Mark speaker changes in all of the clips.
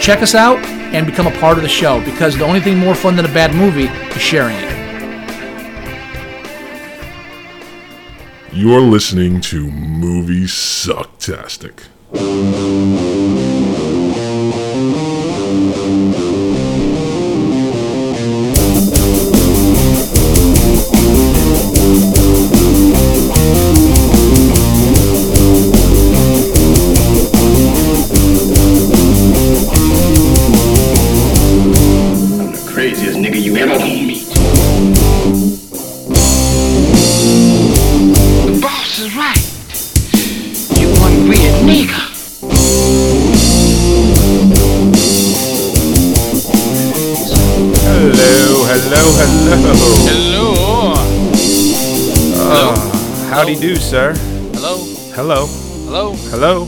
Speaker 1: Check us out and become a part of the show because the only thing more fun than a bad movie is sharing it.
Speaker 2: You're listening to Movie Sucktastic.
Speaker 3: I'm the craziest nigga you ever gonna meet. The boss is right. You one weird nigga.
Speaker 4: Hello, hello, hello.
Speaker 5: Hello.
Speaker 4: Howdy do, sir.
Speaker 5: Hello.
Speaker 4: Hello,
Speaker 5: Hello.
Speaker 4: hello,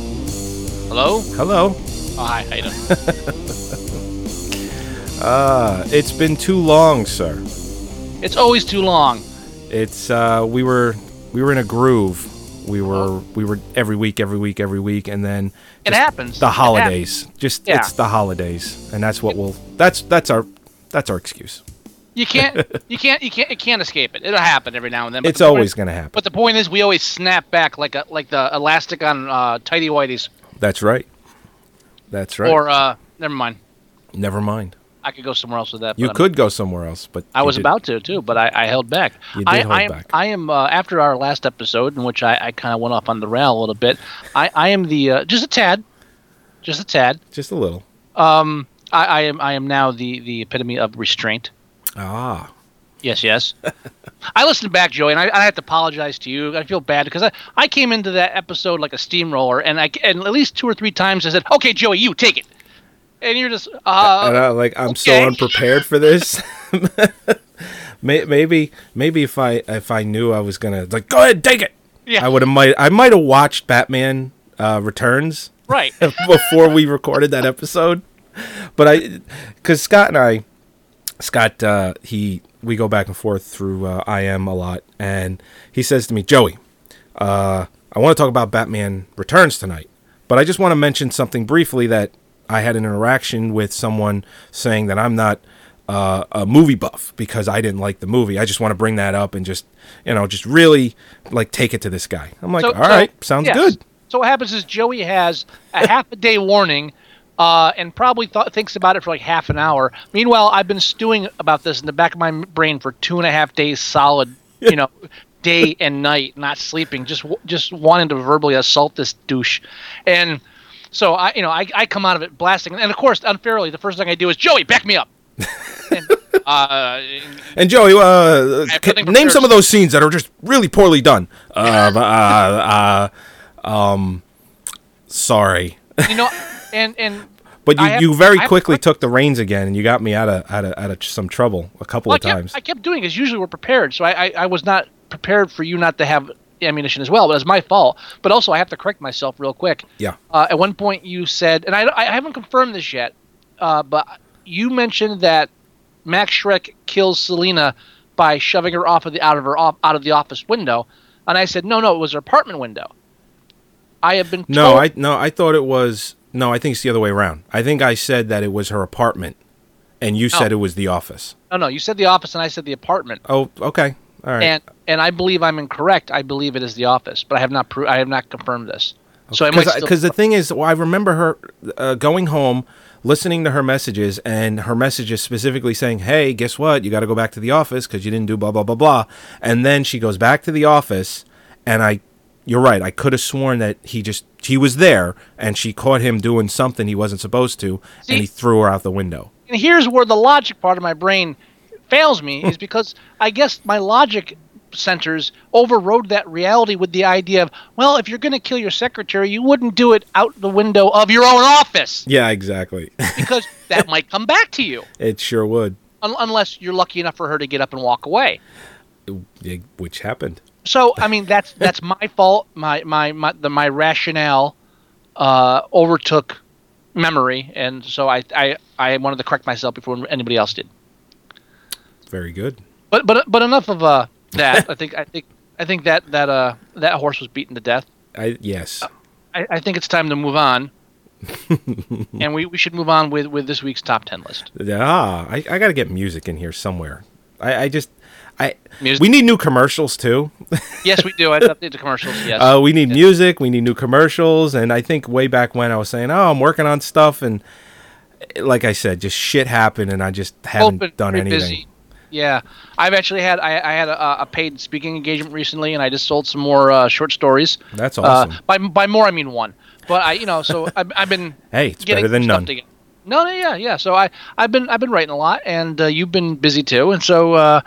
Speaker 5: Hello.
Speaker 4: hello.
Speaker 5: Oh, hi. How you doing?
Speaker 4: Uh, it's been too long, sir.
Speaker 5: it's always too long.
Speaker 4: It's uh, we were we were in a groove. We
Speaker 5: Uh-huh.
Speaker 4: were we were every week, every week, every week, and then
Speaker 5: It
Speaker 4: just
Speaker 5: happens. It
Speaker 4: The
Speaker 5: happens.
Speaker 4: holidays, just
Speaker 5: Yeah.
Speaker 4: it's the holidays, and that's what we'll that's that's our that's our excuse.
Speaker 5: You can't. You can't. You can't. You can't escape it. It'll happen every now and then. but
Speaker 4: It's
Speaker 5: the point-
Speaker 4: always gonna happen.
Speaker 5: But the point is, we always snap back like a like the elastic on uh, tidy whities
Speaker 4: That's right. That's right.
Speaker 5: or uh, never mind.
Speaker 4: Never mind.
Speaker 5: I could go somewhere else with that.
Speaker 4: You
Speaker 5: but I'm-
Speaker 4: could go somewhere else, but
Speaker 5: I
Speaker 4: you
Speaker 5: was
Speaker 4: did-
Speaker 5: about to too, but I, I held back.
Speaker 4: You did
Speaker 5: I,
Speaker 4: hold
Speaker 5: I am,
Speaker 4: back.
Speaker 5: I am uh, after our last episode in which I, I kind of went off on the rail a little bit. I, I am the uh, just a tad, just a tad.
Speaker 4: just a little.
Speaker 5: I, I am I am now the the epitome of restraint.
Speaker 4: Ah,
Speaker 5: Yes, yes. I listened back, Joey, and I, I have to apologize to you. I feel bad because I, I came into that episode like a steamroller, and I and at least two or three times I said, "Okay, Joey, you take it," and you're just uh,
Speaker 4: and I, like I'm so
Speaker 5: okay.
Speaker 4: unprepared for this. May- maybe maybe if I if I knew I was gonna like go ahead take it,
Speaker 5: Yeah.
Speaker 4: I would have might I might have watched Batman uh, Returns
Speaker 5: right.
Speaker 4: before we recorded that episode. But I, because Scott and I, Scott uh, he we go back and forth through uh, I am a lot, and he says to me, Joey, uh, I want to talk about Batman Returns tonight, but I just want to mention something briefly that I had an interaction with someone saying that I'm not uh, a movie buff because I didn't like the movie. I just want to bring that up and just, you know, just really like take it to this guy. I'm like, all right, sounds
Speaker 5: yes.
Speaker 4: good.
Speaker 5: So what happens is Joey has a half a day warning, uh, and probably th- thinks about it for like half an hour. Meanwhile, I've been stewing about this in the back of my m- brain for two and a half days solid. You know, day and night, not sleeping, just w- just wanting to verbally assault this douche, and so I, you know, I, I come out of it blasting, and of course, unfairly, the first thing I do is Joey, back me up. and, uh,
Speaker 4: And Joey, uh,
Speaker 5: have
Speaker 4: ca-
Speaker 5: nothing
Speaker 4: name
Speaker 5: prepared.
Speaker 4: some of those scenes that are just really poorly done. Uh, uh, uh, um, sorry,
Speaker 5: you know, and and
Speaker 4: but you,
Speaker 5: I have-
Speaker 4: you very
Speaker 5: I have-
Speaker 4: quickly took the reins again, and you got me out of out of, out of some trouble a couple
Speaker 5: Well, I
Speaker 4: of
Speaker 5: kept,
Speaker 4: times.
Speaker 5: I kept doing because usually we're prepared. So I, I, I was not prepared for you not to have ammunition as well, but it's my fault. But also, I have to correct myself real quick.
Speaker 4: yeah,
Speaker 5: Uh, at one point, you said, and I, I haven't confirmed this yet, uh, but you mentioned that Max Shrek kills Selena by shoving her off of the out of her off, out of the office window, and I said, no, no, it was her apartment window. I have been
Speaker 4: no,
Speaker 5: told-
Speaker 4: I no, I thought it was no. I think it's the other way around. I think I said that it was her apartment, and
Speaker 5: Oh.
Speaker 4: you said it was the office.
Speaker 5: no no you said the office and I said the apartment.
Speaker 4: Oh, okay, all right.
Speaker 5: and and I believe I'm incorrect. I believe it is the office, but I have not pro- I have not confirmed this. So I might still
Speaker 4: because the thing is, well, I remember her uh, going home, listening to her messages, and her messages specifically saying, "Hey, guess what? You got to go back to the office because you didn't do blah blah blah blah." And then she goes back to the office, and I, you're right, I could have sworn that he just he was there, and she caught him doing something he wasn't supposed to,
Speaker 5: See-
Speaker 4: and he threw her out the window.
Speaker 5: and here's where the logic part of my brain fails me is because I guess my logic centers overrode that reality with the idea of, well, if you're going to kill your secretary, you wouldn't do it out the window of your own office
Speaker 4: Yeah, exactly.
Speaker 5: because that might come back to you
Speaker 4: it sure would.
Speaker 5: un- unless you're lucky enough for her to get up and walk away.
Speaker 4: Yeah, Which happened.
Speaker 5: So I mean that's that's my fault. My my my the, my rationale uh, overtook memory, and so I, I I wanted to correct myself before anybody else did.
Speaker 4: Very good.
Speaker 5: But but but enough of uh, that. I think I think I think that that uh that horse was beaten to death.
Speaker 4: I
Speaker 5: Uh
Speaker 4: yes.
Speaker 5: I, I think it's time to move on. and we, we should move on with, with this week's top ten list.
Speaker 4: Ah, I, I got to get music in here somewhere. I, I just, I
Speaker 5: Music.
Speaker 4: we need new commercials too.
Speaker 5: Yes, we do. I update the commercials. Yes.
Speaker 4: Uh, we need music. We need new commercials. And I think way back when I was saying, oh, I'm working on stuff, and eh, like I said, just shit happened, and I just haven't
Speaker 5: Open,
Speaker 4: done
Speaker 5: very
Speaker 4: anything.
Speaker 5: busy. Yeah, I've actually had I, I had a, a paid speaking engagement recently, and I just sold some more uh, short stories.
Speaker 4: That's awesome.
Speaker 5: Uh, by by more, I mean one. But I, you know, so I've, I've been
Speaker 4: Hey, it's
Speaker 5: getting
Speaker 4: better than
Speaker 5: some stuff
Speaker 4: none.
Speaker 5: together. No, no, yeah, yeah. So I I've been I've been writing a lot, and uh, you've been busy too, and so. Uh,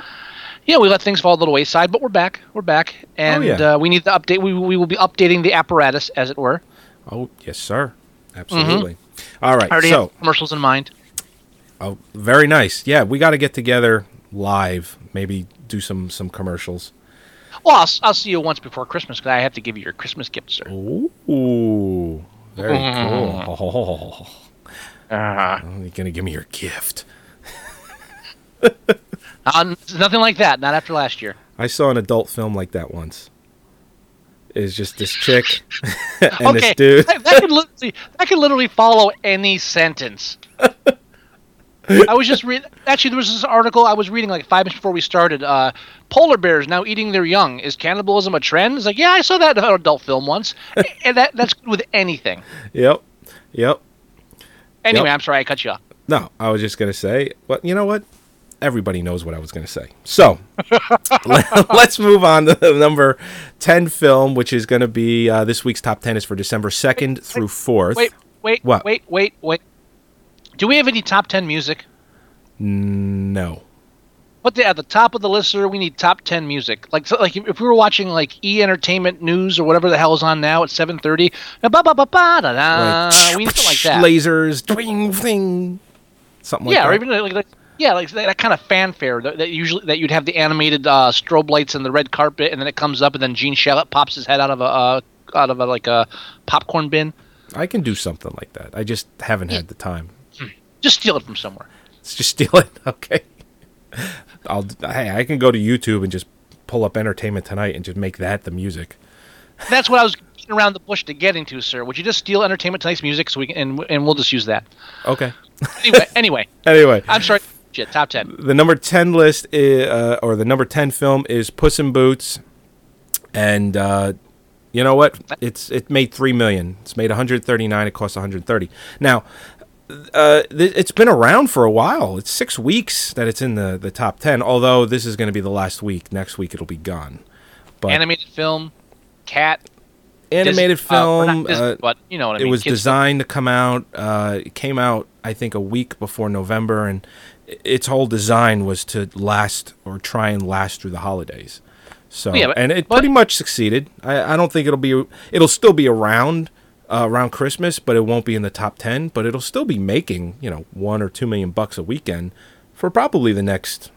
Speaker 5: yeah, we let things fall a little wayside, but we're back. We're back, and
Speaker 4: Oh, yeah.
Speaker 5: uh, we need to update. We, we will be updating the apparatus, as it were.
Speaker 4: Oh yes, sir.
Speaker 5: Mm-hmm.
Speaker 4: Absolutely. All right.
Speaker 5: I already
Speaker 4: so
Speaker 5: have commercials in mind.
Speaker 4: Oh, very nice. Yeah, we got to get together live. Maybe do some some commercials.
Speaker 5: Well, I'll, I'll see you once before Christmas because I have to give you your Christmas gift, sir.
Speaker 4: Ooh, very
Speaker 5: Mm.
Speaker 4: cool. Oh,
Speaker 5: Uh-huh.
Speaker 4: you're gonna give me your gift.
Speaker 5: Uh, it's nothing like that. Not after last year.
Speaker 4: I saw an adult film like that once. It's just this chick and this dude.
Speaker 5: that, that could literally that could literally follow any sentence. I was just reading. Actually, there was this article I was reading like five minutes before we started. Uh, polar bears now eating their young. Is cannibalism a trend? It's like, yeah, I saw that in an adult film once, and that that's good with anything.
Speaker 4: Yep, yep.
Speaker 5: Anyway,
Speaker 4: Yep.
Speaker 5: I'm sorry I cut you off.
Speaker 4: No, I was just gonna say, but you know what? Everybody knows what I was gonna say. So let- let's move on to the number ten film, which is gonna be uh, this week's top ten is for December second through fourth.
Speaker 5: Wait, wait,
Speaker 4: What?
Speaker 5: wait, wait, wait. Do we have any top ten music?
Speaker 4: No.
Speaker 5: What the, at the top of the list, sir, we need top ten music. Like so, like if we were watching like E Entertainment News or whatever the hell is on now at seven thirty, ba ba ba ba da da.
Speaker 4: Like,
Speaker 5: Uh, we need something like that.
Speaker 4: Lasers, twing, thing, something like
Speaker 5: yeah,
Speaker 4: that.
Speaker 5: or even like, like yeah, like that, that kind of fanfare that, that usually that you'd have the animated uh, strobe lights and the red carpet, and then it comes up, and then Gene Shalit pops his head out of a uh, out of a like a popcorn bin.
Speaker 4: I can do something like that. I just haven't had the time.
Speaker 5: Just steal it from somewhere.
Speaker 4: Let's just steal it. Okay. I'll hey, I can go to YouTube and just pull up Entertainment Tonight and just make that the music.
Speaker 5: That's what I was beating around the bush to get into, sir. Would you just steal Entertainment Tonight's music so we can, and, and we'll just use that.
Speaker 4: Okay.
Speaker 5: Anyway, anyway,
Speaker 4: Anyway,
Speaker 5: I'm sorry. Shit, top ten.
Speaker 4: the number 10 list i uh, or the number 10 film is Puss in Boots and uh, you know what it's it made 3 million it's made 139 it cost 130 now uh, th- it's been around for a while it's 6 weeks that it's in the the top 10 although this is going to be the last week next week it'll be gone but
Speaker 5: animated film, cat,
Speaker 4: animated
Speaker 5: Dis- uh, or not
Speaker 4: film
Speaker 5: Disney,
Speaker 4: uh,
Speaker 5: but you know what I
Speaker 4: it
Speaker 5: mean.
Speaker 4: was
Speaker 5: kids stuff.
Speaker 4: designed to come out. Uh, it came out, I think, a week before November, and i- its whole design was to last or try and last through the holidays. So,
Speaker 5: Yeah, but-
Speaker 4: and it
Speaker 5: but-
Speaker 4: pretty much succeeded. I, I don't think it'll be. It'll still be around uh, around Christmas, but it won't be in the top ten. But it'll still be making you know one or two million bucks a weekend for probably the next,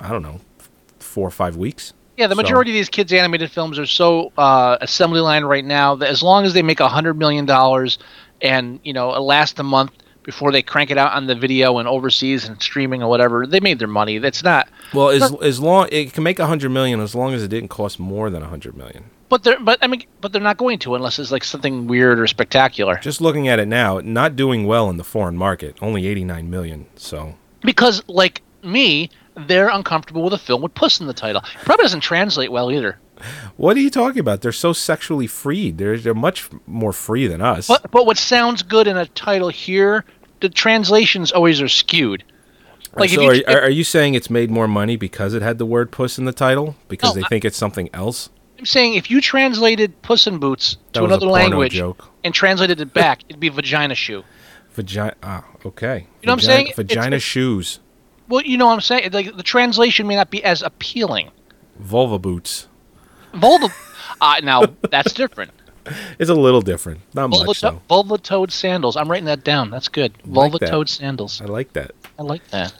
Speaker 4: I don't know, f- four or five weeks.
Speaker 5: Yeah, the
Speaker 4: So-
Speaker 5: majority of these kids' animated films are so uh, assembly line right now that as long as they make a hundred million dollars and you know it lasts a month before they crank it out on the video and overseas and streaming or whatever, they made their money. That's not.
Speaker 4: Well, as, as long it can make a hundred million, as long as it didn't cost more than a hundred million.
Speaker 5: But they're but I mean but they're not going to unless it's like something weird or spectacular.
Speaker 4: just looking at it now, not doing well in the foreign market, only 89 million. So,
Speaker 5: Because like me, they're uncomfortable with a film with puss in the title. It probably doesn't translate well either.
Speaker 4: what are you talking about? They're so sexually freed. They're they're much more free than us.
Speaker 5: But but what sounds good in a title here, the translations always are skewed. Like
Speaker 4: so,
Speaker 5: if
Speaker 4: are,
Speaker 5: you,
Speaker 4: are, are you saying it's made more money because it had the word "puss" in the title? Because
Speaker 5: No,
Speaker 4: they
Speaker 5: I-
Speaker 4: think it's something else?
Speaker 5: I'm saying if you translated Puss in Boots
Speaker 4: That
Speaker 5: to
Speaker 4: was a
Speaker 5: another
Speaker 4: porno
Speaker 5: language
Speaker 4: joke.
Speaker 5: and translated it back, it'd be vagina shoe.
Speaker 4: Vagina. Ah, okay.
Speaker 5: You know what I'm
Speaker 4: Vagi-
Speaker 5: saying? It's-
Speaker 4: Vagina
Speaker 5: it's-
Speaker 4: shoes.
Speaker 5: Well, you know what I'm saying? Like the translation may not be as appealing.
Speaker 4: Vulva boots.
Speaker 5: Vulva. Uh, now that's different.
Speaker 4: It's a little different. Not
Speaker 5: Vulva,
Speaker 4: much
Speaker 5: to-
Speaker 4: though.
Speaker 5: vulva toed sandals. I'm writing that down. That's good.
Speaker 4: like
Speaker 5: Vulva
Speaker 4: that.
Speaker 5: toed sandals.
Speaker 4: I like that.
Speaker 5: I like that.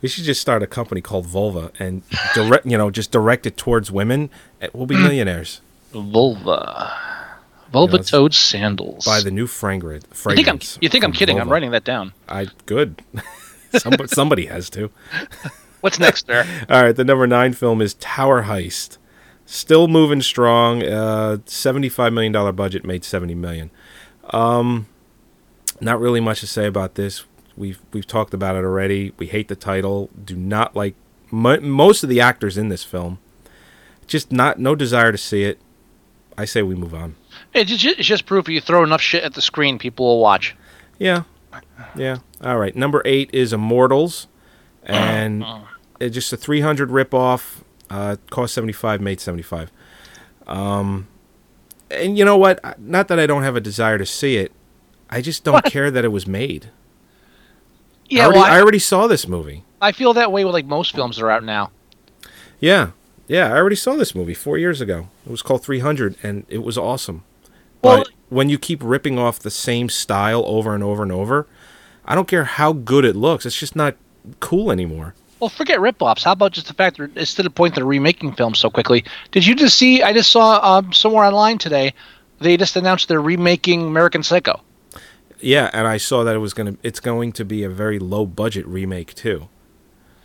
Speaker 4: We should just start a company called Vulva and direct, you know, just direct it towards women. and We'll be millionaires.
Speaker 5: Vulva. Vulva toed sandals.
Speaker 4: Buy the new fragrance.
Speaker 5: you think I'm,
Speaker 4: fragrance
Speaker 5: you think I'm
Speaker 4: from
Speaker 5: kidding? I'm
Speaker 4: Vulva.
Speaker 5: writing that down.
Speaker 4: I good. somebody, somebody has to.
Speaker 5: What's next there?
Speaker 4: All right, the number nine film is Tower Heist. Still moving strong. Uh, Seventy-five million dollar budget made seventy million. Um, not really much to say about this. We've we've talked about it already. We hate the title. Do not like mo- most of the actors in this film. Just not no desire to see it. I say we move on.
Speaker 5: It's just, it's just proof if you throw enough shit at the screen, people will watch.
Speaker 4: Yeah. Yeah. All right. Number eight is Immortals, and it's just a 300 ripoff. Uh, cost 75, made 75. Um, and you know what? Not that I don't have a desire to see it, I just don't care that it was made. I,
Speaker 5: Yeah,
Speaker 4: already,
Speaker 5: well,
Speaker 4: I
Speaker 5: I,
Speaker 4: already saw this movie.
Speaker 5: I feel that way with like most films that are out now.
Speaker 4: Yeah. Yeah, I already saw this movie four years ago. It was called 300, and it was awesome.
Speaker 5: Well-
Speaker 4: but when you keep ripping off the same style over and over and over, I don't care how good it looks. It's just not cool anymore.
Speaker 5: Well, forget rip-offs. How about just the fact that it's to the point they're remaking films so quickly? Did you just see? I just saw um, somewhere online today. They just announced they're remaking American Psycho.
Speaker 4: Yeah, and I saw that it was gonna. It's going to be a very low budget remake too.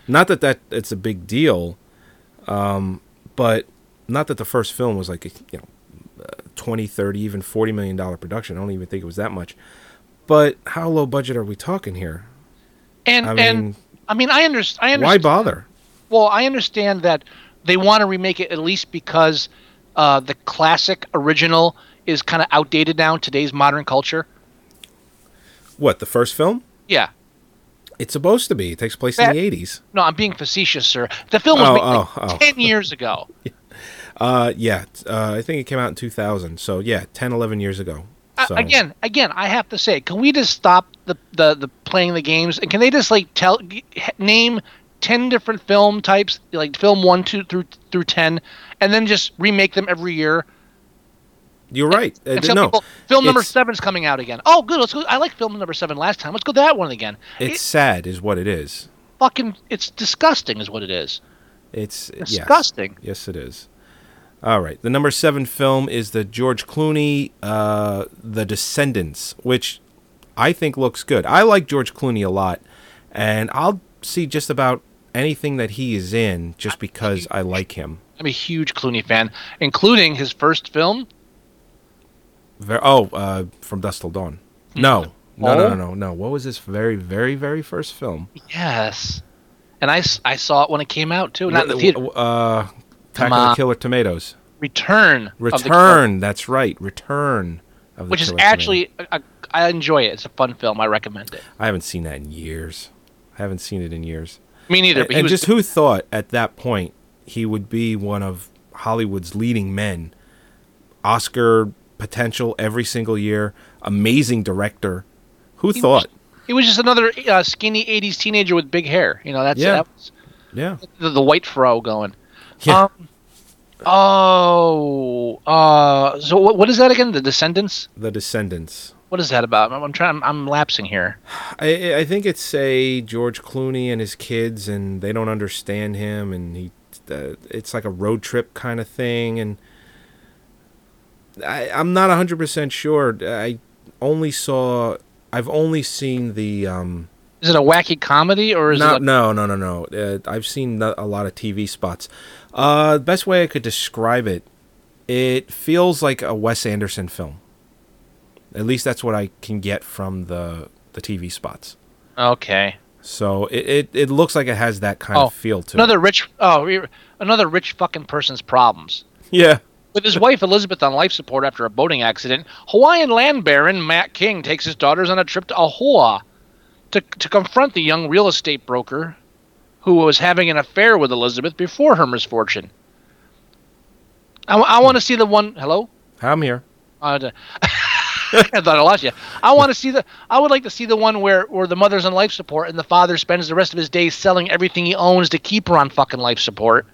Speaker 4: Not that that it's a big deal, um, but not that the first film was like a, you know, uh, 20, 30, even forty million dollar production. I don't even think it was that much. But how low budget are we talking here?
Speaker 5: And
Speaker 4: I mean-
Speaker 5: and I mean, I understand. I
Speaker 4: Why
Speaker 5: understand.
Speaker 4: bother?
Speaker 5: well, I understand that they want to remake it at least because uh, the classic original is kind of outdated now in today's modern culture.
Speaker 4: What the first film?
Speaker 5: Yeah.
Speaker 4: It's supposed to be. It takes place in
Speaker 5: That-
Speaker 4: the eighties.
Speaker 5: No, I'm being facetious, sir. The film was
Speaker 4: Oh,
Speaker 5: made like
Speaker 4: oh, oh.
Speaker 5: 10 years ago.
Speaker 4: Uh, yeah. t- Uh, I think it came out in two thousand. So yeah, 10, 11 years ago.
Speaker 5: I-
Speaker 4: So,
Speaker 5: Uh, again, again, I have to say, can we just stop the, the the playing the games and can they just like tell g- h- name ten different film types, like film one, two through through ten, and then just remake them every year?
Speaker 4: you're right. Uh,
Speaker 5: And tell
Speaker 4: no,
Speaker 5: people, film number
Speaker 4: It's-
Speaker 5: seven's coming out again. Oh, good. Let's go. I like film number seven last time. Let's go that one again.
Speaker 4: It's
Speaker 5: It-
Speaker 4: sad, is what it is.
Speaker 5: fucking. It's disgusting, is what it is.
Speaker 4: It's yes.
Speaker 5: Disgusting.
Speaker 4: Yes, it is. All right. The number seven film is the George Clooney, uh, The Descendants, which I think looks good. I like George Clooney a lot, and I'll see just about anything that he is in just because I like him.
Speaker 5: I'm a huge Clooney fan, including his first film.
Speaker 4: Ver oh, uh, from Dust Till Dawn.
Speaker 5: Hmm.
Speaker 4: No. No, no, no, no, no. What was this very, very, very first film?
Speaker 5: Yes. And I, s- I saw it when it came out too, not in the
Speaker 4: Wh-
Speaker 5: theater.
Speaker 4: wh- Uh, Attack of the
Speaker 5: on.
Speaker 4: Killer Tomatoes.
Speaker 5: Return. of the Killer.
Speaker 4: Return. That's right. Return. Of the
Speaker 5: which is
Speaker 4: Killer Tomatoes.
Speaker 5: actually I I enjoy it. It's a fun film. I recommend it.
Speaker 4: I haven't seen that in years. I haven't seen it in years.
Speaker 5: Me neither.
Speaker 4: And,
Speaker 5: But he was,
Speaker 4: just who thought at that point he would be one of Hollywood's leading men? Oscar potential every single year, amazing director. Who thought?
Speaker 5: he was just another uh, skinny '80s teenager with big hair. You know, that's
Speaker 4: Yeah.
Speaker 5: that was
Speaker 4: Yeah.
Speaker 5: the, the white fro going.
Speaker 4: Yeah.
Speaker 5: Um, oh, uh, so what, what is that again? The Descendants.
Speaker 4: the Descendants.
Speaker 5: What is that about? I'm, I'm trying. I'm, I'm lapsing here.
Speaker 4: I, I think it's a George Clooney and his kids, and they don't understand him, and he, uh, it's like a road trip kind of thing, and I, I'm not hundred percent sure. I only saw, I've only seen the, um,
Speaker 5: Is it a wacky comedy or is it?
Speaker 4: not,
Speaker 5: like-
Speaker 4: no, no, no, no. Uh, I've seen a a lot of TV spots. Uh, best way I could describe it, it feels like a Wes Anderson film. At least that's what I can get from the the TV spots.
Speaker 5: Okay.
Speaker 4: So it, it, it looks like it has that kind
Speaker 5: Oh,
Speaker 4: of feel to
Speaker 5: another
Speaker 4: it.
Speaker 5: rich. Oh, re- another rich fucking person's problems.
Speaker 4: Yeah.
Speaker 5: With his wife Elizabeth on life support after a boating accident, Hawaiian land baron Matt King takes his daughters on a trip to Ahoa to, to confront the young real estate broker who was having an affair with Elizabeth before her misfortune. I, want to see the one. Hello?
Speaker 4: I'm here.
Speaker 5: Uh, d- I thought I lost you. I want to see the. I would like to see the one where, where the mother's on life support and the father spends the rest of his days selling everything he owns to keep her on fucking life support.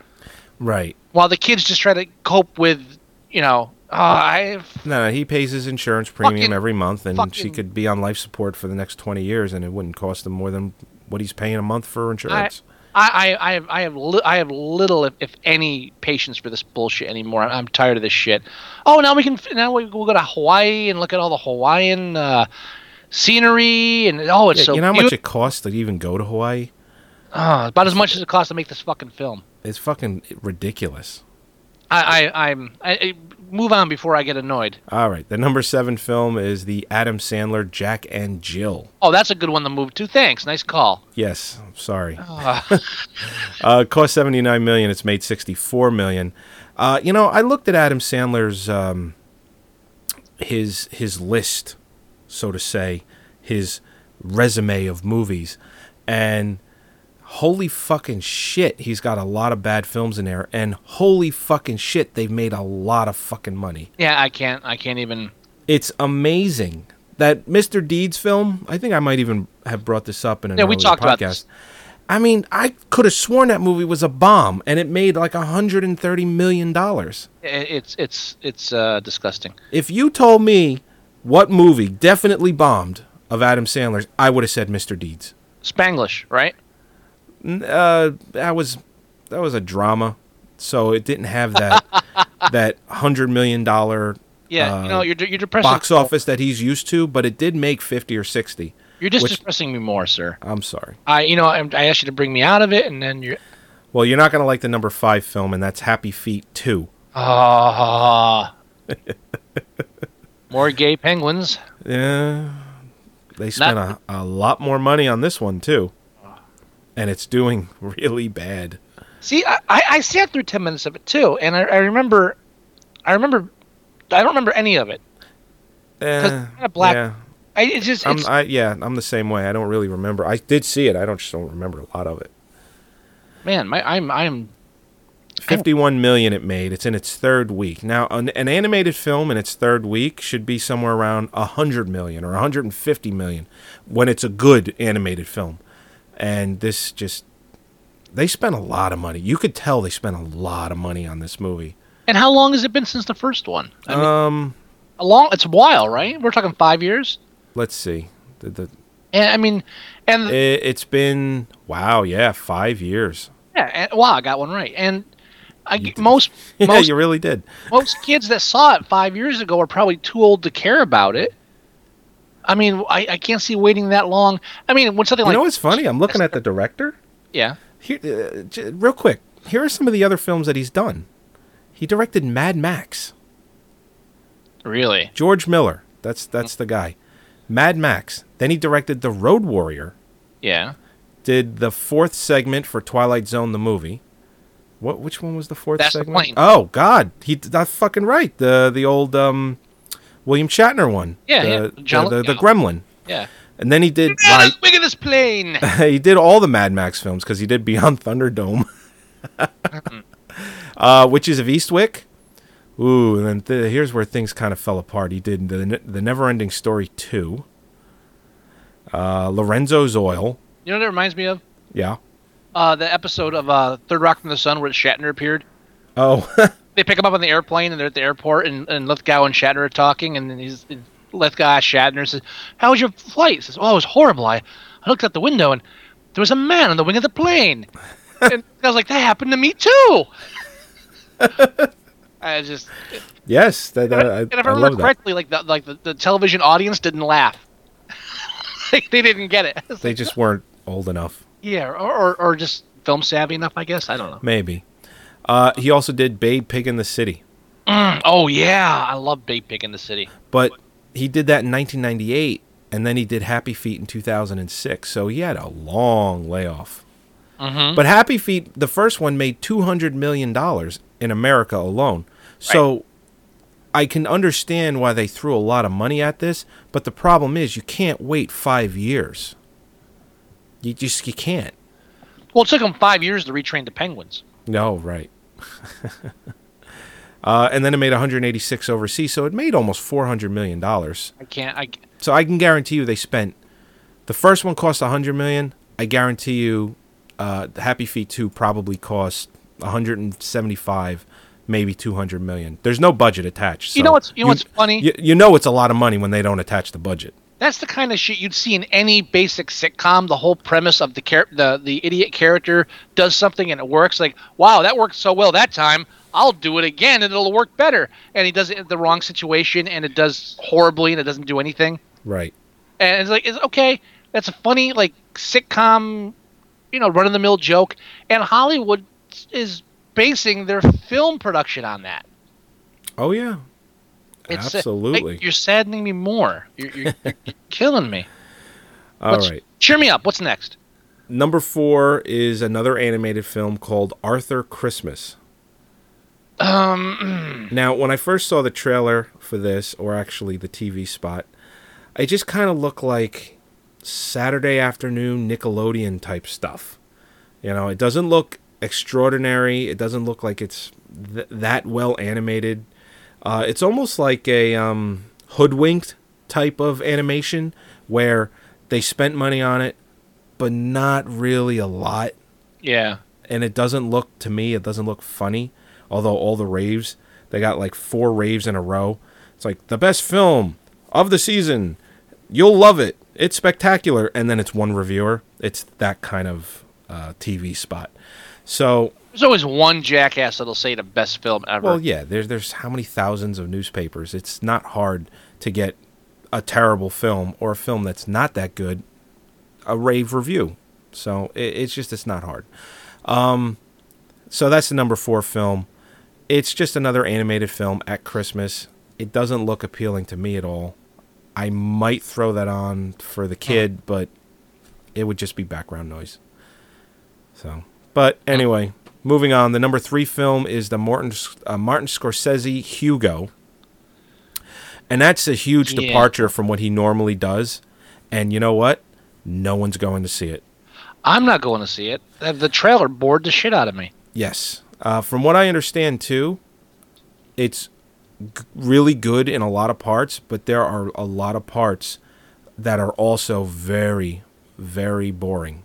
Speaker 4: Right.
Speaker 5: while the kids just try to cope with, you know, uh, I
Speaker 4: No, he pays his insurance premium
Speaker 5: Fucking-
Speaker 4: every month, and she
Speaker 5: fucking-
Speaker 4: could be on life support for the next twenty years, and it wouldn't cost him more than what he's paying a month for
Speaker 5: I,
Speaker 4: insurance.
Speaker 5: I, I have I have li- I have little if, if any patience for this bullshit anymore. I'm, I'm tired of this shit. Oh, now we can now we, we'll go to Hawaii and look at all the Hawaiian uh, scenery and oh, it's
Speaker 4: Yeah,
Speaker 5: so
Speaker 4: you know how much
Speaker 5: beautiful.
Speaker 4: it costs to even go to Hawaii?
Speaker 5: Ah, about as much as it costs to make this fucking film.
Speaker 4: It's fucking ridiculous.
Speaker 5: I, I I'm I, I move on before I get annoyed.
Speaker 4: All right, the number seven film is the Adam Sandler Jack and Jill.
Speaker 5: Oh, that's a good one to move to. Thanks, nice call.
Speaker 4: Yes, I'm sorry. uh, cost seventy nine million. It's made sixty four million. Uh, you know, I looked at Adam Sandler's um, his his list, so to say, his resume of movies, and holy fucking shit, he's got a lot of bad films in there, and holy fucking shit, they've made a lot of fucking money.
Speaker 5: Yeah, I can't I can't even.
Speaker 4: It's amazing that Mr. Deeds film. I think I might even have brought this up in an
Speaker 5: Yeah,
Speaker 4: earlier
Speaker 5: we talked
Speaker 4: podcast.
Speaker 5: about this.
Speaker 4: I mean, I could have sworn that movie was a bomb, and it made like 130 million dollars.
Speaker 5: it- It's it's it's uh, disgusting.
Speaker 4: If you told me what movie definitely bombed of Adam Sandler's, I would have said Mr. Deeds.
Speaker 5: Spanglish, right?
Speaker 4: Uh, that was that was a drama, so it didn't have that that hundred million dollar
Speaker 5: Yeah,
Speaker 4: uh,
Speaker 5: you know, you're you're depressing.
Speaker 4: box office that he's used to, but it did make 50 or 60.
Speaker 5: You're just
Speaker 4: which-
Speaker 5: depressing me more, sir.
Speaker 4: I'm sorry.
Speaker 5: I, you know, I'm, I asked you to bring me out of it, and then you're.
Speaker 4: Well, you're not going to like the number five film, and that's Happy Feet 2.
Speaker 5: Ah. more gay penguins.
Speaker 4: Yeah, Eh, they spent a, a lot more money on this one, too. And it's doing really bad.
Speaker 5: See, I, I, I sat through ten minutes of it too, and I, I remember, I remember, I don't remember any of it.
Speaker 4: Eh,
Speaker 5: kinda black-
Speaker 4: Yeah.
Speaker 5: I, it's just,
Speaker 4: I'm,
Speaker 5: it's,
Speaker 4: I, yeah, I'm the same way. I don't really remember. I did see it. I don't just don't remember a lot of it.
Speaker 5: man, my, I'm, I'm,
Speaker 4: 51 million it made. It's in its third week. Now, an, an animated film in its third week should be somewhere around 100 million or 150 million when it's a good animated film. And this just they spent a lot of money. You could tell they spent a lot of money on this movie.
Speaker 5: and how long has it been since the first one? I mean, um, a long, it's a while, right? We're talking five years.
Speaker 4: Let's see. The, the,
Speaker 5: And I mean, and
Speaker 4: it, it's been wow, yeah, 5 years.
Speaker 5: yeah, and, wow, I got one right. And I, most,
Speaker 4: Yeah,
Speaker 5: most
Speaker 4: you really did.
Speaker 5: most kids that saw it five years ago are probably too old to care about it. I mean, I, I can't see waiting that long. I mean, when something
Speaker 4: You
Speaker 5: like
Speaker 4: know what's funny? I'm looking at the director.
Speaker 5: yeah,
Speaker 4: Here, uh, j- real quick, here are some of the other films that he's done. He directed Mad Max.
Speaker 5: really,
Speaker 4: George Miller, that's
Speaker 5: Mm.
Speaker 4: that's the guy. Mad Max. Then he directed The Road Warrior.
Speaker 5: yeah.
Speaker 4: Did the fourth segment for Twilight Zone the movie. What? Which one was the fourth
Speaker 5: That's the
Speaker 4: segment?
Speaker 5: plane.
Speaker 4: Oh God, he that's fucking right. The the old um, William Shatner one.
Speaker 5: Yeah,
Speaker 4: the,
Speaker 5: yeah. John-
Speaker 4: the, the, the
Speaker 5: yeah.
Speaker 4: Gremlin.
Speaker 5: Yeah.
Speaker 4: And then he did.
Speaker 5: Right. Look at this plane.
Speaker 4: he did all the Mad Max films because he did Beyond Thunderdome,
Speaker 5: Mm-hmm.
Speaker 4: uh, Witches of Eastwick. Ooh, and then th- here's where things kind of fell apart. He did the Ne- the Neverending Story two, uh, Lorenzo's Oil.
Speaker 5: You know what it reminds me of?
Speaker 4: Yeah.
Speaker 5: Uh, the episode of uh, Third Rock from the Sun where Shatner appeared.
Speaker 4: Oh,
Speaker 5: They pick him up on the airplane and they're at the airport and, and Lithgow and Shatner are talking and then he's and Lithgow asks Shatner says, "How was your flight?" He says, "Oh, it was horrible. I, I looked out the window and there was a man on the wing of the plane." and I was like, "That happened to me too." I just
Speaker 4: yes. That, that, I,
Speaker 5: and if I,
Speaker 4: I love
Speaker 5: remember
Speaker 4: that.
Speaker 5: correctly, like the like the, the television audience didn't laugh. like they didn't get it. It's
Speaker 4: They
Speaker 5: like,
Speaker 4: just weren't old enough,
Speaker 5: yeah, or, or or just film savvy enough, I guess. I don't know.
Speaker 4: maybe. Uh, he also did Babe Pig in the City,
Speaker 5: Oh yeah, I love Bait Pig in the City.
Speaker 4: but he did that in 1998, and then he did Happy Feet in 2006. So he had a long layoff.
Speaker 5: Mm-hmm.
Speaker 4: But Happy Feet, the first one made two hundred million dollars in America alone. So I can understand why they threw a lot of money at this, but the problem is you can't wait five years. You just you can't.
Speaker 5: Well, it took them five years to retrain the penguins.
Speaker 4: No, right. uh, and then it made 186 overseas, so it made almost 400 million dollars.
Speaker 5: I can't. I
Speaker 4: So I can guarantee you they spent the first one cost 100 million. I guarantee you uh, Happy Feet 2 probably cost 175, maybe 200 million. There's no budget attached.
Speaker 5: You
Speaker 4: so
Speaker 5: know what's- you know what's funny?
Speaker 4: You, you know it's a lot of money when they don't attach the budget.
Speaker 5: That's the kind of shit you'd see in any basic sitcom. The whole premise of the char- the the idiot character does something and it works. Like, wow, that worked so well that time. I'll do it again and it'll work better. And he does it in the wrong situation and it does horribly and it doesn't do anything.
Speaker 4: Right.
Speaker 5: And it's like, it's okay. That's a funny like sitcom, you know, run of the mill joke. And Hollywood is basing their film production on that.
Speaker 4: Oh yeah.
Speaker 5: It's, uh,
Speaker 4: Absolutely.
Speaker 5: you're saddening me more. You're, you're, you're killing me.
Speaker 4: All
Speaker 5: What's-
Speaker 4: right.
Speaker 5: Cheer me up. What's next?
Speaker 4: Number 4 is another animated film called Arthur Christmas. Um Now, when I first saw the trailer for this or actually the TV spot, it just kind of looked like Saturday afternoon Nickelodeon type stuff. You know, it doesn't look extraordinary. It doesn't look like it's th- that well animated. Uh, it's almost like a um, hoodwinked type of animation where they spent money on it, but not really a lot.
Speaker 5: Yeah.
Speaker 4: And it doesn't look, to me, it doesn't look funny. Although all the raves, they got like four raves in a row. It's like the best film of the season. You'll love it. It's spectacular. And then it's one reviewer. It's that kind of uh, TV spot. So
Speaker 5: There's always one jackass that'll say the best film ever.
Speaker 4: well, yeah, there's there's how many thousands of newspapers. It's not hard to get a terrible film or a film that's not that good a rave review. So it, it's just it's not hard. Um, so that's the number four film. It's just another animated film at Christmas. It doesn't look appealing to me at all. I might throw that on for the kid, but it would just be background noise. So, but anyway, moving on. The number three film is the Martin uh, Martin Scorsese Hugo, and that's a huge
Speaker 5: Yeah.
Speaker 4: departure from what he normally does. And you know what? No one's going to see it.
Speaker 5: I'm not going to see it. The- The trailer bored the shit out of me.
Speaker 4: Yes. Uh, from what I understand, too, it's g- really good in a lot of parts, but there are a lot of parts that are also very, very boring.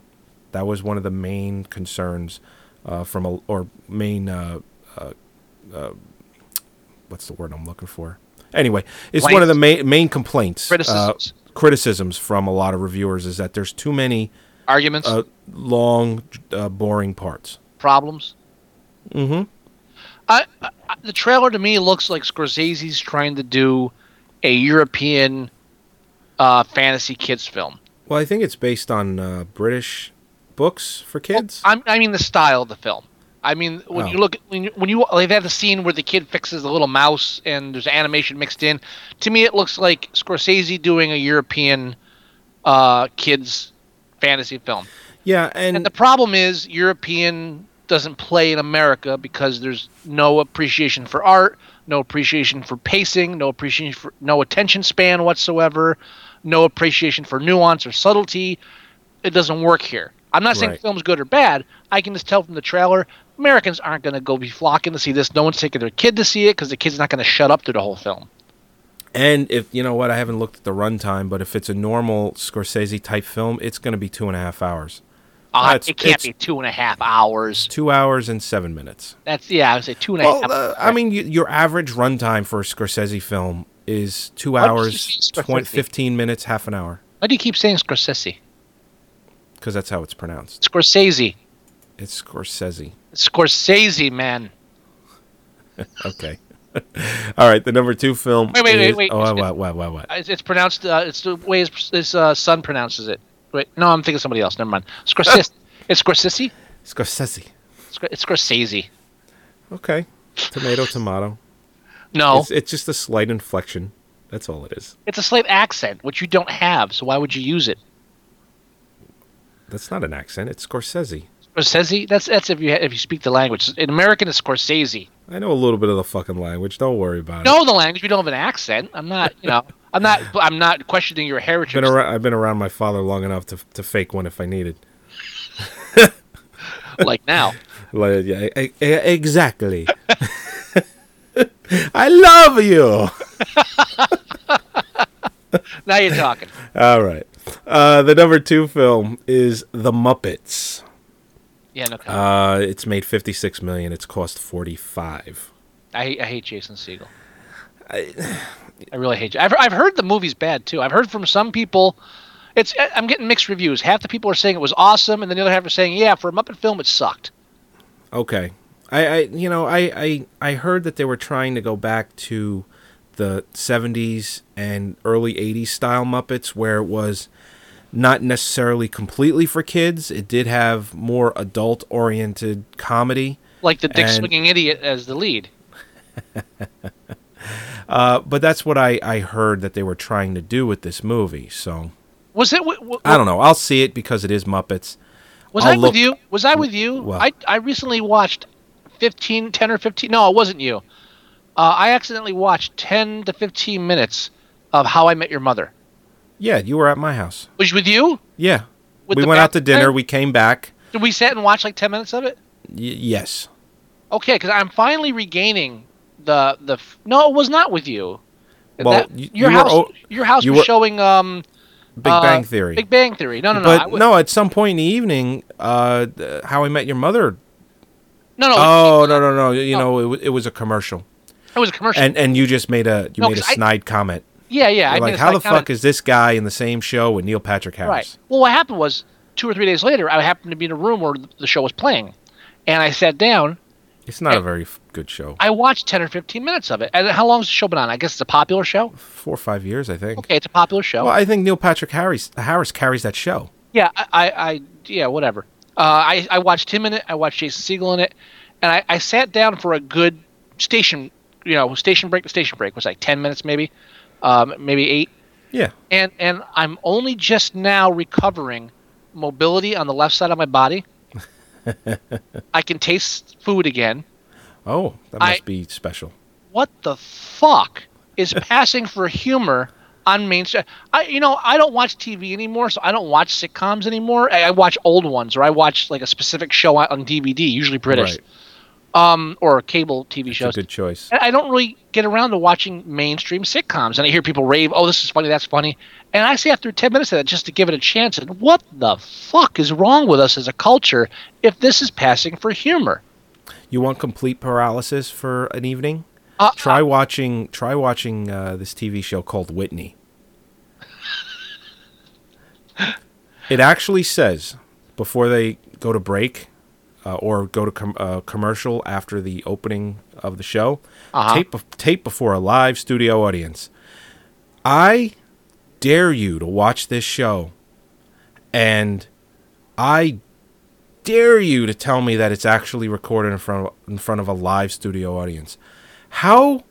Speaker 4: That was one of the main concerns uh, from a or main uh, uh, uh, what's the word I'm looking for? Anyway, it's one of the main main complaints uh,
Speaker 5: Criticisms.
Speaker 4: criticisms from a lot of reviewers is that there's too many
Speaker 5: Arguments,
Speaker 4: uh, long, uh, boring parts.
Speaker 5: problems. Mm-hmm. I, I, the trailer to me looks like Scorsese's trying to do a European uh, fantasy kids film.
Speaker 4: Well, I think it's based on uh, British books for kids.
Speaker 5: I'm, I mean the style of the film. I mean when
Speaker 4: Oh.
Speaker 5: you look when you, when you like they have the scene where the kid fixes the little mouse and there's animation mixed in. To me, it looks like Scorsese doing a European uh, kids fantasy film.
Speaker 4: yeah, and,
Speaker 5: And the problem is European doesn't play in America because there's no appreciation for art, no appreciation for pacing, no appreciation for no attention span whatsoever, no appreciation for nuance or subtlety. It doesn't work here. I'm not saying
Speaker 4: Right.
Speaker 5: film's good or bad. I can just tell from the trailer, Americans aren't going to go be flocking to see this. No one's taking their kid to see it because the kid's not going to shut up through the whole film.
Speaker 4: and if you know what, I haven't looked at the runtime, but if it's a normal Scorsese type film, it's going to be two and a half hours,
Speaker 5: Uh,
Speaker 4: it's-
Speaker 5: it can't
Speaker 4: it's-
Speaker 5: be two and a half hours.
Speaker 4: two hours and seven minutes.
Speaker 5: That's yeah, I would say two and a half.
Speaker 4: Well, uh, I mean, y your average runtime for a Scorsese film is two
Speaker 5: did you
Speaker 4: hours,
Speaker 5: say
Speaker 4: twen-
Speaker 5: Scorsese?
Speaker 4: 15 minutes, half an hour,
Speaker 5: Why do you keep saying Scorsese?
Speaker 4: because that's how it's pronounced.
Speaker 5: Scorsese.
Speaker 4: It's Scorsese.
Speaker 5: Scorsese, man.
Speaker 4: Okay. All right, the number two film.
Speaker 5: Wait, wait, wait,
Speaker 4: is-
Speaker 5: wait.
Speaker 4: Oh, what, what, what, what?
Speaker 5: It's, it's pronounced. Uh, it's the way his, his uh, son pronounces it. Wait, no, I'm thinking of somebody else. Never mind. Scorsese. it's Scorsese.
Speaker 4: Scorsese.
Speaker 5: Scor- It's Scorsese.
Speaker 4: Okay. Tomato, tomato.
Speaker 5: No,
Speaker 4: It's,
Speaker 5: it's,
Speaker 4: it's just a slight inflection. That's all it is.
Speaker 5: a slight accent, which you don't have. So why would you use it?
Speaker 4: That's not an accent. It's Scorsese.
Speaker 5: Scorsese. That's that's if you ha- if you speak the language. In American, it's Scorsese.
Speaker 4: I know a little bit of the fucking language. Don't worry about it.
Speaker 5: Know the language. You don't have an accent. I'm not. You know. I'm not. I'm not questioning your heritage.
Speaker 4: Been around, I've been around my father long enough to, to fake one if I needed.
Speaker 5: Like now.
Speaker 4: Like, yeah, e- e- exactly. I love you.
Speaker 5: Now you're talking.
Speaker 4: All right. Uh, the number two film is The Muppets.
Speaker 5: Yeah, no. comment.
Speaker 4: Uh, it's made 56 million. It's cost 45.
Speaker 5: I hate, I hate Jason Segel. I, I really hate. You. I've I've heard the movie's bad too. I've heard from some people. It's I- I'm getting mixed reviews. Half the people are saying it was awesome, and then the other half are saying, yeah, for a Muppet film, it sucked.
Speaker 4: Okay. I, I you know, I, I I heard that they were trying to go back to the 70s and early 80s style Muppets where it was not necessarily completely for kids. It did have more adult oriented comedy.
Speaker 5: Like the dick
Speaker 4: And-
Speaker 5: swinging idiot as the lead.
Speaker 4: Uh, but that's what I, I heard that they were trying to do with this movie. So
Speaker 5: Was it? W- w-
Speaker 4: I don't know. I'll see it because it is Muppets.
Speaker 5: Was
Speaker 4: I'll
Speaker 5: i
Speaker 4: look-
Speaker 5: with you? Was I with you?
Speaker 4: What?
Speaker 5: I I recently watched 15, 10 or 15. No, it wasn't you. Uh, I accidentally watched 10 to 15 minutes of How I Met Your Mother.
Speaker 4: Yeah, you were at my house.
Speaker 5: Was it with you?
Speaker 4: Yeah.
Speaker 5: With
Speaker 4: we
Speaker 5: the
Speaker 4: went out to
Speaker 5: back-
Speaker 4: dinner. We came back.
Speaker 5: Did we sit and watch like 10 minutes of it?
Speaker 4: Y- yes.
Speaker 5: Okay, because I'm finally regaining the the. f- No, it was not with you.
Speaker 4: Well,
Speaker 5: That-
Speaker 4: y-
Speaker 5: your
Speaker 4: you were
Speaker 5: house,
Speaker 4: o-
Speaker 5: your house
Speaker 4: you
Speaker 5: was
Speaker 4: were-
Speaker 5: showing um,
Speaker 4: Big
Speaker 5: uh,
Speaker 4: Bang Theory.
Speaker 5: Big Bang Theory. No, no, no. I
Speaker 4: but
Speaker 5: w-
Speaker 4: no, at some point in the evening, uh, th- How I Met Your Mother.
Speaker 5: no, no.
Speaker 4: Oh no, no, no! You know, it, wa- it was a commercial,
Speaker 5: it was a commercial.
Speaker 4: oh, and and you just made a you
Speaker 5: No,
Speaker 4: made a
Speaker 5: 'cause I-
Speaker 4: snide comment.
Speaker 5: yeah, yeah. I
Speaker 4: You're like,
Speaker 5: mean, it's
Speaker 4: how the
Speaker 5: kinda-
Speaker 4: fuck is this guy in the same show with Neil Patrick Harris?
Speaker 5: Right. Well, what happened was two or three days later, I happened to be in a room where the show was playing, and I sat down.
Speaker 4: It's not a very f- good show.
Speaker 5: I watched ten or fifteen minutes of it. And how long's the show been on? I guess it's a popular show.
Speaker 4: Four or five years, I think.
Speaker 5: Okay, it's a popular show.
Speaker 4: Well, I think Neil Patrick Harris Harris carries that show.
Speaker 5: yeah, I, I, I yeah, whatever. Uh, I, I watched him in it. I watched Jason Siegel in it, and I, I sat down for a good station, you know, station break. The station break was like ten minutes, maybe, um, maybe eight.
Speaker 4: Yeah.
Speaker 5: and and I'm only just now recovering mobility on the left side of my body. I can taste food again.
Speaker 4: Oh, that
Speaker 5: I-
Speaker 4: must be special.
Speaker 5: What the fuck is passing for humor on mainstream? I you know I don't watch TV anymore, so I don't watch sitcoms anymore. I, I watch old ones, or I watch like a specific show on, on DVD, usually British,
Speaker 4: Right.
Speaker 5: um, or cable TV
Speaker 4: It's a
Speaker 5: shows.
Speaker 4: good choice.
Speaker 5: I I don't really get around to watching mainstream sitcoms, and I hear people rave, "Oh, this is funny, that's funny," and I see after ten minutes of that just to give it a chance. And what the fuck is wrong with us as a culture if this is passing for humor?
Speaker 4: You want complete paralysis for an evening?
Speaker 5: Uh,
Speaker 4: try watching try watching uh, this TV show called Whitney. it actually says before they go to break uh, or go to com- uh, commercial after the opening of the show,
Speaker 5: Uh-huh.
Speaker 4: tape bef- tape before a live studio audience. I dare you to watch this show, and I dare you to tell me that it's actually recorded in front of, in front of a live studio audience. How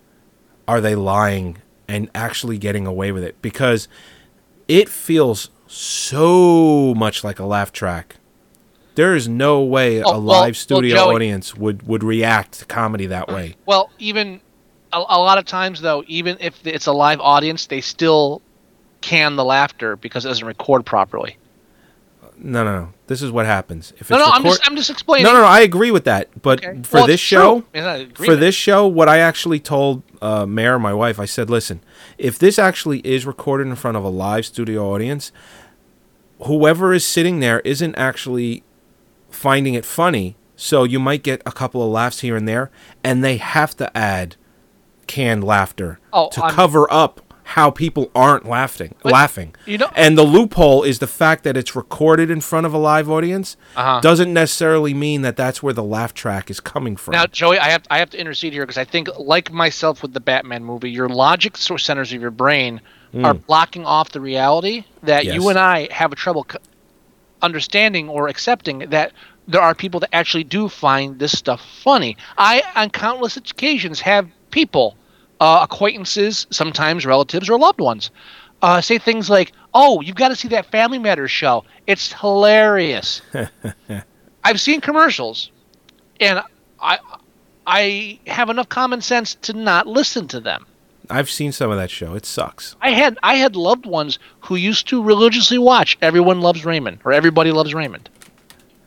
Speaker 4: are they lying and actually getting away with it? Because it feels so much like a laugh track. There is no way
Speaker 5: Oh,
Speaker 4: a
Speaker 5: well-
Speaker 4: live
Speaker 5: well,
Speaker 4: studio
Speaker 5: Joey-
Speaker 4: audience would, would react to comedy that way.
Speaker 5: Well, even a, a lot of times though, even if it's a live audience, they still can the laughter because it doesn't record properly.
Speaker 4: No, no, no. This is what happens. If
Speaker 5: No, no, I'm
Speaker 4: record-
Speaker 5: just I'm just explaining.
Speaker 4: No, no, no. I agree with that. But
Speaker 5: Okay.
Speaker 4: for
Speaker 5: Well,
Speaker 4: this
Speaker 5: it's
Speaker 4: show,
Speaker 5: true. I mean, I agree
Speaker 4: for
Speaker 5: with
Speaker 4: this show, what I actually told uh, Mayor, my wife, I said, listen, if this actually is recorded in front of a live studio audience, whoever is sitting there isn't actually finding it funny. So you might get a couple of laughs here and there, and they have to add canned laughter
Speaker 5: Oh,
Speaker 4: to
Speaker 5: I'm-
Speaker 4: cover up how people aren't laughing. laughing,
Speaker 5: you know-
Speaker 4: and the loophole is the fact that it's recorded in front of a live audience
Speaker 5: Uh-huh.
Speaker 4: doesn't necessarily mean that that's where the laugh track is coming from.
Speaker 5: Now, Joey, I have I have to intercede here because I think, like myself with the Batman movie, your logic sor- centers of your brain are
Speaker 4: Hmm.
Speaker 5: blocking off the reality that
Speaker 4: Yes.
Speaker 5: you and I have a trouble c- understanding or accepting that there are people that actually do find this stuff funny. I, on countless occasions, have people, uh, acquaintances, sometimes relatives or loved ones, uh, say things like, "Oh, you've got to see that Family Matters show. It's hilarious." I've seen commercials, and I I have enough common sense to not listen to them.
Speaker 4: I've seen some of that show. It sucks.
Speaker 5: I had I had loved ones who used to religiously watch Everyone Loves Raymond or Everybody Loves Raymond.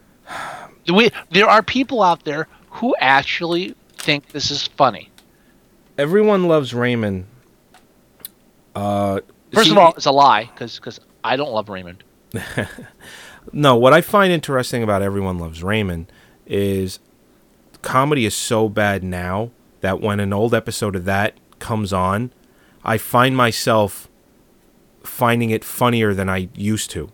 Speaker 5: The way- there are people out there who actually think this is funny.
Speaker 4: Everyone loves Raymond.
Speaker 5: First
Speaker 4: See-
Speaker 5: of all, it's a lie because I don't love Raymond.
Speaker 4: No, what I find interesting about Everyone Loves Raymond is comedy is so bad now that when an old episode of that comes on, I find myself finding it funnier than I used to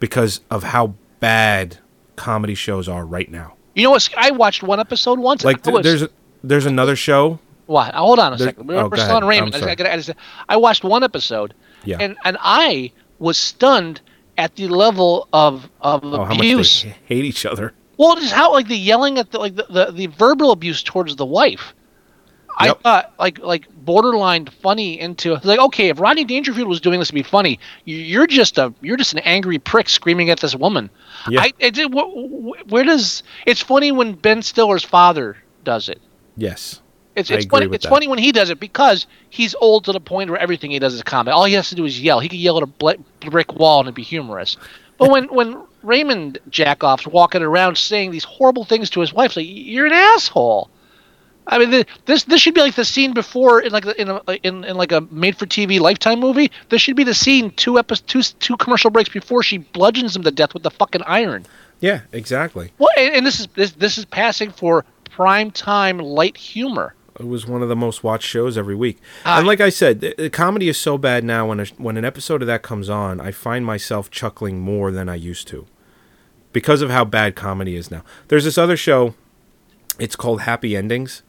Speaker 4: because of how bad comedy shows are right now.
Speaker 5: You know what? I watched one episode once.
Speaker 4: Like
Speaker 5: I
Speaker 4: th- there's there's another show
Speaker 5: What? Hold on a
Speaker 4: There-
Speaker 5: second.
Speaker 4: oh,
Speaker 5: We're,
Speaker 4: go
Speaker 5: we're
Speaker 4: ahead.
Speaker 5: still on
Speaker 4: I'm
Speaker 5: Raymond. I, just-
Speaker 4: sorry.
Speaker 5: I gotta- I just- I watched one episode,
Speaker 4: Yeah.
Speaker 5: and and I was stunned at the level of of
Speaker 4: oh, how
Speaker 5: abuse.
Speaker 4: much they hate each other.
Speaker 5: well, just how like the yelling at the like the, the, the verbal abuse towards the wife. I
Speaker 4: Yep.
Speaker 5: thought like like borderline funny into like okay if Rodney Dangerfield was doing this to be funny you- you're just a you're just an angry prick screaming at this woman.
Speaker 4: Yeah.
Speaker 5: I, it, did- wh- wh- where does it's funny when Ben Stiller's father does it.
Speaker 4: Yes.
Speaker 5: It's,
Speaker 4: I
Speaker 5: it's
Speaker 4: agree
Speaker 5: funny.
Speaker 4: with
Speaker 5: It's
Speaker 4: that.
Speaker 5: funny when he does it because he's old to the point where everything he does is comedy. All he has to do is yell. He can yell at a bl- brick wall and it'd be humorous. But when when Raymond Jackoff's walking around saying these horrible things to his wife, it's like you're an asshole. I mean, th- this this should be like the scene before in like the- in a, in, in like a made for TV Lifetime movie. This should be the scene two episodes two s- two commercial breaks before she bludgeons him to death with the fucking iron.
Speaker 4: Yeah, exactly.
Speaker 5: Well, and, and this is this this is passing for prime time light humor.
Speaker 4: It was one of the most watched shows every week. and like I said, the, the comedy is so bad now. When a, when an episode of that comes on, I find myself chuckling more than I used to, because of how bad comedy is now. There's this other show. It's called Happy Endings,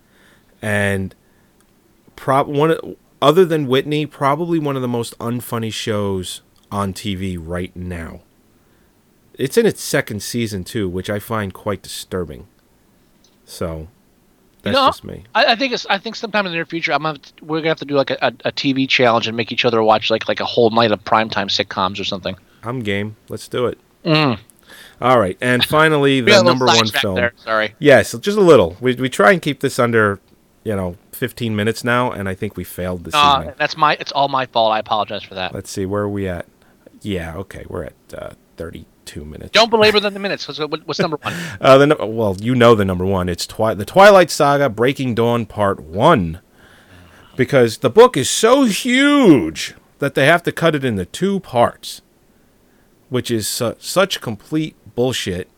Speaker 4: and prop one of- other than Whitney, probably one of the most unfunny shows on TV right now. It's in its second season too, which I find quite disturbing. So, that's
Speaker 5: No,
Speaker 4: just me.
Speaker 5: I, I think it's, I think sometime in the near future, I'm gonna have to, we're gonna have to do like a, a, a TV challenge and make each other watch like like a whole night of primetime sitcoms or something.
Speaker 4: I'm game. Let's do it. All right, and finally the number one film.
Speaker 5: Sorry.
Speaker 4: Yes, just a little. We we try and keep this under, you know, 15 minutes now, and I think we failed this
Speaker 5: Uh,
Speaker 4: evening.
Speaker 5: that's my. It's all my fault. I apologize for that.
Speaker 4: Let's see where are we at. Yeah, okay, we're at uh, 32 minutes.
Speaker 5: Don't belabor the minutes. 'cause what- What's number one?
Speaker 4: Uh, the, nu- well, you know the number one. It's twi- the Twilight Saga: Breaking Dawn Part One, because the book is so huge that they have to cut it into two parts, which is su- such complete bullshit.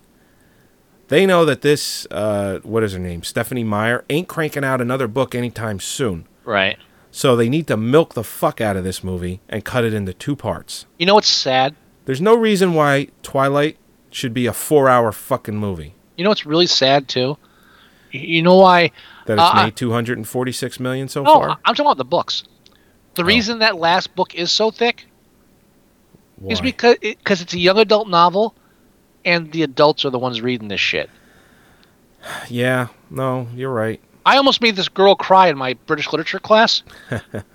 Speaker 4: They know that this, uh, what is her name, Stephanie Meyer, ain't cranking out another book anytime soon.
Speaker 5: Right.
Speaker 4: So they need to milk the fuck out of this movie and cut it into two parts.
Speaker 5: You know what's sad?
Speaker 4: There's no reason why Twilight should be a four-hour fucking movie.
Speaker 5: You know what's really sad too? Y- You know why?
Speaker 4: That it's
Speaker 5: Uh, Oh,
Speaker 4: made 246 million so
Speaker 5: No,
Speaker 4: far.
Speaker 5: I- I'm talking about the books.
Speaker 4: Oh.
Speaker 5: The reason that last book is so thick
Speaker 4: Why?
Speaker 5: is because because it's a young adult novel, and the adults are the ones reading this shit.
Speaker 4: yeah, no, you're right.
Speaker 5: I almost made this girl cry in my British literature class.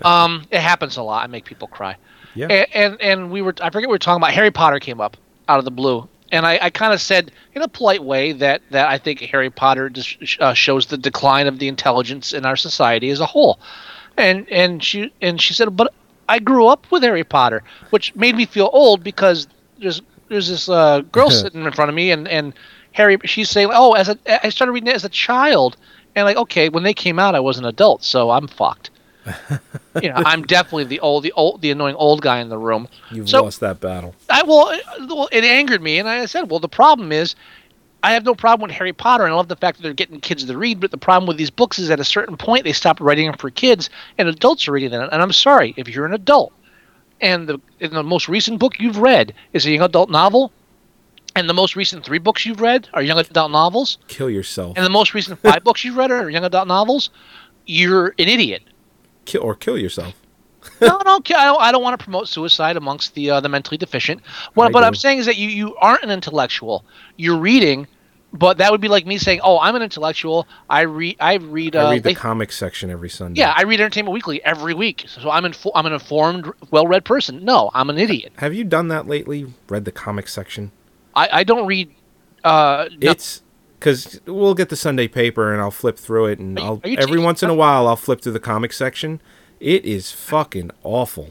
Speaker 5: um, it happens a lot. I make people cry.
Speaker 4: Yeah.
Speaker 5: And, and and we were I forget what we were talking about. Harry Potter came up out of the blue, and I, I kind of said in a polite way that that I think Harry Potter just, uh, shows the decline of the intelligence in our society as a whole. And and she and she said, but I grew up with Harry Potter, which made me feel old because there's there's this uh, girl sitting in front of me, and and Harry she's saying, oh, as a I started reading it as a child, and like okay, when they came out, I was an adult, so I'm fucked you know, I'm definitely the old, the old, the annoying old guy in the room.
Speaker 4: You've
Speaker 5: so
Speaker 4: lost that battle.
Speaker 5: I well, it- well, it angered me, and I said, well, the problem is, I have no problem with Harry Potter, and I love the fact that they're getting kids to read. But the problem with these books is, at a certain point, they stop writing them for kids, and adults are reading them. And I'm sorry if you're an adult, and the and the most recent book you've read is a young adult novel, and the most recent three books you've read are young adult novels
Speaker 4: Kill yourself,
Speaker 5: and the most recent five books you've read are young adult novels, you're an idiot.
Speaker 4: kill or kill yourself.
Speaker 5: No, no, I don't, I don't want to promote suicide amongst the uh, the mentally deficient.
Speaker 4: I
Speaker 5: What, what
Speaker 4: do.
Speaker 5: I'm saying is that you, you aren't an intellectual. You're reading, but that would be like me saying, "Oh, I'm an intellectual. I read. I read. Uh,
Speaker 4: I read the
Speaker 5: Lath-
Speaker 4: comic section every Sunday.
Speaker 5: yeah, I read Entertainment Weekly every week, so I'm info- I'm an informed, well-read person. No, I'm an idiot.
Speaker 4: Have you done that lately? Read the comic section.
Speaker 5: I, I don't read. Uh, no-
Speaker 4: It's because we'll get the Sunday paper and I'll flip through it, and
Speaker 5: Are you-
Speaker 4: I'll
Speaker 5: are you
Speaker 4: every
Speaker 5: taking-
Speaker 4: once in a while I'll flip through the comic section. It is fucking awful.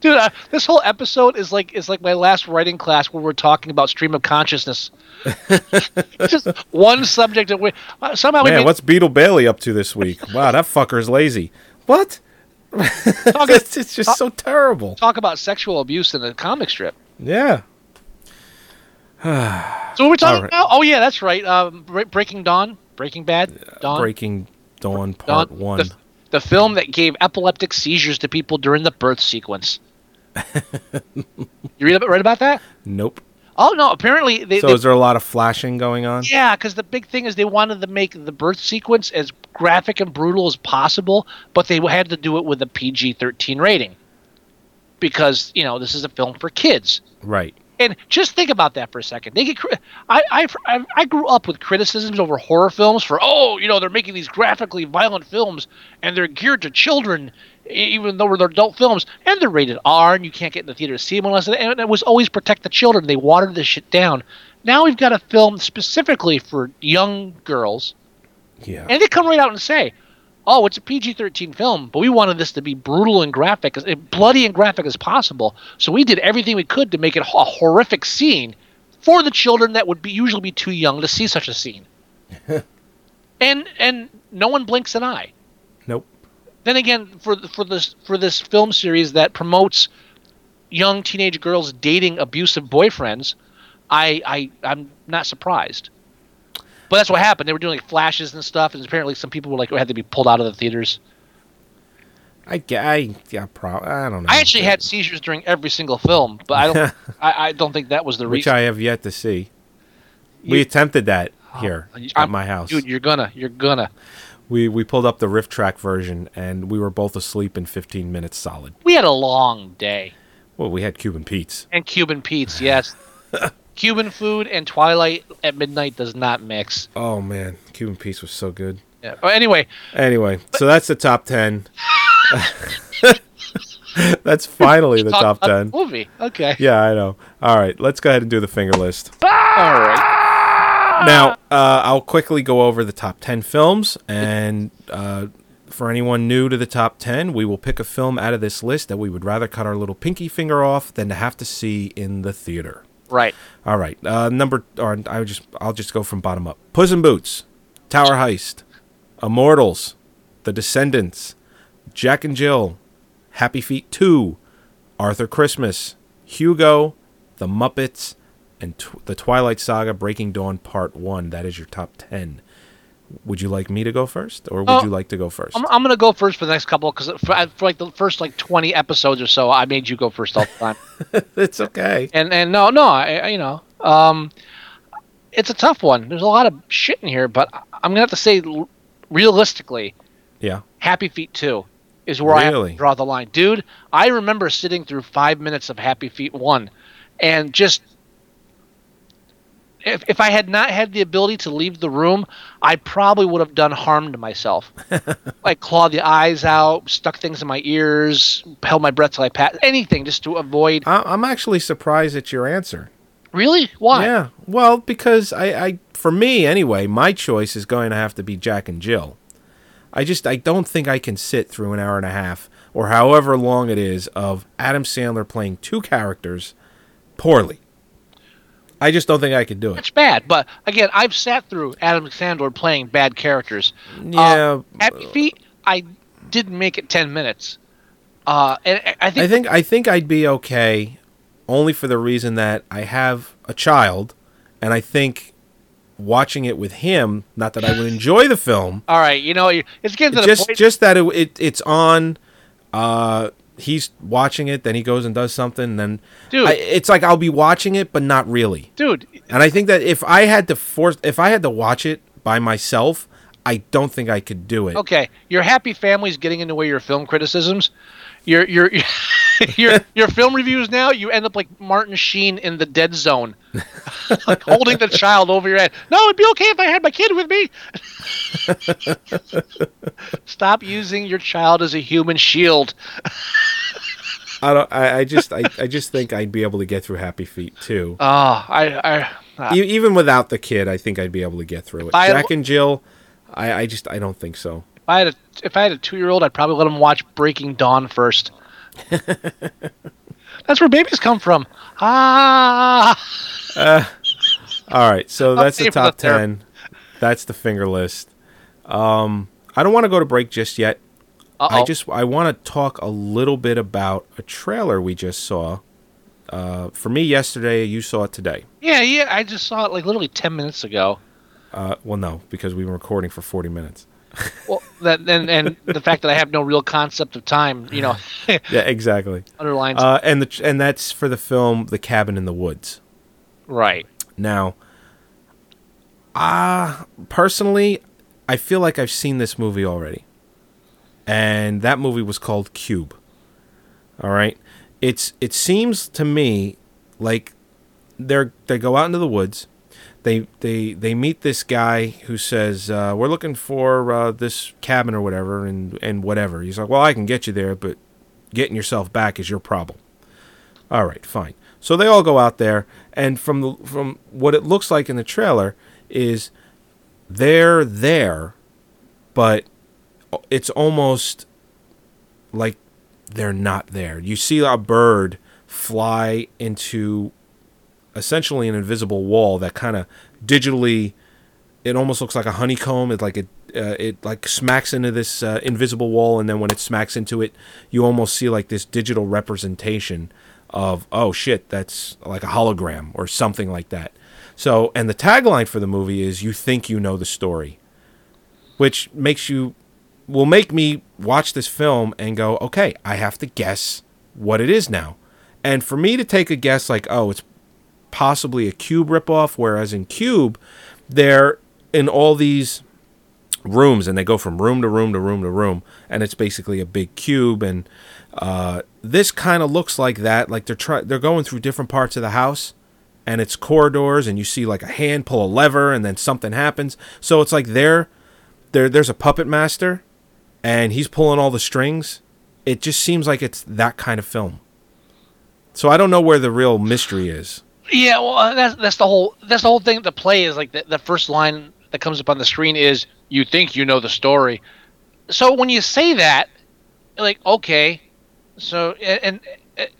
Speaker 5: dude I, this whole episode is like is like my last writing class where we're talking about stream of consciousness just one subject that we uh, somehow we
Speaker 4: Man,
Speaker 5: made,
Speaker 4: what's Beetle Bailey up to this week? Wow, that fucker's lazy. What?
Speaker 5: Talk,
Speaker 4: It's, it's
Speaker 5: Uh,
Speaker 4: just so terrible.
Speaker 5: talk about sexual abuse in a comic strip.
Speaker 4: Yeah.
Speaker 5: So what we're talking
Speaker 4: All right.
Speaker 5: about? Oh yeah, that's right. Um, Bre- Breaking Dawn, Breaking Bad, Dawn,
Speaker 4: Breaking Dawn
Speaker 5: uh, Dawn,
Speaker 4: Part 1.
Speaker 5: The, the film that gave epileptic seizures to people during the birth sequence. you read, ab- read about that?
Speaker 4: Nope.
Speaker 5: Oh no! Apparently, they,
Speaker 4: So
Speaker 5: they
Speaker 4: is there a lot of flashing going on?
Speaker 5: Yeah, because the big thing is they wanted to make the birth sequence as graphic and brutal as possible, but they had to do it with a PG 13 rating because, you know, this is a film for kids.
Speaker 4: Right.
Speaker 5: And just think about that for a second. They get cri- I, I, I- I grew up with criticisms over horror films for, oh, you know, they're making these graphically violent films and they're geared to children, e- even though they're adult films, and they're rated R and you can't get in the theater to see them unless. And it was always protect the children. They watered this shit down. Now we've got a film specifically for young girls,
Speaker 4: Yeah.
Speaker 5: and they come right out and say, "Oh, it's a PG-13 film, but we wanted this to be brutal and graphic, as eh, bloody and graphic as possible. So we did everything we could to make it a horrific scene for the children that would be usually be too young to see such a scene." and and no one blinks an eye.
Speaker 4: nope.
Speaker 5: Then again, for th- for this for this film series that promotes young teenage girls dating abusive boyfriends, I I I'm not surprised. But that's what happened. They were doing like flashes and stuff, and apparently some people were like had to be pulled out of the theaters.
Speaker 4: I, g- I, yeah, pro- I don't know.
Speaker 5: I actually had seizures during every single film, but I don't I, I don't think that was the
Speaker 4: Which
Speaker 5: reason.
Speaker 4: I have yet to see. we attempted that here at
Speaker 5: Oh, I'm-
Speaker 4: my house.
Speaker 5: dude, you're gonna you're gonna.
Speaker 4: We we pulled up the riff track version and we were both asleep in 15 minutes solid.
Speaker 5: We had a long day
Speaker 4: Well, we had Cuban Pete's.
Speaker 5: and Cuban Pete's, yes. Cuban food and Twilight at midnight does not mix.
Speaker 4: Oh man, Cuban Pete's was so good.
Speaker 5: Yeah. But Anyway,
Speaker 4: Anyway, so that's the top 10. that's finally the
Speaker 5: talk
Speaker 4: top
Speaker 5: about the
Speaker 4: 10.
Speaker 5: movie. Okay.
Speaker 4: Yeah, I know. All right, let's go ahead and do the finger list.
Speaker 5: All right.
Speaker 4: Now, uh, I'll quickly go over the top 10 films. And uh, for anyone new to the top 10, we will pick a film out of this list that we would rather cut our little pinky finger off than to have to see in the theater.
Speaker 5: Right.
Speaker 4: All right, uh, number or I would just I'll just go from bottom up. Puss in Boots, Tower Heist, Immortals, The Descendants, Jack and Jill, Happy Feet 2, Arthur Christmas, Hugo, The Muppets, and tw- The Twilight Saga Breaking Dawn Part 1. That is your top 10. Would you like me to go first or would
Speaker 5: Oh,
Speaker 4: you like to go 1st
Speaker 5: I'm, I'm gonna go first for the next couple because for, for like the first like 20 episodes or so, I made you go first all the time.
Speaker 4: it's okay.
Speaker 5: and and no, no, I, I- you know, um, it's a tough one. There's a lot of shit in here, but I- I'm gonna have to say, l- realistically,
Speaker 4: Yeah.
Speaker 5: Happy Feet Two is where I have
Speaker 4: Really?
Speaker 5: to draw the line, dude. I remember sitting through five minutes of Happy Feet One, and just if if I had not had the ability to leave the room, I probably would have done harm to myself. like clawed the eyes out, stuck things in my ears, held my breath till I passed, anything just to avoid.
Speaker 4: I- I'm actually surprised at your answer.
Speaker 5: Really? Why?
Speaker 4: Yeah. Well, because I, I, for me anyway, my choice is going to have to be Jack and Jill. I just, I don't think I can sit through an hour and a half or however long it is of Adam Sandler playing two characters poorly. I just don't think I could do it.
Speaker 5: it's bad. But again, I've sat through Adam Sandler playing bad characters.
Speaker 4: Yeah.
Speaker 5: Happy Feet, I didn't make it ten minutes. Uh, and I- I think,
Speaker 4: I think I think I'd be okay, only for the reason that I have a child, and I think watching it with him. Not that I would enjoy the film,
Speaker 5: all right, you know, it's getting to the
Speaker 4: just
Speaker 5: point.
Speaker 4: just that it, it it's on uh he's watching it then he goes and does something and then
Speaker 5: Dude.
Speaker 4: I, it's like i'll be watching it but not really
Speaker 5: dude,
Speaker 4: and i think that if i had to force if i had to watch it by myself i don't think i could do it
Speaker 5: okay, your happy family's getting in the way of your film criticisms. Your your your your film reviews now. You end up like Martin Sheen in the Dead Zone, like holding the child over your head. No, it'd be okay if I had my kid with me. Stop using your child as a human shield.
Speaker 4: i don't i, I just I, I just think i'd be able to get through happy feet too
Speaker 5: Oh, I, I
Speaker 4: E- even without the kid i think i'd be able to get through it
Speaker 5: I-
Speaker 4: jack and jill i i just i don't think so
Speaker 5: if I had a if I had a two year old, I'd probably let him watch Breaking Dawn first. That's where babies come from. Ah,
Speaker 4: All right, so that's
Speaker 5: pay
Speaker 4: the
Speaker 5: for
Speaker 4: top
Speaker 5: the therapy.
Speaker 4: ten. That's the finger list. Um, I don't want to go to break just yet.
Speaker 5: Uh-oh.
Speaker 4: I just I want to talk a little bit about a trailer we just saw. Uh, for me, yesterday you saw it today.
Speaker 5: yeah, yeah. I just saw it like literally ten minutes ago.
Speaker 4: Uh, well, no, because we've been recording for forty minutes.
Speaker 5: Well, that and and the fact that I have no real concept of time, you know,
Speaker 4: Yeah, exactly.
Speaker 5: underlines
Speaker 4: Uh, and the and that's for the film The Cabin in the Woods.
Speaker 5: right.
Speaker 4: Now, uh, personally, I feel like I've seen this movie already. And that movie was called Cube. All right? It's it seems to me like they're they go out into the woods. They they they meet this guy who says, uh, "We're looking for uh, this cabin or whatever and and whatever." He's like, "Well, I can get you there, but getting yourself back is your problem." All right, fine. So they all go out there, and from the from what it looks like in the trailer is they're there, but it's almost like they're not there. You see a bird fly into essentially an invisible wall that kind of digitally. It almost looks like a honeycomb. It like it uh, it like smacks into this uh, invisible wall, and then when it smacks into it, you almost see like this digital representation of oh shit, that's like a hologram or something like that. So, and the tagline for the movie is "You think you know the story," which makes you will make me watch this film and go, okay, I have to guess what it is now. And for me to take a guess like, oh, it's possibly a Cube ripoff, whereas in Cube, they're in all these rooms and they go from room to room to room to room, and it's basically a big cube. And uh, this kind of looks like that. Like they're try- they're going through different parts of the house, and it's corridors, and you see like a hand pull a lever, and then something happens. So it's like they're there there's a puppet master and he's pulling all the strings it just seems like it's that kind of film so i don't know where the real mystery is
Speaker 5: Yeah, well, uh, that's that's the whole that's the whole thing. The play is like the, the first line that comes up on the screen is "You think you know the story," so when you say that, like okay, so and, and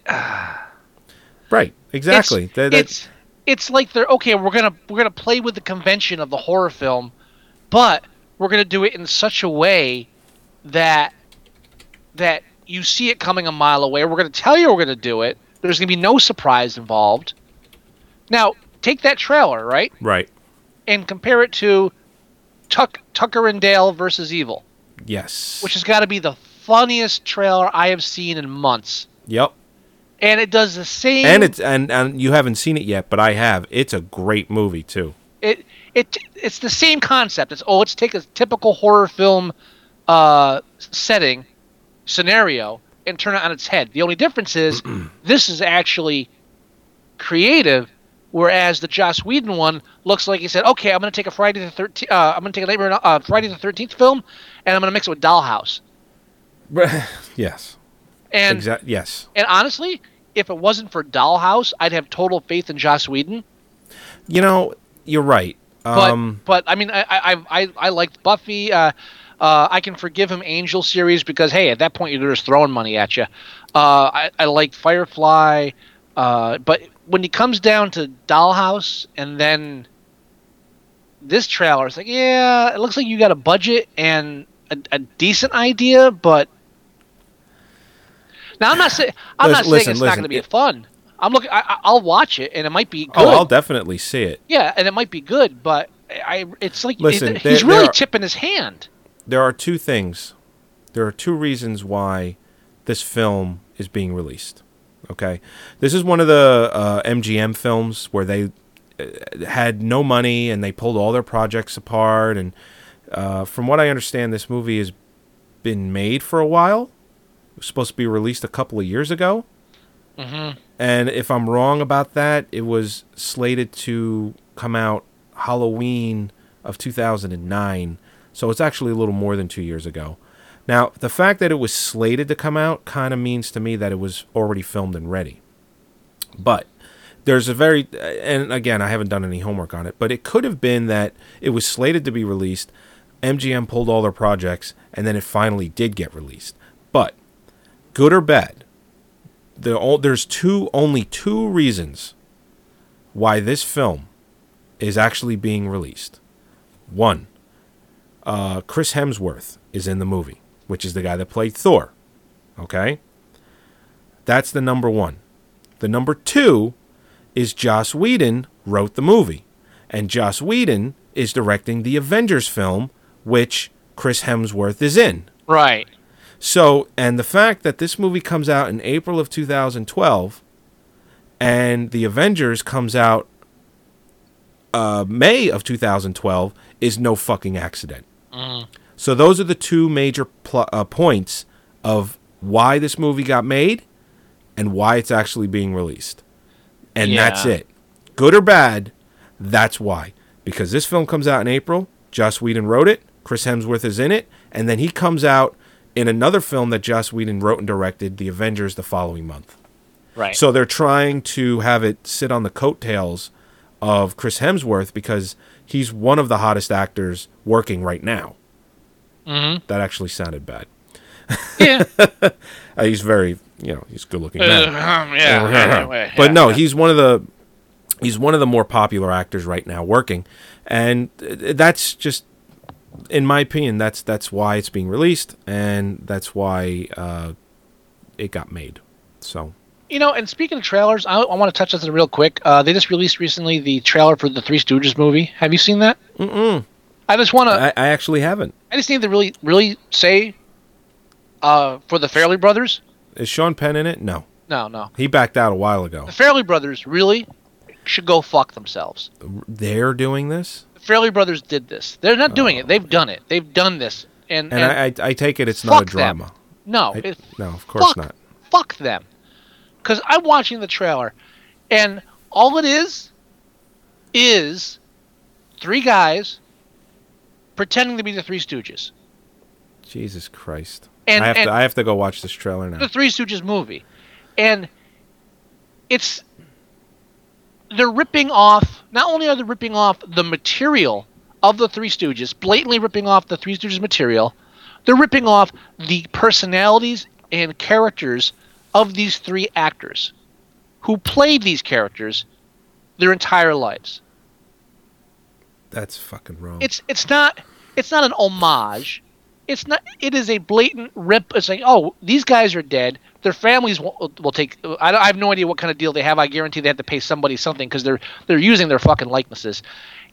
Speaker 4: right exactly
Speaker 5: It's,
Speaker 4: That- that-
Speaker 5: it's it's like they're okay. We're gonna we're gonna play with the convention of the horror film, but we're gonna do it in such a way that that you see it coming a mile away. We're gonna tell you we're gonna do it. There's gonna be no surprise involved. Now take that trailer right
Speaker 4: right
Speaker 5: and compare it to Tuck, Tucker and Dale versus Evil,
Speaker 4: yes
Speaker 5: which has got to be the funniest trailer I have seen in months.
Speaker 4: yep
Speaker 5: And it does the same.
Speaker 4: and it's and, and you haven't seen it yet but i have it's a great movie too
Speaker 5: it it it's the same concept. It's oh, let's take a typical horror film uh, setting scenario and turn it on its head. The only difference is this is actually creative, whereas the Joss Whedon one looks like he said, "Okay, I'm going to take a Friday the 13th, uh, I'm going to take a Nightmare on- uh, Friday the 13th film, and I'm going to mix it with Dollhouse."
Speaker 4: yes
Speaker 5: And
Speaker 4: exactly yes
Speaker 5: and honestly, if it wasn't for Dollhouse, I'd have total faith in Joss Whedon.
Speaker 4: you know you're right
Speaker 5: but
Speaker 4: um
Speaker 5: but I mean I I I, I liked Buffy. Uh, uh, I can forgive him Angel series because hey at that point you're just throwing money at you. Uh, I I liked Firefly, uh, but when he comes down to Dollhouse and then this trailer, it's like yeah, it looks like you got a budget and a, a decent idea, but now I'm not saying I'm not
Speaker 4: Listen,
Speaker 5: saying it's
Speaker 4: listen,
Speaker 5: not going to be fun. I'm looking. I- I, I'll watch it, and it might be good.
Speaker 4: oh i'll definitely see it
Speaker 5: Yeah, and it might be good, but I it's like
Speaker 4: Listen,
Speaker 5: it-
Speaker 4: there-
Speaker 5: he's really
Speaker 4: there are-
Speaker 5: tipping his hand.
Speaker 4: there are two things. There are two reasons why this film is being released. Okay, this is one of the uh, MGM films where they uh, had no money and they pulled all their projects apart. And uh, from what I understand, this movie has been made for a while. It was supposed to be released a couple of years ago. And if I'm wrong about that, it was slated to come out Halloween of 2009. So it's actually a little more than two years ago. Now, the fact that it was slated to come out kind of means to me that it was already filmed and ready. But there's a very, and again, I haven't done any homework on it, but it could have been that it was slated to be released. MGM pulled all their projects, and then it finally did get released. But good or bad, the o- there's two only two reasons why this film is actually being released. One, uh, Chris Hemsworth is in the movie. which is the guy that played Thor. Okay? That's the number one. The number two is Joss Whedon wrote the movie. And Joss Whedon is directing the Avengers film, which Chris Hemsworth is in.
Speaker 5: Right.
Speaker 4: So, and the fact that this movie comes out in April of 2012 and The Avengers comes out uh, May of 2012 is no fucking accident. So, those are the two major pl- uh, points of why this movie got made and why it's actually being released. And that's
Speaker 5: Yeah.
Speaker 4: it. Good or bad, that's why. Because this film comes out in April. Joss Whedon wrote it. Chris Hemsworth is in it. And then he comes out in another film that Joss Whedon wrote and directed, The Avengers, the following month.
Speaker 5: Right.
Speaker 4: So they're trying to have it sit on the coattails of Chris Hemsworth because he's one of the hottest actors working right now. Mm-hmm. That actually sounded bad.
Speaker 5: yeah.
Speaker 4: Uh, he's very, you know, he's good looking
Speaker 5: Uh,
Speaker 4: man.
Speaker 5: um, yeah. anyway,
Speaker 4: but
Speaker 5: yeah.
Speaker 4: no, he's one of the he's one of the more popular actors right now working, and uh, that's just in my opinion that's that's why it's being released and that's why uh, it got made. So
Speaker 5: You know, and speaking of trailers, I, I want to touch on this real quick. Uh, they just released recently the trailer for the Three Stooges movie. Have you seen that? Mm-mm. I just want to.
Speaker 4: I, I actually haven't.
Speaker 5: I just need to really, really say, uh, for the Fairley Brothers.
Speaker 4: Is Sean Penn in it? No,
Speaker 5: No, no,
Speaker 4: he backed out a while ago.
Speaker 5: the Fairley Brothers really should go fuck themselves.
Speaker 4: They're doing this,
Speaker 5: The Fairley Brothers did this. They're not doing it. They've done it. They've done this. And,
Speaker 4: Oh. and
Speaker 5: and
Speaker 4: I, I I take it it's not a
Speaker 5: fuck them.
Speaker 4: drama.
Speaker 5: no,
Speaker 4: I-
Speaker 5: it-
Speaker 4: no, of course
Speaker 5: fuck-
Speaker 4: not.
Speaker 5: Fuck them, because I'm watching the trailer, and all it is is three guys pretending to be the Three Stooges.
Speaker 4: Jesus Christ!
Speaker 5: And-
Speaker 4: I have
Speaker 5: and-
Speaker 4: to I have to go watch this trailer
Speaker 5: the
Speaker 4: now.
Speaker 5: Three Stooges movie, and it's they're ripping off. Not only are they ripping off the material of the Three Stooges, blatantly ripping off the Three Stooges material, they're ripping off the personalities and characters of these three actors who played these characters their entire lives.
Speaker 4: That's fucking wrong.
Speaker 5: It's it's not it's not an homage. It's not. It is a blatant rip. It's like, oh, these guys are dead. Their families will, will take. I, don't- I have no idea what kind of deal they have. I guarantee they have to pay somebody something because they're they're using their fucking likenesses.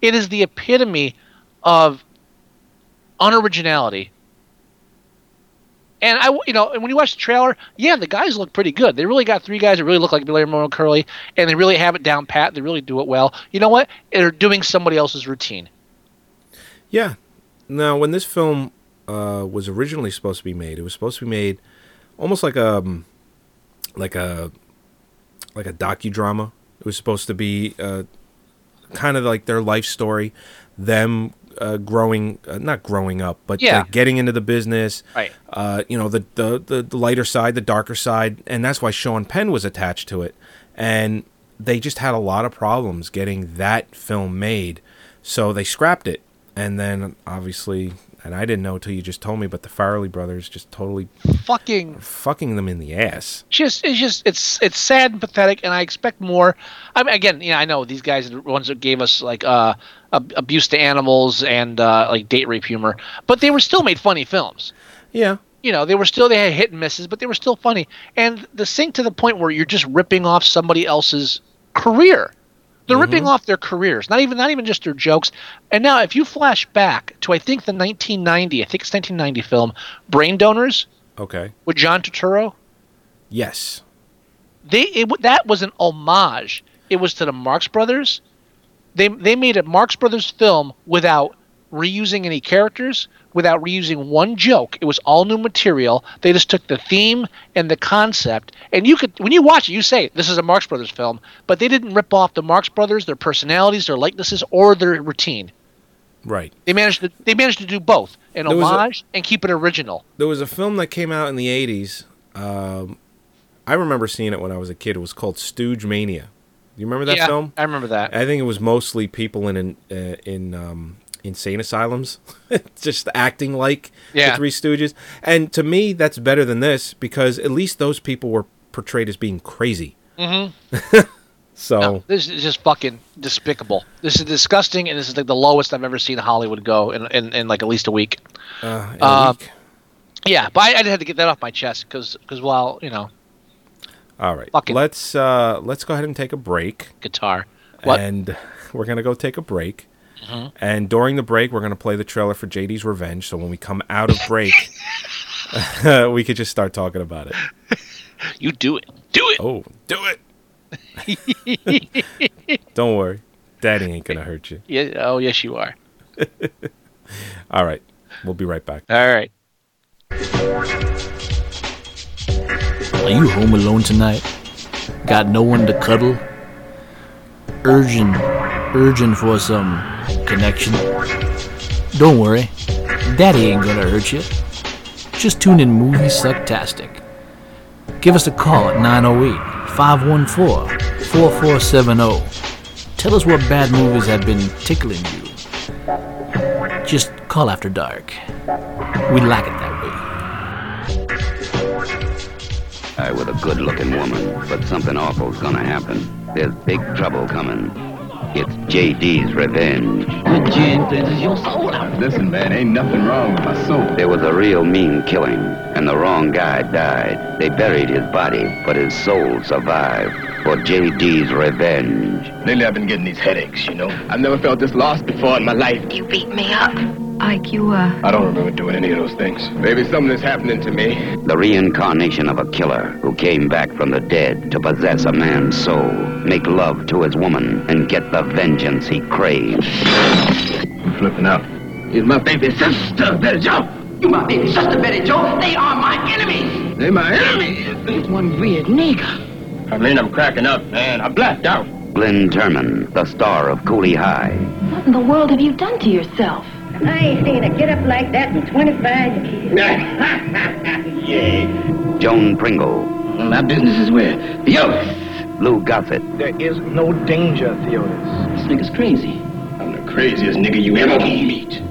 Speaker 5: It is the epitome of unoriginality. And I, w- you know, and when you watch the trailer, yeah, the guys look pretty good. They really got three guys that really look like Billy Moore and Curly, and they really have it down pat. They really do it well. You know what? They're doing somebody else's routine.
Speaker 4: Yeah. Now, when this film uh, was originally supposed to be made, it was supposed to be made almost like a um, like a like a docudrama. It was supposed to be uh, kind of like their life story, them uh, growing uh, not growing up, but
Speaker 5: Yeah.
Speaker 4: like getting into the business.
Speaker 5: Right.
Speaker 4: Uh, you know the, the the the lighter side, the darker side, and that's why Sean Penn was attached to it. And they just had a lot of problems getting that film made, so they scrapped it. And then obviously, and I didn't know until you just told me, but the Farrelly brothers just totally
Speaker 5: Fucking
Speaker 4: fucking them in the ass.
Speaker 5: just it's just it's it's sad and pathetic and i expect more i mean again yeah i know these guys are the ones that gave us like uh ab- abuse to animals and uh like date rape humor but they were still made funny films
Speaker 4: Yeah,
Speaker 5: you know they were still they had hit and misses but they were still funny and the sink to the point where you're just ripping off somebody else's career they're ripping off their careers not even not even just their jokes and now if you flash back to i think the 1990 i think it's 1990 film brain donors
Speaker 4: Okay.
Speaker 5: with john turturro
Speaker 4: Yes.
Speaker 5: they it, w- that was an homage. It was to the Marx Brothers. They they made a Marx Brothers film without reusing any characters, without reusing one joke. It was all new material. They just took the theme and the concept, and you could when you watch it, you say this is a Marx Brothers film, but they didn't rip off the Marx Brothers, their personalities, their likenesses, or their routine.
Speaker 4: Right.
Speaker 5: They managed to they managed to do both an
Speaker 4: There was a-
Speaker 5: homage and keep it original.
Speaker 4: There was a film that came out in the 80s. Um, I remember seeing it when I was a kid. It was called Stooge Mania. You remember that
Speaker 5: yeah,
Speaker 4: film?
Speaker 5: I remember that.
Speaker 4: I think it was mostly people in in, uh, in um, insane asylums, just acting like
Speaker 5: Yeah.
Speaker 4: the Three Stooges. And to me, that's better than this because at least those people were portrayed as being crazy. Mm-hmm. so
Speaker 5: No, this is just fucking despicable. This is disgusting, and this is like the lowest I've ever seen Hollywood go in, in, in like at least a week.
Speaker 4: uh, in a
Speaker 5: Uh,
Speaker 4: week.
Speaker 5: Yeah, but I, I had to get that off my chest because while you know
Speaker 4: All right.
Speaker 5: Fuck it.
Speaker 4: Let's uh, let's go ahead and take a break.
Speaker 5: guitar, what Mm-hmm.
Speaker 4: And we're going to go take a break. And during the break, we're going to play the trailer for JD's Revenge. So when we come out of break, we could just start talking about it.
Speaker 5: you do it, do it.
Speaker 4: Oh, do it. Don't worry. Daddy ain't going to hurt you.
Speaker 5: Yeah, oh yes, you are.
Speaker 4: All right. We'll be right back.
Speaker 5: All right.
Speaker 1: Are you home alone tonight? Got no one to cuddle? Urging, urging for some connection? Don't worry, Daddy ain't gonna hurt you. Just tune in Movie Sucktastic. Give us a call at 908 514 4470. oh. Tell us what bad movies have been tickling you. Just call after dark. We like it that way.
Speaker 6: guy with a good-looking woman, but something awful's gonna happen. There's big trouble coming. It's JD's revenge.
Speaker 7: Gin cleanses your soul out.
Speaker 6: Listen, man, ain't nothing wrong with my soul. There was a real mean killing, and the wrong guy died. They buried his body, but his soul survived for JD's revenge.
Speaker 7: Lately, I've been getting these headaches, you know. I've never felt this lost before in my life.
Speaker 8: You beat me up. Ike, you, uh,
Speaker 7: I don't remember doing any of those things. Maybe something is happening to me.
Speaker 6: The reincarnation of a killer who came back from the dead to possess a man's soul, make love to his woman, and get the vengeance he craves.
Speaker 7: I'm flipping out. He's my baby sister, Betty Joe.
Speaker 9: You my baby sister Betty Joe. They are my enemies.
Speaker 7: They my enemy.
Speaker 9: There's one weird nigger.
Speaker 7: I mean, I'm cracking up, man. I blacked out.
Speaker 6: Glenn Turman, the star of Cooley High.
Speaker 8: what in the world have you done to yourself?
Speaker 10: I ain't seen a get up like that in 25 years.
Speaker 7: yeah.
Speaker 6: Joan Pringle,
Speaker 7: My business is where? Theodis.
Speaker 6: Lou Gossett,
Speaker 7: There is no danger, Theodis.
Speaker 9: This nigga's crazy.
Speaker 7: I'm the craziest nigga you ever gonna meet.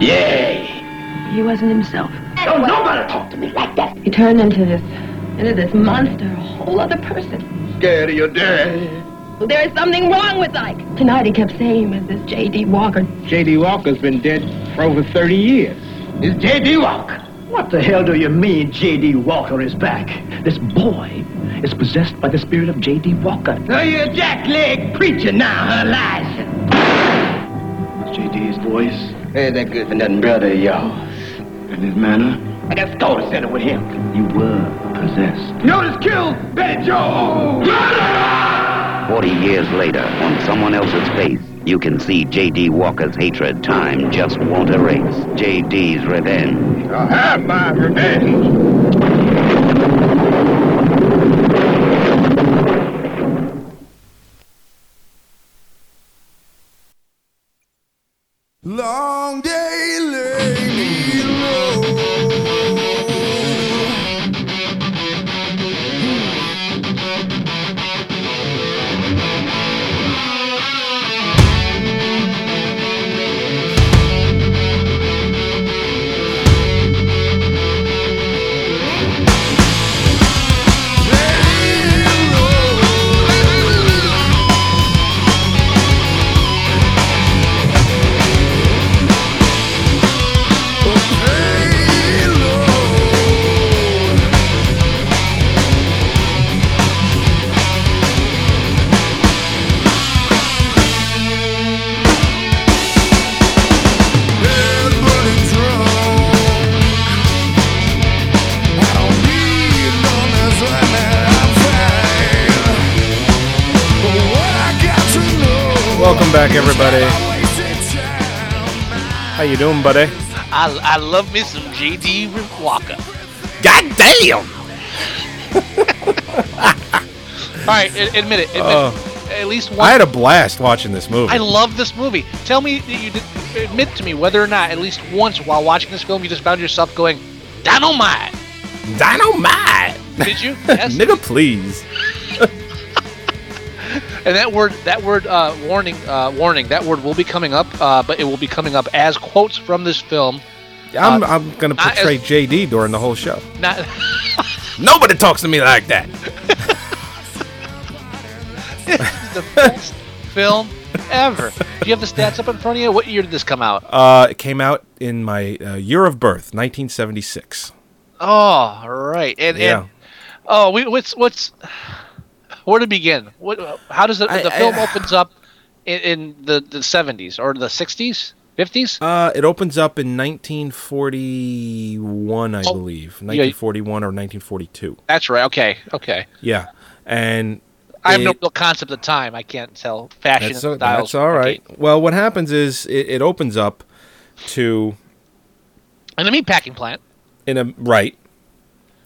Speaker 7: Yeah.
Speaker 8: He wasn't himself.
Speaker 7: Don't nobody talk to me like that.
Speaker 8: He turned into this, into this monster, a whole other person.
Speaker 7: Scared of your dad.
Speaker 8: There is something wrong with Ike. Tonight he kept saying he was this J.D. Walker.
Speaker 7: J.D. Walker's been dead for over 30 years. It's J.D. Walker.
Speaker 9: What the hell do you mean J.D. Walker is back? This boy is possessed by the spirit of J.D. Walker.
Speaker 7: Oh, you jackleg preacher now, huh, Liza? JD's voice ain't that good for nothing, brother of yours. And his manner? I got stories said it with him.
Speaker 9: You were possessed.
Speaker 7: Notice killed Betty Joe.
Speaker 6: 40 years later, on someone else's face, you can see J.D. Walker's hatred time just won't erase. J.D.'s revenge.
Speaker 7: I have my revenge.
Speaker 2: Long day lay
Speaker 4: Welcome back, everybody. How you doing, buddy?
Speaker 5: I, I love me some JD Walker.
Speaker 4: God damn!
Speaker 5: All right, a- admit it. Admit it. At least one.
Speaker 4: Oh. I had a blast watching this movie.
Speaker 5: I love this movie. Tell me that you did, admit to me whether or not at least once while watching this film you just found yourself going, "Dynamite!"
Speaker 4: Dynamite!
Speaker 5: Did you? Yes.
Speaker 4: Nigga, please.
Speaker 5: And that word, that word, uh, warning, uh, warning. That word will be coming up, uh, but it will be coming up as quotes from this film.
Speaker 4: I'm, I'm gonna
Speaker 5: not as-
Speaker 4: portray JD during the whole show.
Speaker 5: Not,
Speaker 4: Nobody talks to me like that.
Speaker 5: the best film ever. Do you have the stats up in front of you? What year did this come out?
Speaker 4: Uh, it came out in my uh, year of birth, 1976.
Speaker 5: Oh, all right. And,
Speaker 4: Yeah.
Speaker 5: and oh, we, what's what's where to begin? What? How does the, the film
Speaker 4: uh,
Speaker 5: opens up in, in the the seventies or the sixties, fifties?
Speaker 4: Uh, it opens up in 1941, I believe. 1941 or 1942.
Speaker 5: That's right. Okay. Okay.
Speaker 4: Yeah. And
Speaker 5: I have no
Speaker 4: it-
Speaker 5: real concept of time. I can't tell fashion
Speaker 4: That's,
Speaker 5: and styles.
Speaker 4: a- that's all right. Well, what happens is it, it opens up to
Speaker 5: And the meatpacking plant.
Speaker 4: in a right,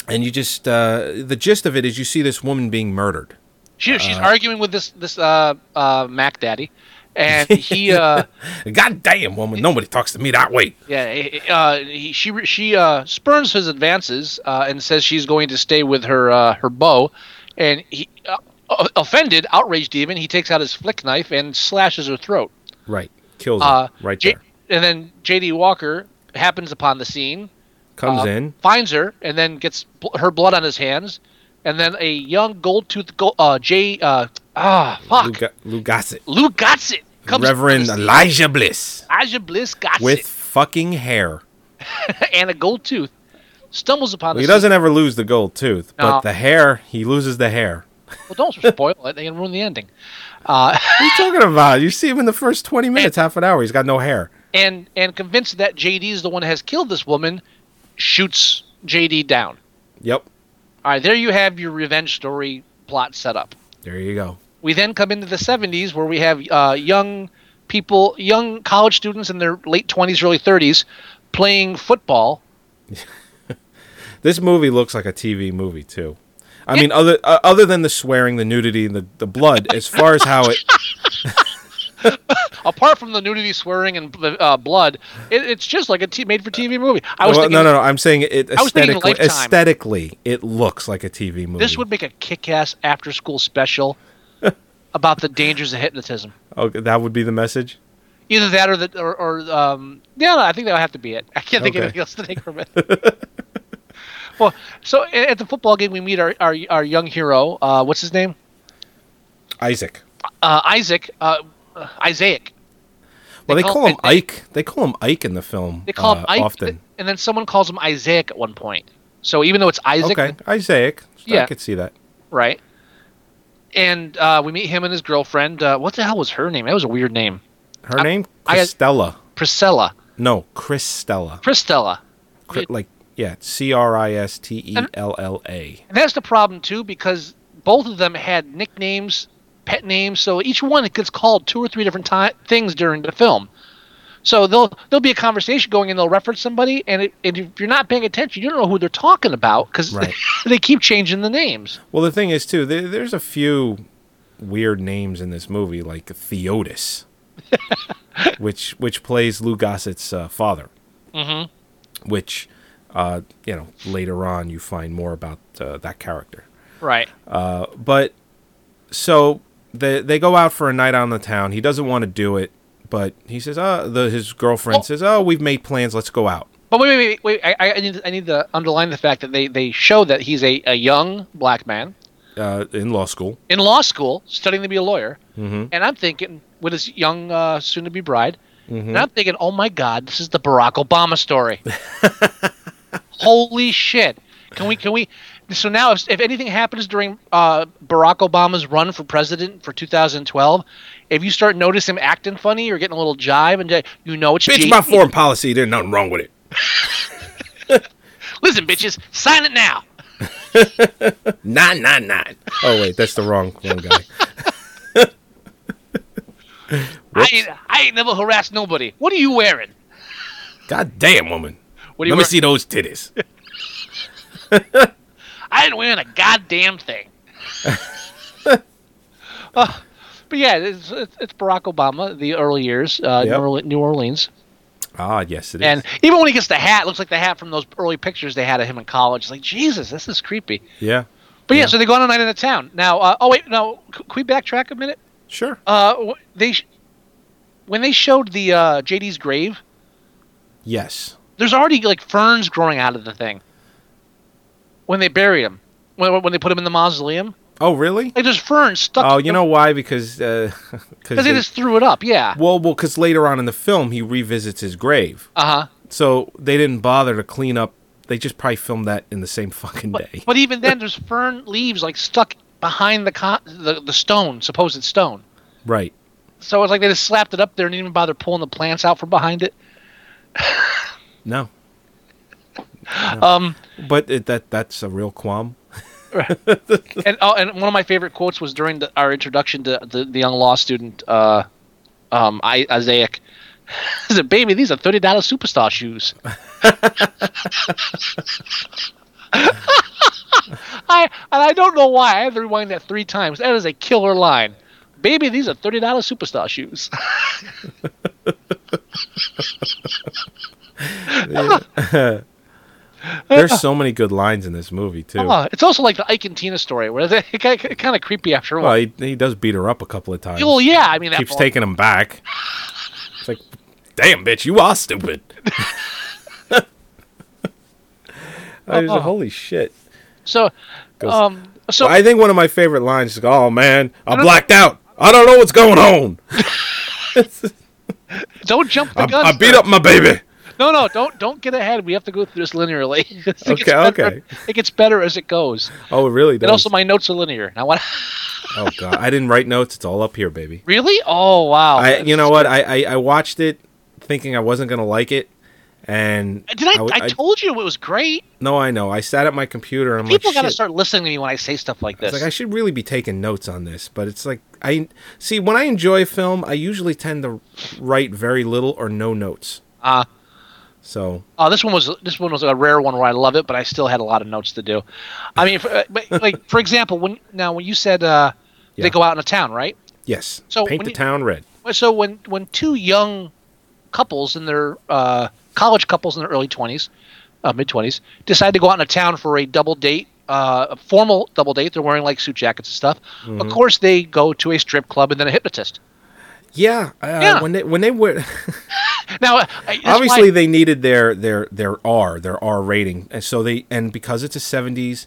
Speaker 4: and you just uh, the gist of it is you see this woman being murdered.
Speaker 5: She, she's
Speaker 4: Uh,
Speaker 5: arguing with this this uh, uh, Mac Daddy, and he uh,
Speaker 4: Goddamn woman! Nobody talks to me that way.
Speaker 5: yeah he- uh, he, she she uh, spurns his advances uh, and says she's going to stay with her uh, her beau, and he uh, o- offended, outraged even, he takes out his flick knife and slashes her throat.
Speaker 4: Right, kills her
Speaker 5: Uh,
Speaker 4: right
Speaker 5: J-
Speaker 4: there.
Speaker 5: And then J.D. Walker happens upon the scene,
Speaker 4: Comes
Speaker 5: uh,
Speaker 4: in.
Speaker 5: finds her, and then gets bl- her blood on his hands, and then a young gold toothed go- uh, J uh, ah fuck
Speaker 4: Lou, Ga- Lou Gossett,
Speaker 5: Lou Gossett comes
Speaker 4: Reverend
Speaker 5: upon the scene.
Speaker 4: Elijah Bliss,
Speaker 5: Elijah Bliss Gossett
Speaker 4: with fucking hair.
Speaker 5: and a gold tooth stumbles upon
Speaker 4: Well, he
Speaker 5: the
Speaker 4: doesn't ever lose the gold tooth,
Speaker 5: No.
Speaker 4: but the hair he loses the hair.
Speaker 5: Well, don't spoil it. They can ruin the ending. Uh,
Speaker 4: What are you talking about? You see him in the first twenty minutes, half an hour. He's got no hair.
Speaker 5: and and convinced that JD is the one that has killed this woman, shoots JD down.
Speaker 4: Yep,
Speaker 5: All right, there you have your revenge story plot set up.
Speaker 4: there you go.
Speaker 5: We then come into the 70s where we have uh, young people, young college students in their late 20s, early 30s, playing football.
Speaker 4: This movie looks like a TV movie too. I mean, other uh, other than the swearing, the nudity, and the, the blood, as far as how it
Speaker 5: Apart from the nudity, swearing, and uh, blood, it, it's just like a t- made-for-TV movie. I was
Speaker 4: Well,
Speaker 5: thinking
Speaker 4: no, no, no. I'm saying it
Speaker 5: I was thinking
Speaker 4: aesthetically.
Speaker 5: Lifetime.
Speaker 4: Aesthetically, it looks like a TV movie.
Speaker 5: this would make a kick-ass after-school special about the dangers of hypnotism.
Speaker 4: Okay, Oh, that would be the message.
Speaker 5: Either that or the or, or um yeah, no, I think that would have to be it. I can't think
Speaker 4: Okay.
Speaker 5: of anything else to take from it. well, so a- at the football game we meet our our, our young hero. Uh, what's his name?
Speaker 4: Isaac.
Speaker 5: Uh, Isaac. Uh, uh, Isaac.
Speaker 4: Well, they,
Speaker 5: call-
Speaker 4: call, him
Speaker 5: they-
Speaker 4: Ike. They call him Ike in the film.
Speaker 5: They call him
Speaker 4: uh,
Speaker 5: Ike,
Speaker 4: often.
Speaker 5: and then someone calls him Isaac at one point. So even though it's Isaac,
Speaker 4: okay, Isaac.
Speaker 5: Yeah.
Speaker 4: I could see that.
Speaker 5: right? And uh, we meet him and his girlfriend. Uh, what the hell was her name? That was a weird name.
Speaker 4: Her name
Speaker 5: I-
Speaker 4: Christella.
Speaker 5: Priscilla.
Speaker 4: no, Christella.
Speaker 5: Priscilla.
Speaker 4: Cri- like yeah, C R I S T E L L A.
Speaker 5: And that's the problem too, because both of them had nicknames, pet names, so each one gets called two or three different ti things during the film. So they'll there'll be a conversation going, and they'll reference somebody, and, it, and if you're not paying attention, you don't know who they're talking about because
Speaker 4: Right.
Speaker 5: they keep changing the names.
Speaker 4: Well, the thing is too, there, there's a few weird names in this movie, like Theotis, which which plays Lou Gossett's uh, father.
Speaker 5: Mm-hmm.
Speaker 4: which uh, you know later on you find more about uh, that character.
Speaker 5: Right.
Speaker 4: Uh, but so they they go out for a night out on the town. He doesn't want to do it, but he says, "Uh, the, his girlfriend
Speaker 5: Oh.
Speaker 4: says, oh, we've made plans. Let's go out."
Speaker 5: But wait, wait, wait, wait. I, I need to- I need to underline the fact that they they show that he's a, a young black man
Speaker 4: Uh, in law school,
Speaker 5: in law school studying to be a lawyer,
Speaker 4: Mhm.
Speaker 5: and I'm thinking with his young uh, soon to be bride.
Speaker 4: Mm-hmm.
Speaker 5: And I'm thinking, oh my God, this is the Barack Obama story. Holy shit! Can we? Can we? So now, if, if anything happens during uh, Barack Obama's run for president for 2012, if you start noticing him acting funny or getting a little jive, and uh, you know it's
Speaker 4: bitch,
Speaker 5: J-
Speaker 4: my foreign policy. There's nothing wrong with it.
Speaker 5: Listen, bitches, sign it now.
Speaker 4: Nine nine nine. Oh wait, that's the wrong wrong guy.
Speaker 5: I ain't, I ain't never harassed nobody. What are you wearing?
Speaker 4: God damn woman.
Speaker 5: What are you
Speaker 4: Let me
Speaker 5: wearing?
Speaker 4: see those titties.
Speaker 5: I ain't wearing a goddamn thing. Uh, but yeah, it's, it's it's Barack Obama, the early years, uh, New
Speaker 4: Yep.
Speaker 5: Orle- New Orleans.
Speaker 4: Ah, yes, it is.
Speaker 5: And even when he gets the hat, it looks like the hat from those early pictures they had of him in college. It's like, Jesus, this is creepy.
Speaker 4: yeah,
Speaker 5: But yeah, so they go on a night in the town. Now, uh, oh wait, no, c- can we backtrack a minute?
Speaker 4: sure.
Speaker 5: Uh, wh- they sh- when they showed the uh, JD's grave,
Speaker 4: Yes.
Speaker 5: there's already like ferns growing out of the thing. When they buried him, when, when they put him in the mausoleum,
Speaker 4: Oh, really?
Speaker 5: Like there's ferns stuck.
Speaker 4: Oh, you know why? Because uh,
Speaker 5: because they
Speaker 4: they-
Speaker 5: just threw it up. Yeah.
Speaker 4: Well, well, because later on in the film he revisits his grave,
Speaker 5: Uh huh.
Speaker 4: so they didn't bother to clean up. They just probably filmed that in the same fucking day.
Speaker 5: But even then, there's fern leaves like stuck behind the con- the the stone, supposed stone.
Speaker 4: Right.
Speaker 5: So it's like they just slapped it up there and didn't even bother pulling the plants out from behind it.
Speaker 4: No.
Speaker 5: Um,
Speaker 4: But it, that that's a real qualm.
Speaker 5: and oh, and one of my favorite quotes was during the, our introduction to the, the young law student, uh, um, I, Isaac. He said, "Baby, these are thirty dollars superstar shoes." I and I don't know why I had to rewind that three times. That is a killer line. Baby, these are thirty dollars superstar shoes.
Speaker 4: There's so many good lines in this movie too.
Speaker 5: Oh, it's also like the Ike and Tina story, where they it kind of creepy after a
Speaker 4: well,
Speaker 5: while.
Speaker 4: he, he does beat her up a couple of times.
Speaker 5: Well, yeah, I mean, that
Speaker 4: keeps
Speaker 5: ball-
Speaker 4: taking him back. It's like, damn, bitch, you are stupid. I was like, holy shit.
Speaker 5: So,
Speaker 4: Goes-
Speaker 5: um, Oh. so
Speaker 4: I think one of my favorite lines is, "Oh man,
Speaker 5: No,
Speaker 4: I'm
Speaker 5: no,
Speaker 4: blacked out. I don't know what's going on.
Speaker 5: don't jump the
Speaker 4: I,
Speaker 5: gun.
Speaker 4: I beat
Speaker 5: sir.
Speaker 4: up my baby."
Speaker 5: No, no, don't don't get ahead. We have to go through this linearly. It gets
Speaker 4: Okay,
Speaker 5: better-
Speaker 4: okay.
Speaker 5: It gets better as it goes.
Speaker 4: Oh, it really
Speaker 5: And
Speaker 4: does.
Speaker 5: also, my notes are linear. And I want
Speaker 4: oh god, I didn't write notes. It's all up here, baby.
Speaker 5: really. Oh wow.
Speaker 4: I, you know what? I, I, I watched it thinking I wasn't gonna like it, and
Speaker 5: Did I?
Speaker 4: w-
Speaker 5: I, told you it was great.
Speaker 4: no, I know. I sat at my computer and I'm
Speaker 5: People
Speaker 4: like,
Speaker 5: got to
Speaker 4: Oh, "Shit."
Speaker 5: start listening to me when I say stuff like
Speaker 4: I
Speaker 5: this.
Speaker 4: was like, I should really be taking notes on this, but it's like I see when I enjoy film, I usually tend to write very little or no notes.
Speaker 5: Ah.
Speaker 4: so
Speaker 5: Oh, this one was this one was a rare one where I love it, but I still had a lot of notes to do. I mean, for, but, like for example, when now when you said uh,
Speaker 4: Yeah.
Speaker 5: they go out in a town, right?
Speaker 4: yes,
Speaker 5: So
Speaker 4: paint
Speaker 5: when
Speaker 4: the
Speaker 5: you-
Speaker 4: town red.
Speaker 5: So when when two young couples in their uh, college couples in their early twenties, uh, mid twenties, decide to go out in a town for a double date, uh, a formal double date. They're wearing like suit jackets and stuff.
Speaker 4: Mm-hmm.
Speaker 5: Of course, they go to a strip club and then a hypnotist.
Speaker 4: Yeah, uh,
Speaker 5: Yeah.
Speaker 4: when they when they were
Speaker 5: Now, uh, I- that's why-
Speaker 4: obviously they needed their their their R their R rating, and so they and because it's a seventies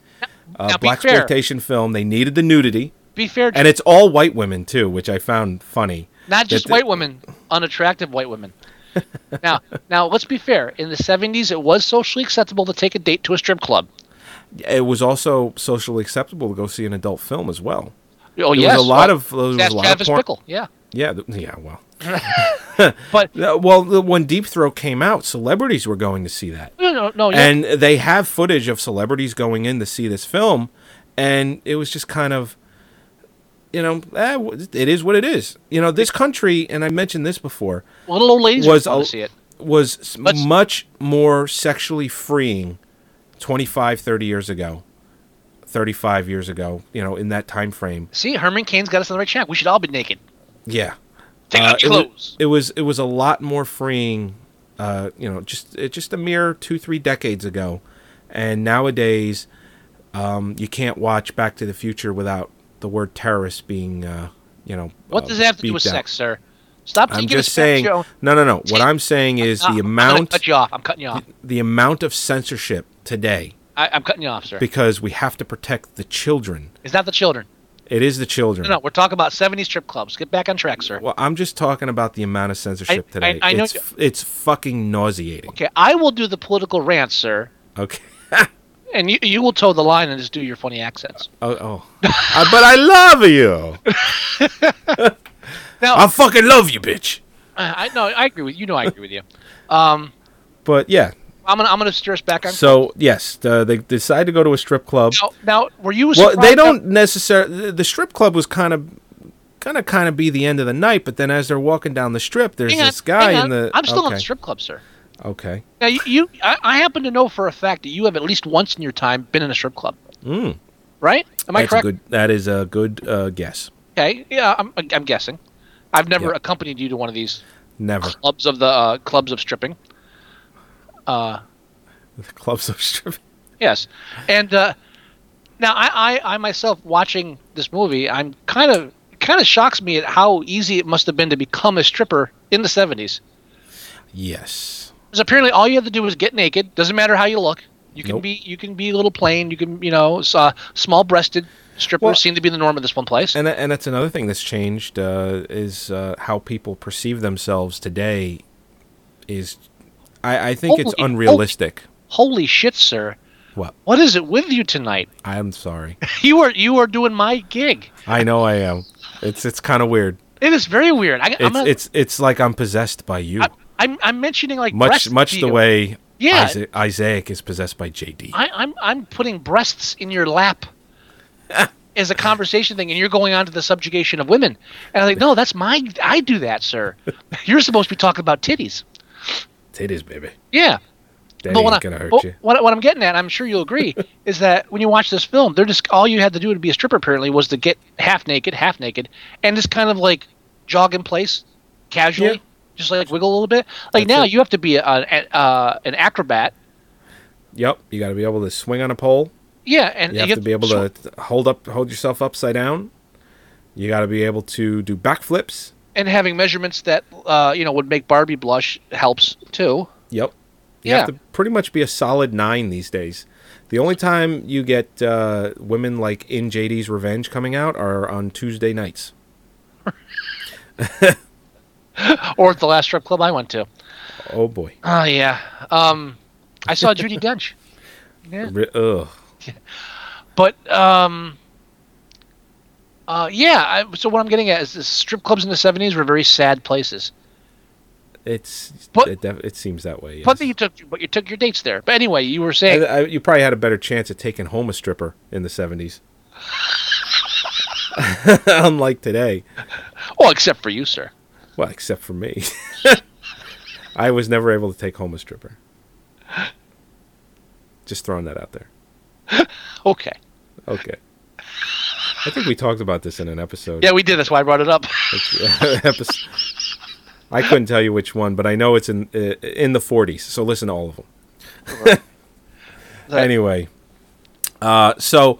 Speaker 5: now
Speaker 4: uh,
Speaker 5: be
Speaker 4: black
Speaker 5: fair.
Speaker 4: exploitation film, they needed the nudity,
Speaker 5: be fair,
Speaker 4: and it's all white women too, which I found funny.
Speaker 5: not just
Speaker 4: that-
Speaker 5: white women, unattractive white women. now, now let's be fair. In the '70s, it was socially acceptable to take a date to a strip club.
Speaker 4: It was also socially acceptable to go see an adult film as well.
Speaker 5: Oh
Speaker 4: There
Speaker 5: yes,
Speaker 4: was a lot
Speaker 5: well,
Speaker 4: of there was
Speaker 5: that's
Speaker 4: a lot
Speaker 5: Travis
Speaker 4: of porn.
Speaker 5: Bickle. Yeah,
Speaker 4: Yeah, th- yeah, well.
Speaker 5: but
Speaker 4: Uh, Well, the- when Deep Throat came out, celebrities were going to see that.
Speaker 5: no, no, no Oh, yeah.
Speaker 4: And they have footage of celebrities going in to see this film, and it was just kind of, you know, eh, w- it is what it is. You know, this country, and I mentioned this before,
Speaker 5: little old ladies was
Speaker 4: was
Speaker 5: want
Speaker 4: a-
Speaker 5: to see it.
Speaker 4: was s-
Speaker 5: Let's-
Speaker 4: much more sexually freeing 25, 30 years ago, 35 years ago, you know, in that time frame.
Speaker 5: See, Herman Cain's got us on the right track. We should all be naked.
Speaker 4: Yeah.
Speaker 5: Take out your
Speaker 4: Uh, it wa-
Speaker 5: clothes.
Speaker 4: It was, it was a lot more freeing, uh, you know, just it, just a mere two three decades ago, and nowadays, um, you can't watch Back to the Future without the word terrorist being, uh, you know,
Speaker 5: What
Speaker 4: uh,
Speaker 5: does that have to do
Speaker 4: beeped
Speaker 5: with
Speaker 4: out.
Speaker 5: sex, sir? Stop
Speaker 4: I'm
Speaker 5: thinking
Speaker 4: just
Speaker 5: it's
Speaker 4: saying.
Speaker 5: Joe.
Speaker 4: No, no, no. What
Speaker 5: Take-
Speaker 4: I'm saying is
Speaker 5: Ah, I'm
Speaker 4: the
Speaker 5: gonna
Speaker 4: amount,
Speaker 5: cut you off. I'm cutting you off.
Speaker 4: the amount of censorship today,
Speaker 5: I, I'm cutting you off, sir.
Speaker 4: because we have to protect the children.
Speaker 5: it's not the children.
Speaker 4: It is the children.
Speaker 5: No, no, we're talking about '70s strip clubs. Get back on track, sir.
Speaker 4: Well, I'm just talking about the amount of censorship
Speaker 5: I-
Speaker 4: today.
Speaker 5: I know
Speaker 4: it's,
Speaker 5: you-
Speaker 4: f- it's fucking nauseating.
Speaker 5: Okay, I will do the political rant, sir,
Speaker 4: Okay.
Speaker 5: and you you will toe the line and just do your funny accents.
Speaker 4: Oh, oh. Uh, but I love you.
Speaker 5: Now,
Speaker 4: I fucking love you, bitch.
Speaker 5: I I know I agree with you. Know I agree with you. Um,
Speaker 4: But yeah,
Speaker 5: I'm gonna I'm gonna steer us back on.
Speaker 4: so yes, the, they decide to go to a strip club.
Speaker 5: now, now, were you?
Speaker 4: well,
Speaker 5: surprised
Speaker 4: they
Speaker 5: that-
Speaker 4: don't necessarily. The, the strip club was kind of gonna kind of be the end of the night, but then as they're walking down the strip, there's
Speaker 5: Hang on,
Speaker 4: this guy
Speaker 5: hang
Speaker 4: in
Speaker 5: on.
Speaker 4: the.
Speaker 5: I'm still
Speaker 4: okay,
Speaker 5: in the strip club, sir.
Speaker 4: Okay.
Speaker 5: Now you, you I, I happen to know for a fact that you have at least once in your time been in a strip club.
Speaker 4: Mm.
Speaker 5: Right? Am I
Speaker 4: That's a
Speaker 5: correct?
Speaker 4: good. That is a good uh, guess.
Speaker 5: Okay. Yeah, I'm, I'm guessing. I've never
Speaker 4: Yeah.
Speaker 5: accompanied you to one of these
Speaker 4: Never
Speaker 5: clubs of the uh, clubs of stripping. Uh,
Speaker 4: the clubs of strip.
Speaker 5: yes, and uh, now I, I, I myself watching this movie, I'm kind of kind of shocks me at how easy it must have been to become a stripper in the 70s.
Speaker 4: Yes.
Speaker 5: Because apparently all you have to do is get naked. Doesn't matter how you look. You can be you can be a little plain. You can you know s- uh, small breasted strippers
Speaker 4: Well-
Speaker 5: seem to be the norm in this one place.
Speaker 4: And tha- and that's another thing that's changed uh, is uh, how people perceive themselves today. Is I, I think it's
Speaker 5: Holy-
Speaker 4: unrealistic.
Speaker 5: Holy shit, sir!
Speaker 4: What?
Speaker 5: What is it with you tonight?
Speaker 4: I'm sorry.
Speaker 5: You are you are doing my gig.
Speaker 4: I know I am. It's it's kind of weird.
Speaker 5: It is very weird. I,
Speaker 4: It's
Speaker 5: I'm, a,
Speaker 4: it's it's like I'm possessed by you.
Speaker 5: I'm I'm mentioning like
Speaker 4: much
Speaker 5: breasts
Speaker 4: much
Speaker 5: to
Speaker 4: the
Speaker 5: you.
Speaker 4: way
Speaker 5: Yeah.
Speaker 4: Isaac, Isaac is possessed by JD.
Speaker 5: I, I'm I'm putting breasts in your lap as a conversation thing, and you're going on to the subjugation of women. And I'm like, no, that's my I do that, sir. You're supposed to be talking about titties.
Speaker 4: Titties, baby.
Speaker 5: Yeah.
Speaker 4: That
Speaker 5: what
Speaker 4: ain't
Speaker 5: I- Oh.
Speaker 4: gonna hurt
Speaker 5: but
Speaker 4: you.
Speaker 5: What, what I'm getting at, I'm sure you'll agree, is that when you watch this film, they're just all you had to do to be a stripper apparently was to get half naked, half naked, and just kind of like jog in place casually, just like wiggle a little bit. Like now, you have to be a, a, uh, an acrobat.
Speaker 4: Yep, you got to be able to swing on a pole.
Speaker 5: Yeah, and
Speaker 4: you have to be able to hold up, hold yourself upside down. You got to be able to do backflips.
Speaker 5: and having measurements that uh, you know would make Barbie blush helps too.
Speaker 4: Yep. You
Speaker 5: Yeah.
Speaker 4: have to pretty much be a solid nine these days. The only time you get uh, women like in JD's Revenge coming out are on Tuesday nights.
Speaker 5: Or at the last strip club I went to.
Speaker 4: Oh boy.
Speaker 5: Oh yeah, um, I saw Judy Dench, Yeah.
Speaker 4: Re- Ugh.
Speaker 5: but um, uh, yeah. I, so what I'm getting at is, this strip clubs in the '70s were very sad places.
Speaker 4: It's
Speaker 5: But-
Speaker 4: it, def- it seems that way. Yes.
Speaker 5: But you took but you took your dates there. But anyway, you were
Speaker 4: I,
Speaker 5: saying
Speaker 4: I, you probably had a better chance of taking home a stripper in the seventies, unlike today.
Speaker 5: well, "Oh, except for you, sir.
Speaker 4: Well, except for me, I was never able to take home a stripper. Just throwing that out there.
Speaker 5: Okay.
Speaker 4: Okay. I think we talked about this in an episode. uh,
Speaker 5: Yeah, we did. That's why I brought it up.
Speaker 4: Epis- I couldn't tell you which one, but I know it's in uh, in the 40s. So listen to all of them. anyway, uh, so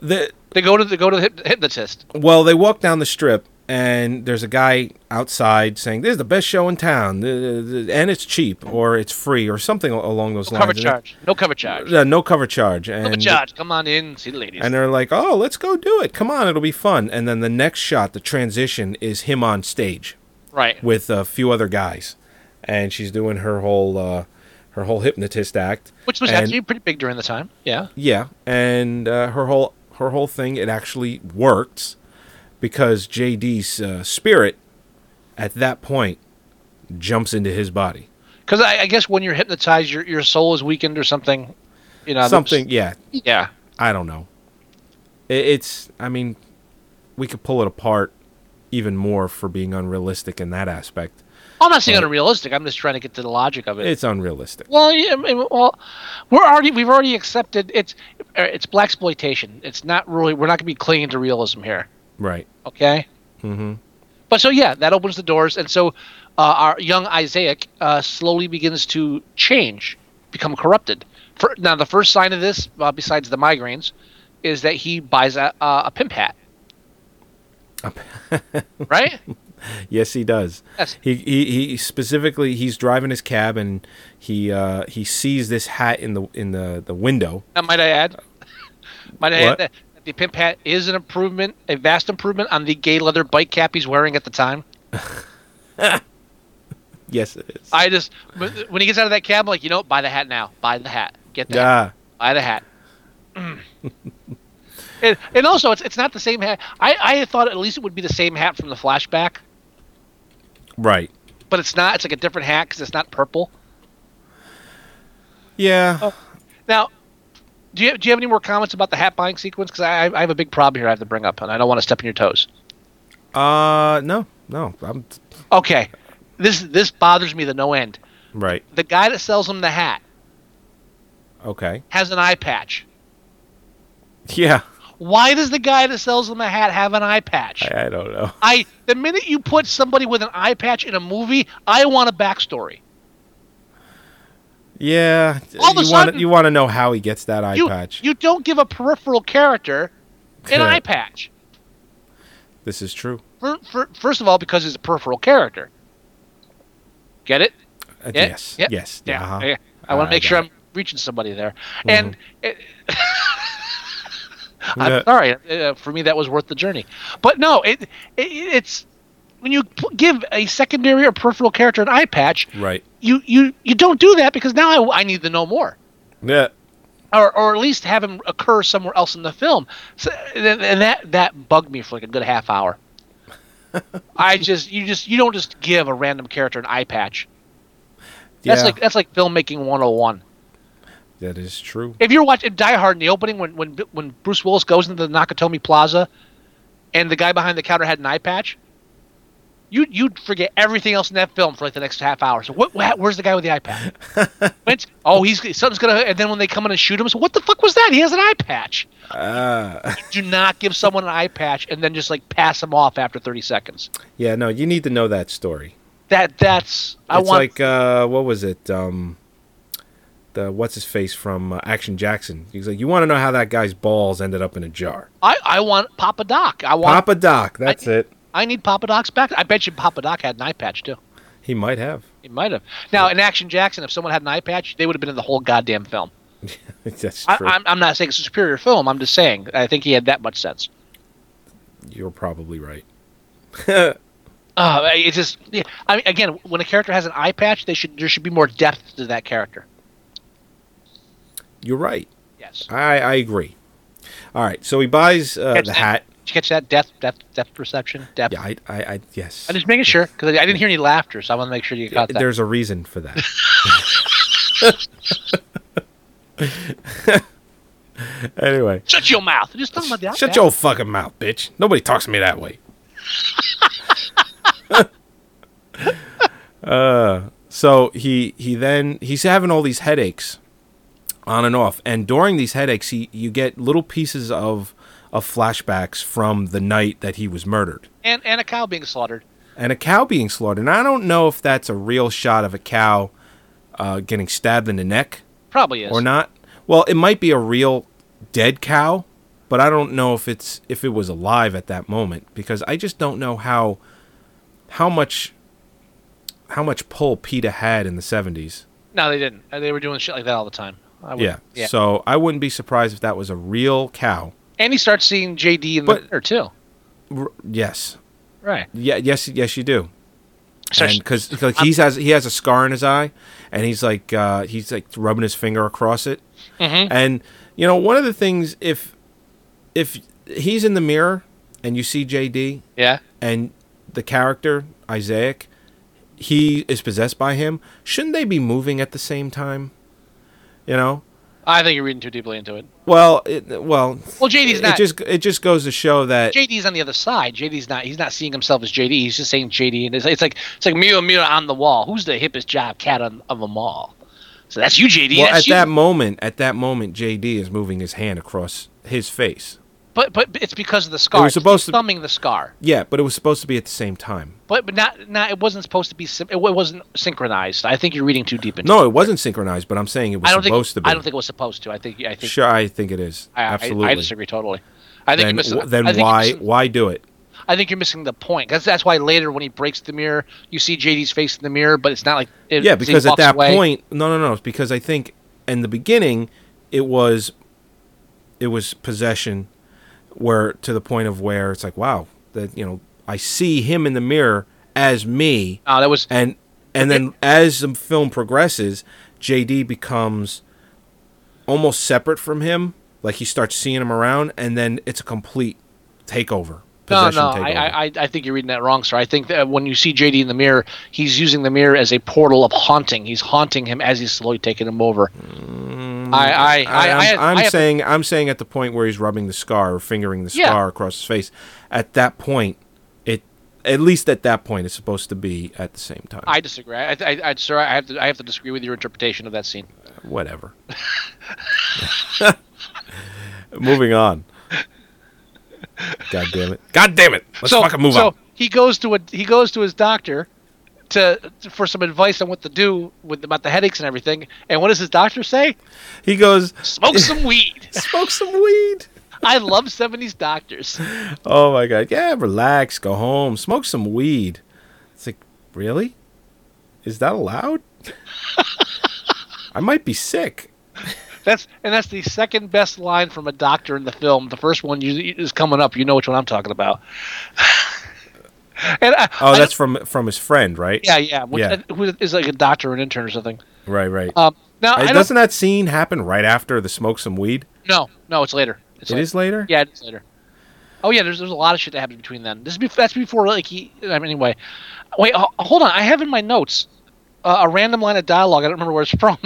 Speaker 4: the
Speaker 5: they go to they go to the hyp- hypnotist.
Speaker 4: well, they walk down the strip, and there's a guy outside saying, "This is the best show in town, th- th- th- and it's cheap, or it's free, or something al- along those lines."
Speaker 5: Cover
Speaker 4: And
Speaker 5: charge. No cover charge.
Speaker 4: it- uh, no cover charge. And
Speaker 5: Cover charge. Come on in, see the ladies.
Speaker 4: and they're like, "Oh, let's go do it. Come on, it'll be fun." And then the next shot, the transition is him on stage
Speaker 5: Right.
Speaker 4: with a few other guys, and she's doing her whole uh, her whole hypnotist act,
Speaker 5: Which was
Speaker 4: and,
Speaker 5: actually pretty big during the time. Yeah.
Speaker 4: yeah, and uh, her whole her whole thing it actually worked because JD's uh, spirit at that point jumps into his body.
Speaker 5: Because I, I guess when you're hypnotized, your your soul is weakened or something. You know that's-
Speaker 4: Something, yeah,
Speaker 5: Yeah.
Speaker 4: I don't know. It, it's, I mean, we could pull it apart even more for being unrealistic in that aspect.
Speaker 5: I'm not saying unrealistic. I'm just trying to get to the logic of it.
Speaker 4: It's unrealistic.
Speaker 5: well, yeah, I mean, well, we're already we've already accepted it's uh, it's black exploitation. It's not really we're not going to be clinging to realism here.
Speaker 4: Right.
Speaker 5: Okay.
Speaker 4: Mm-hmm.
Speaker 5: But so yeah, that opens the doors, and so uh, our young Isaac uh, slowly begins to change, become corrupted. For, now, the first sign of this, uh, besides the migraines, is that he buys a, uh, a pimp hat. right?
Speaker 4: Yes, he does.
Speaker 5: Yes.
Speaker 4: He, he he specifically he's driving his cab and he uh, he sees this hat in the in the, the window.
Speaker 5: Now, might I add? might I
Speaker 4: What?
Speaker 5: add that the pimp hat is an improvement, a vast improvement on the gay leather bike cap he's wearing at the time.
Speaker 4: Yes, it is.
Speaker 5: I just when when he gets out of that cab, I'm like you know, buy the hat now. Buy the hat. Get the hat.
Speaker 4: yeah.
Speaker 5: Buy the hat. Mm. and, and also, it's, it's not the same hat. I, I had thought at least it would be the same hat from the flashback,
Speaker 4: Right.
Speaker 5: but it's not. It's like a different hat because it's not purple.
Speaker 4: Yeah.
Speaker 5: Now, do you, do you have any more comments about the hat buying sequence? Because I, I have a big problem here I have to bring up, and I don't want to step on your toes. Oh.
Speaker 4: Uh no no I'm
Speaker 5: Okay, this this bothers me to no end.
Speaker 4: right
Speaker 5: The guy that sells him the hat
Speaker 4: okay
Speaker 5: has an eye patch.
Speaker 4: yeah
Speaker 5: Why does the guy that sells him the hat have an eye patch?
Speaker 4: I, I don't know
Speaker 5: I the minute you put somebody with an eye patch in a movie, I want a backstory.
Speaker 4: yeah
Speaker 5: All of a
Speaker 4: you want
Speaker 5: sudden-
Speaker 4: you want to know how he gets that eye
Speaker 5: you,
Speaker 4: patch
Speaker 5: You don't give a peripheral character an eye patch.
Speaker 4: this is true
Speaker 5: For, for, first of all, because he's a peripheral character. Get it?
Speaker 4: Uh,
Speaker 5: Yeah,
Speaker 4: yes
Speaker 5: yeah,
Speaker 4: yes
Speaker 5: Yeah.
Speaker 4: uh-huh.
Speaker 5: yeah. I want
Speaker 4: I
Speaker 5: to make
Speaker 4: got
Speaker 5: sure
Speaker 4: it. Mm-hmm.
Speaker 5: I'm reaching somebody there. And it, I'm sorry. Uh, for me, that was worth the journey. But no, it, it it's when you p- give a secondary or peripheral character an eye patch,
Speaker 4: Right.
Speaker 5: you you you don't do that because now I, I need to know more,
Speaker 4: Yeah.
Speaker 5: or or at least have him occur somewhere else in the film. So, and and that that bugged me for like a good half hour. I just you just you don't just give a random character an eye patch. That's
Speaker 4: Yeah.
Speaker 5: like that's like filmmaking 101.
Speaker 4: That is true.
Speaker 5: If you're watching Die Hard in the opening when when when Bruce Willis goes into the Nakatomi Plaza, and the guy behind the counter had an eye patch, you you'd forget everything else in that film for like the next half hour. So what, what where's the guy with the eye patch? Went- oh, he's something's gonna. And then when they come in and shoot him, so what the fuck was that? He has an eye patch.
Speaker 4: Ah.
Speaker 5: Do not give someone an eye patch and then just like pass him off after 30 seconds.
Speaker 4: Yeah, no, you need to know that story.
Speaker 5: That that's I
Speaker 4: it's
Speaker 5: want
Speaker 4: like uh, what was it? Um, the what's his face from uh, Action Jackson. He's like, you want to know how that guy's balls ended up in a jar?
Speaker 5: I I want Papa Doc. I want
Speaker 4: Papa Doc. That's it.
Speaker 5: I need Papa Doc's back. I bet you Papa Doc had an eye patch too.
Speaker 4: He might have.
Speaker 5: He might have. Now, in Action Jackson, if someone had an eye patch, they would have been in the whole goddamn film.
Speaker 4: That's
Speaker 5: I,
Speaker 4: true.
Speaker 5: I'm, I'm not saying it's a superior film. I'm just saying I think he had that much sense.
Speaker 4: You're probably right.
Speaker 5: Uh, it's just, yeah, I mean, again, when a character has an eye patch, they should there should be more depth to that character.
Speaker 4: You're right.
Speaker 5: Yes.
Speaker 4: I, I agree. All right. So he buys uh,
Speaker 5: Catch
Speaker 4: the
Speaker 5: that.
Speaker 4: hat.
Speaker 5: Did you catch that depth, depth, depth perception, depth?
Speaker 4: Yeah, I, I, I yes.
Speaker 5: I'm just making sure because I, I didn't hear any laughter, so I want to make sure you caught that.
Speaker 4: There's a reason for that. anyway,
Speaker 5: Shut your mouth! Just talking about the eye
Speaker 4: shut
Speaker 5: patch.
Speaker 4: your fucking mouth, bitch. Nobody talks to me that way. uh, so he he then he's having all these headaches on and off, and during these headaches, he you get little pieces of of flashbacks from the night that he was murdered.
Speaker 5: and and a cow being slaughtered.
Speaker 4: and a cow being slaughtered. And I don't know if that's a real shot of a cow uh, getting stabbed in the neck
Speaker 5: Probably is.
Speaker 4: or not. Well, it might be a real dead cow, but I don't know if it's if it was alive at that moment because I just don't know how how much how much pull PETA had in the seventies.
Speaker 5: No, they didn't. Uh, They were doing shit like that all the time. I would-
Speaker 4: Yeah. So I wouldn't be surprised if that was a real cow.
Speaker 5: and he starts seeing JD in
Speaker 4: But-
Speaker 5: the mirror too.
Speaker 4: R- yes.
Speaker 5: Right.
Speaker 4: Yeah. Yes. Yes, you do.
Speaker 5: Starts-
Speaker 4: because like he's has he has a scar in his eye, and he's like uh, he's like rubbing his finger across it,
Speaker 5: Mm-hmm.
Speaker 4: and you know one of the things if if he's in the mirror and you see JD
Speaker 5: yeah.
Speaker 4: and the character Isaac, he is possessed by him. Shouldn't they be moving at the same time? You know,
Speaker 5: I think you're reading too deeply into it.
Speaker 4: well, it, well,
Speaker 5: Well, JD's
Speaker 4: it
Speaker 5: not.
Speaker 4: just it just goes to show that
Speaker 5: JD's on the other side. JD's not. He's not seeing himself as JD. He's just saying JD, and it's, it's like it's like mirror, mirror on the wall. Who's the hippest job cat on, of them all? So that's you, JD.
Speaker 4: well
Speaker 5: that's
Speaker 4: at
Speaker 5: you.
Speaker 4: that moment at that moment JD is moving his hand across his face.
Speaker 5: but but it's because of the scar. It's
Speaker 4: supposed to-
Speaker 5: thumbing the scar.
Speaker 4: Yeah, but it was supposed to be at the same time.
Speaker 5: But but not not. It wasn't supposed to be. sym- It wa- wasn't synchronized. I think you're reading too deep into. it.
Speaker 4: No, it wasn't synchronized, but I'm saying it was
Speaker 5: I don't think.
Speaker 4: supposed to be.
Speaker 5: I don't think it was supposed to. I think. I think.
Speaker 4: Sure, I think it is.
Speaker 5: I, I-
Speaker 4: Absolutely.
Speaker 5: I, disagree totally. I think
Speaker 4: then
Speaker 5: you're missing,
Speaker 4: wh- then
Speaker 5: I think you're
Speaker 4: why
Speaker 5: missing-
Speaker 4: why do it?
Speaker 5: I think you're missing the point. That's that's why later when he breaks the mirror, you see JD's face in the mirror, but it's not like it,
Speaker 4: Yeah,
Speaker 5: he
Speaker 4: because at
Speaker 5: walks
Speaker 4: that
Speaker 5: away.
Speaker 4: point, no, no, no, it's because I think in the beginning it was it was possession where to the point of where it's like wow, that you know, I see him in the mirror as me
Speaker 5: No, that was
Speaker 4: and and then as the film progresses, JD becomes almost separate from him. Like he starts seeing him around, and then it's a complete takeover.
Speaker 5: no,
Speaker 4: Possession
Speaker 5: no.
Speaker 4: takeover.
Speaker 5: I, I, I- I think you're reading that wrong, sir. I think that when you see JD in the mirror, he's using the mirror as a portal of haunting. He's haunting him as he's slowly taking him over. I, I, I, I,
Speaker 4: am
Speaker 5: I have-
Speaker 4: saying Mm, I'm saying at the point where he's rubbing the scar or fingering the
Speaker 5: Yeah.
Speaker 4: scar across his face. At that point, it at least at that point it's supposed to be at the same time.
Speaker 5: I disagree. I, I, I, sir, I have to, I have to disagree with your interpretation of that scene.
Speaker 4: Whatever. Moving on. God damn it! God damn it! Let's fucking move
Speaker 5: so
Speaker 4: on.
Speaker 5: he goes to a he goes to his doctor to for some advice on what to do with about the headaches and everything. And what does his doctor say?
Speaker 4: He goes
Speaker 5: Smoke some weed.
Speaker 4: smoke some weed.
Speaker 5: I love '70s doctors.
Speaker 4: Oh my god. Yeah, relax, go home, smoke some weed. It's like, really? Is that allowed? I might be sick.
Speaker 5: That's and that's the second best line from a doctor in the film. The first one you, is coming up. You know which one I'm talking about. and I,
Speaker 4: Oh,
Speaker 5: I-
Speaker 4: that's from from his friend, right?
Speaker 5: yeah, yeah. Which,
Speaker 4: yeah.
Speaker 5: Who is like a doctor or an intern or something?
Speaker 4: Right, right.
Speaker 5: Um, now
Speaker 4: Hey,
Speaker 5: I
Speaker 4: doesn't
Speaker 5: don't.
Speaker 4: that scene happen right after the smoke some weed?
Speaker 5: No, no, it's later. It's
Speaker 4: It is later?
Speaker 5: Yeah, it's later. Oh yeah, there's, there's a lot of shit that happens between then. This is bef- that's before like he. I mean, anyway, wait, ho- hold on. I have in my notes uh, a random line of dialogue. I don't remember where it's from.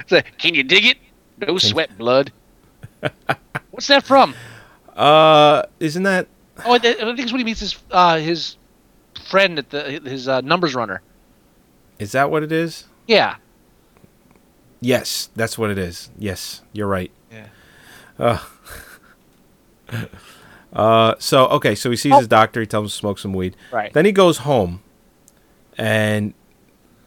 Speaker 5: it's like, can you dig it? No sweat, blood. What's that from?
Speaker 4: Uh, isn't that
Speaker 5: Oh, I th- I think it's when he meets his uh, his friend at the his uh, numbers runner.
Speaker 4: is that what it is?
Speaker 5: Yeah,
Speaker 4: Yes, that's what it is. Yes, you're right.
Speaker 5: Yeah.
Speaker 4: Uh, uh, so okay, so he sees his doctor. He tells him to smoke some weed.
Speaker 5: Oh. Right.
Speaker 4: Then he goes home, and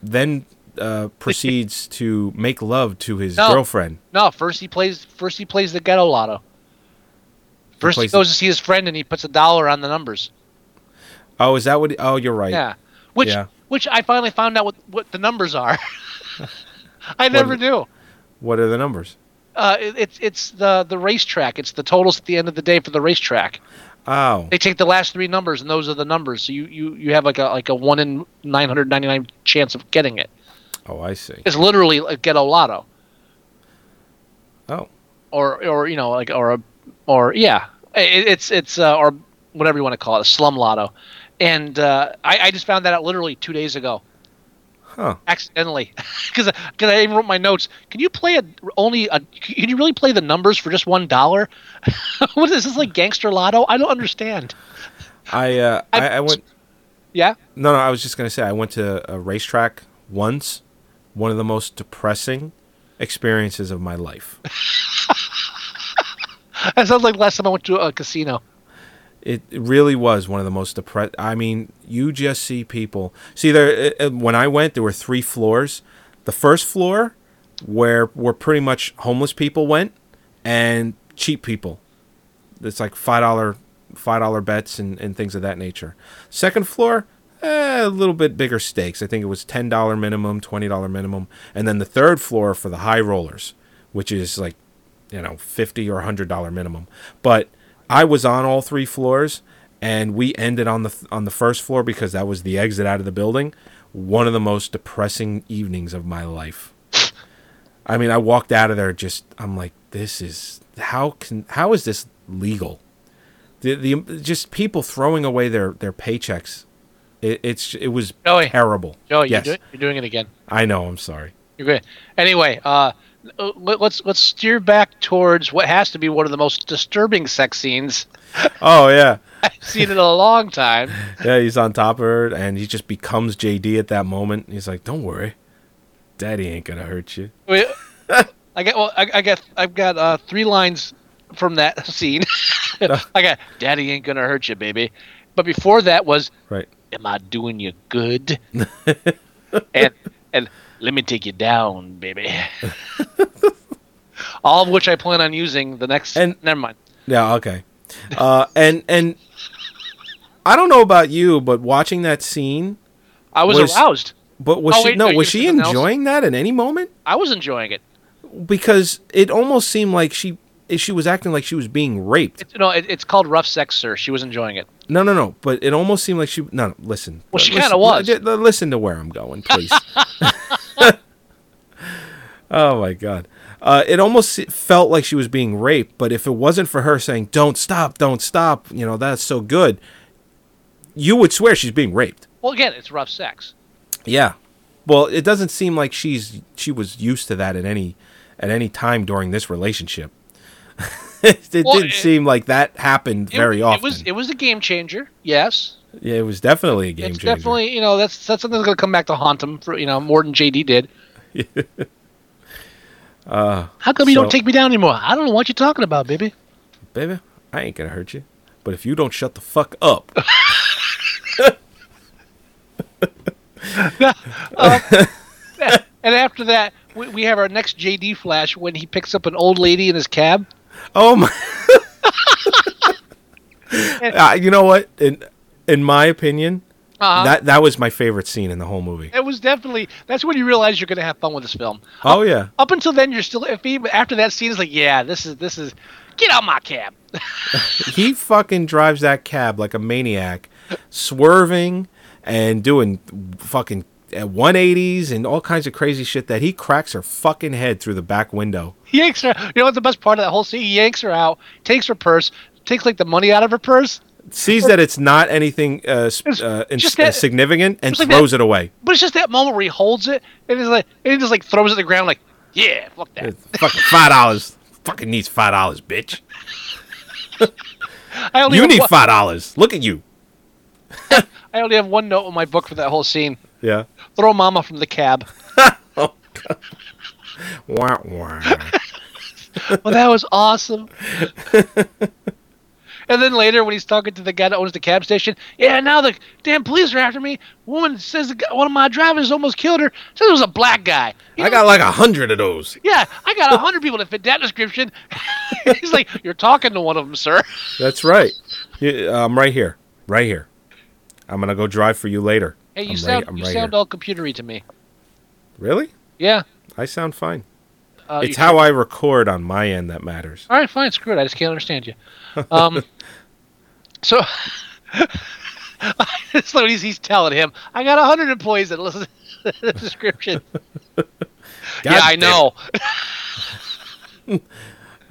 Speaker 4: then uh, proceeds to make love to his
Speaker 5: No.
Speaker 4: girlfriend.
Speaker 5: No, first he plays. First he plays the ghetto lotto. First he
Speaker 4: plays
Speaker 5: goes to see his friend and he puts a dollar on the numbers.
Speaker 4: Oh, is that what? Oh, you're right.
Speaker 5: Yeah, which
Speaker 4: Yeah.
Speaker 5: which I finally found out what what the numbers are. I never knew.
Speaker 4: What are the numbers?
Speaker 5: Uh, it, it's it's the the racetrack. It's the totals at the end of the day for the racetrack.
Speaker 4: Oh,
Speaker 5: They take the last three numbers and those are the numbers. So you you you have like a like a one in nine hundred ninety nine chance of getting it.
Speaker 4: oh, I see.
Speaker 5: It's literally a ghetto lotto.
Speaker 4: Oh,
Speaker 5: or or you know like or a or yeah it, it's it's uh, or whatever you want to call it a slum lotto and uh, I, I just found that out literally two days ago
Speaker 4: huh.
Speaker 5: accidentally because I even wrote my notes can you play a only a can you really play the numbers for just one dollar what is this like gangster lotto I don't understand
Speaker 4: I uh, I, I went.
Speaker 5: yeah
Speaker 4: No, no, I was just gonna say I went to a racetrack once. One of the most depressing experiences of my life.
Speaker 5: that sounds like last time I went to a casino
Speaker 4: It really was one of the most depressed. I mean, you just see people. See, there uh, uh, when I went, there were three floors. The first floor, where where pretty much homeless people went, and cheap people. It's like five dollar five dollar bets and, and things of that nature. Second floor, eh, a little bit bigger stakes. I think it was ten dollar minimum, twenty dollar minimum, and then the third floor for the high rollers, which is like you know fifty or hundred dollar minimum. But I was on all three floors, and we ended on the on the first floor because that was the exit out of the building. One of the most depressing evenings of my life. I mean, I walked out of there just I'm like, this is how can how is this legal? The the just people throwing away their their paychecks. It, it's it was
Speaker 5: Joey.
Speaker 4: terrible.
Speaker 5: Joey
Speaker 4: yes,
Speaker 5: you're, doing, you're doing it again
Speaker 4: I know. I'm sorry.
Speaker 5: You're good. Anyway, uh, let- let's let's steer back towards what has to be one of the most disturbing sex scenes
Speaker 4: Oh yeah,
Speaker 5: I've seen in a long time.
Speaker 4: yeah. He's on top of her, and he just becomes JD at that moment. He's like, don't worry, Daddy ain't gonna hurt you.
Speaker 5: We- I got well, I, I got I've got uh, three lines from that scene. I got "Daddy ain't gonna hurt you, baby," but before that was
Speaker 4: Right.
Speaker 5: "Am I doing you good?" and and let me take you down, baby. All of which I plan on using the next.
Speaker 4: And-
Speaker 5: never mind.
Speaker 4: Yeah, okay. Uh, and and I don't know about you, but watching that scene,
Speaker 5: I was,
Speaker 4: Was-
Speaker 5: aroused.
Speaker 4: but was
Speaker 5: Oh,
Speaker 4: she
Speaker 5: wait,
Speaker 4: no?
Speaker 5: no,
Speaker 4: Was
Speaker 5: you
Speaker 4: she
Speaker 5: said something else.
Speaker 4: enjoying that at any moment?
Speaker 5: I was enjoying it.
Speaker 4: Because it almost seemed like she eh, she was acting like she was being raped.
Speaker 5: It's, no, it, it's called rough sex, sir. She was enjoying it.
Speaker 4: No, no, no. But it almost seemed like she. No, no. Listen.
Speaker 5: Well, she
Speaker 4: Listen-
Speaker 5: kinda was.
Speaker 4: li- li- Listen to where I'm going, please. oh my god. Uh, it almost se- felt like she was being raped. But if it wasn't for her saying "Don't stop, don't stop," you know that's so good, you would swear she's being raped.
Speaker 5: Well, again, it's rough sex.
Speaker 4: Yeah. Well, it doesn't seem like she's she was used to that at any at any time during this relationship. it
Speaker 5: Well,
Speaker 4: didn't
Speaker 5: it-
Speaker 4: seem like that happened
Speaker 5: It-
Speaker 4: very often.
Speaker 5: It was it was a game changer. Yes,
Speaker 4: yeah, it was definitely a game
Speaker 5: it's
Speaker 4: changer.
Speaker 5: definitely you know that's that's something that's going to come back to haunt him for you know more than JD did. How come you
Speaker 4: Uh, so-
Speaker 5: don't take me down anymore? I don't know what you're talking about, baby.
Speaker 4: Baby, I ain't gonna hurt you. But if you don't shut the fuck up,
Speaker 5: And after that, we, we have our next JD flash when he picks up an old lady in his cab.
Speaker 4: oh my! Uh, you know what? In in my opinion,
Speaker 5: Uh-huh.
Speaker 4: That that was my favorite scene in the whole movie.
Speaker 5: It was definitely that's when you realize you're going to have fun with this film.
Speaker 4: Oh yeah,
Speaker 5: Up until then, you're still iffy, but after that scene, it's like, yeah, this is this is get out my cab.
Speaker 4: he fucking drives that cab like a maniac, swerving and doing fucking uh, 180s and all kinds of crazy shit that he cracks her fucking head through the back window.
Speaker 5: He yanks her. You know what the best part of that whole scene? He yanks her out, takes her purse, takes like the money out of her purse.
Speaker 4: Sees that it's not anything uh, s- uh, ins-
Speaker 5: just that-
Speaker 4: uh, significant and
Speaker 5: it's like
Speaker 4: throws
Speaker 5: that-
Speaker 4: it away.
Speaker 5: But it's just that moment where he holds it and he's like, and he just like throws it to the ground, like, yeah, fuck that.
Speaker 4: It's fucking five dollars. fucking needs five dollars, bitch.
Speaker 5: I only
Speaker 4: You
Speaker 5: have
Speaker 4: need
Speaker 5: one-
Speaker 4: five dollars. Look at you.
Speaker 5: I only have one note in my book for that whole scene.
Speaker 4: Yeah.
Speaker 5: Throw Mama from the cab.
Speaker 4: Wah, wah.
Speaker 5: Well, that was awesome. and then later, when he's talking to the guy that owns the cab station, yeah, now the damn police are after me. Woman says the guy, one of my drivers almost killed her. Says it was a black guy. You
Speaker 4: I
Speaker 5: know,
Speaker 4: got like a hundred of those.
Speaker 5: yeah, I got a hundred people that fit that description. he's like, you're talking to one of them, sir.
Speaker 4: That's right. You, I'm right here. Right here. I'm gonna go drive for you later.
Speaker 5: Hey, you
Speaker 4: I'm
Speaker 5: sound
Speaker 4: right, I'm
Speaker 5: you
Speaker 4: right
Speaker 5: sound
Speaker 4: here.
Speaker 5: all computery to me.
Speaker 4: Really?
Speaker 5: Yeah.
Speaker 4: I sound fine.
Speaker 5: Uh,
Speaker 4: it's
Speaker 5: you-
Speaker 4: how I record on my end that matters.
Speaker 5: All right, fine, screw it. I just can't understand you. Um, so, so he's, he's telling him, I got 100 employees that listen to the description. yeah, I
Speaker 4: damn
Speaker 5: know.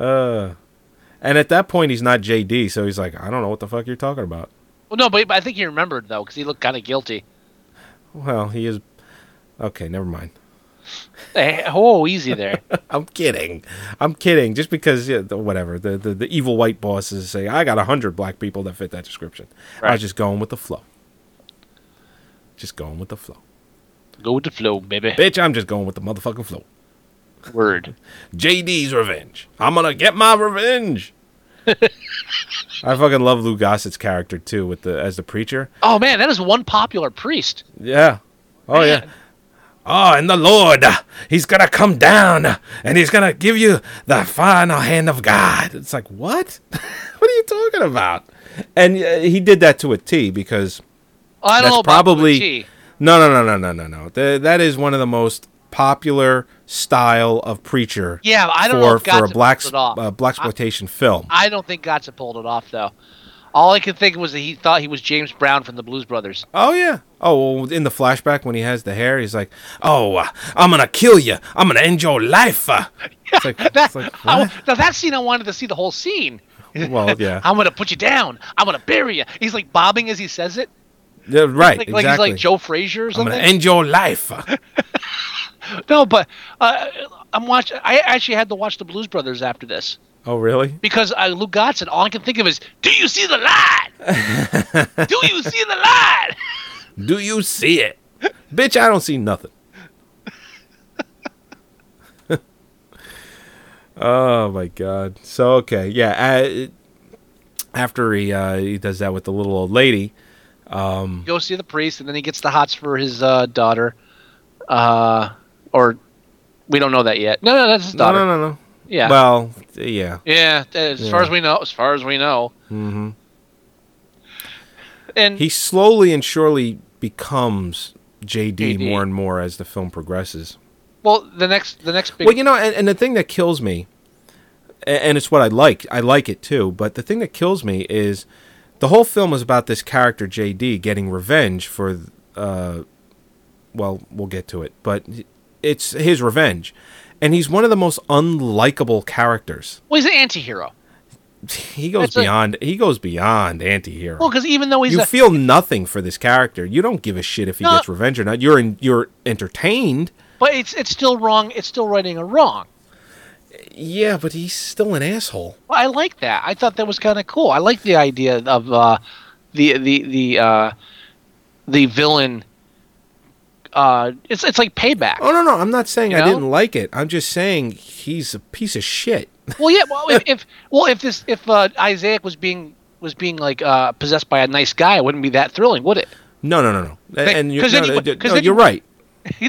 Speaker 4: And at that point, he's not JD, so he's like, I don't know what the fuck you're talking about.
Speaker 5: Well, no, but, but I think he remembered, though, because he looked kind of guilty.
Speaker 4: Well, he is. Okay, never mind.
Speaker 5: Eh, Oh, easy there.
Speaker 4: I'm kidding. I'm kidding. Just because, yeah, the- whatever. The, the the evil white bosses say, I got a hundred black people that fit that description. I
Speaker 5: Right.
Speaker 4: was just going with the flow. Just going with the flow,
Speaker 5: Go with the flow, baby.
Speaker 4: bitch. I'm just going with the motherfucking flow.
Speaker 5: Word.
Speaker 4: JD's revenge. I'm gonna get my revenge. I fucking love Lou Gossett's character too, with the as the preacher.
Speaker 5: Oh, man, that is one popular priest.
Speaker 4: Yeah. Oh yeah. Oh, and the Lord, uh, He's gonna come down uh, and He's gonna give you the final hand of God. It's like what? what are you talking about? And uh, he did that to a T because
Speaker 5: Oh, I don't
Speaker 4: that's
Speaker 5: know about
Speaker 4: probably
Speaker 5: Gucci.
Speaker 4: no, no, no, no, no, no, no. Th- that is one of the most popular style of preacher.
Speaker 5: Yeah, I don't
Speaker 4: for,
Speaker 5: know if
Speaker 4: for a
Speaker 5: Gotze
Speaker 4: black
Speaker 5: pulled it off.
Speaker 4: uh, black exploitation film.
Speaker 5: I don't think Gotza pulled it off, though. All I could think was that he thought he was James Brown from the Blues Brothers.
Speaker 4: Oh yeah. Oh, well, in the flashback when he has the hair, he's like, "Oh, uh, I'm gonna kill you. I'm gonna end your life." Uh. It's like, it's like
Speaker 5: I,
Speaker 4: what?
Speaker 5: Oh, now, that scene, I wanted to see the whole scene.
Speaker 4: well, yeah,
Speaker 5: I'm gonna put you down. I'm gonna bury you. He's like bobbing as he says it.
Speaker 4: Yeah, right,
Speaker 5: Like,
Speaker 4: exactly.
Speaker 5: like he's like Joe Frazier or
Speaker 4: I'm
Speaker 5: something.
Speaker 4: gonna end your life. Uh.
Speaker 5: no, but uh, I'm watch. I actually had to watch the Blues Brothers after this
Speaker 4: oh, really?
Speaker 5: because uh, Lou Gottson. All I can think of is, "Do you see the light? Do you see the light?"
Speaker 4: Do you see it, bitch? I don't see nothing. oh my god. So okay, yeah. Uh, after he uh, he does that with the little old lady,
Speaker 5: Go see the priest, and then he gets the hots for his uh, daughter, uh, or we don't know that yet. No, no, that's his
Speaker 4: no,
Speaker 5: daughter.
Speaker 4: no, no, no.
Speaker 5: Yeah.
Speaker 4: Well, yeah.
Speaker 5: Yeah, uh, as far
Speaker 4: Yeah.
Speaker 5: as we know, as far as we know. Mm-hmm. And
Speaker 4: he slowly and surely becomes JD,
Speaker 5: JD.
Speaker 4: more and more as the film progresses.
Speaker 5: well, the next, the next big.
Speaker 4: Well, you know, and, and the thing that kills me, a- and it's what I like, I like it too, but the thing that kills me is the whole film is about this character JD getting revenge for, uh, well, we'll get to it, but it's his revenge. And he's one of the most unlikable characters.
Speaker 5: well, he's an anti-hero.
Speaker 4: He goes
Speaker 5: That's a-
Speaker 4: beyond. he goes beyond anti-hero.
Speaker 5: Well, because even though he's
Speaker 4: you
Speaker 5: a,
Speaker 4: feel nothing for this character. You don't give a shit if he
Speaker 5: No.
Speaker 4: gets revenge or not. You're in, you're entertained.
Speaker 5: but it's it's still wrong. It's still righting a wrong.
Speaker 4: Yeah, but he's still an asshole.
Speaker 5: Well, I like that. I thought that was kind of cool. I like the idea of uh, the the the uh, the villain. Uh, it's it's like payback.
Speaker 4: Oh no, no, I'm not saying
Speaker 5: You
Speaker 4: I
Speaker 5: know?
Speaker 4: didn't like it. I'm just saying he's a piece of shit.
Speaker 5: Well, yeah. Well, if, if well if this if uh, Isaac was being was being like uh, possessed by a nice guy, it wouldn't be that thrilling, would it?
Speaker 4: No, no, no, no. A-
Speaker 5: Like,
Speaker 4: And you're,
Speaker 5: 'cause then
Speaker 4: no,
Speaker 5: you would-
Speaker 4: no,
Speaker 5: 'cause
Speaker 4: no,
Speaker 5: then
Speaker 4: you're
Speaker 5: you-
Speaker 4: right.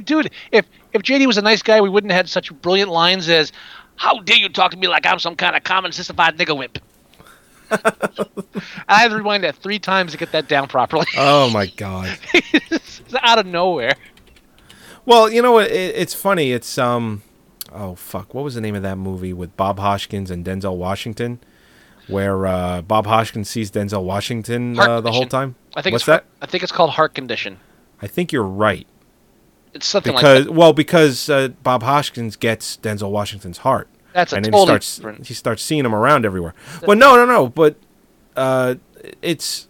Speaker 5: dude, if if JD was a nice guy, we wouldn't have had such brilliant lines as "How dare you talk to me like I'm some kind of common sissified nigger whip." I had to rewind that three times to get that down properly.
Speaker 4: Oh my god.
Speaker 5: it's out of nowhere.
Speaker 4: Well, you know what? It, it's funny. It's um, oh fuck, what was the name of that movie with Bob Hoskins and Denzel Washington, where uh, Bob Hoskins sees Denzel Washington
Speaker 5: Heart
Speaker 4: uh, the whole
Speaker 5: condition.
Speaker 4: time?
Speaker 5: I think
Speaker 4: What's
Speaker 5: it's,
Speaker 4: that?
Speaker 5: I think it's called heart condition.
Speaker 4: I think you're right
Speaker 5: It's something like
Speaker 4: because well because uh, Bob Hoskins gets Denzel Washington's heart.
Speaker 5: That's a
Speaker 4: and then
Speaker 5: totally
Speaker 4: he starts
Speaker 5: different-
Speaker 4: he starts seeing him around everywhere. But no, no, no. But uh, it's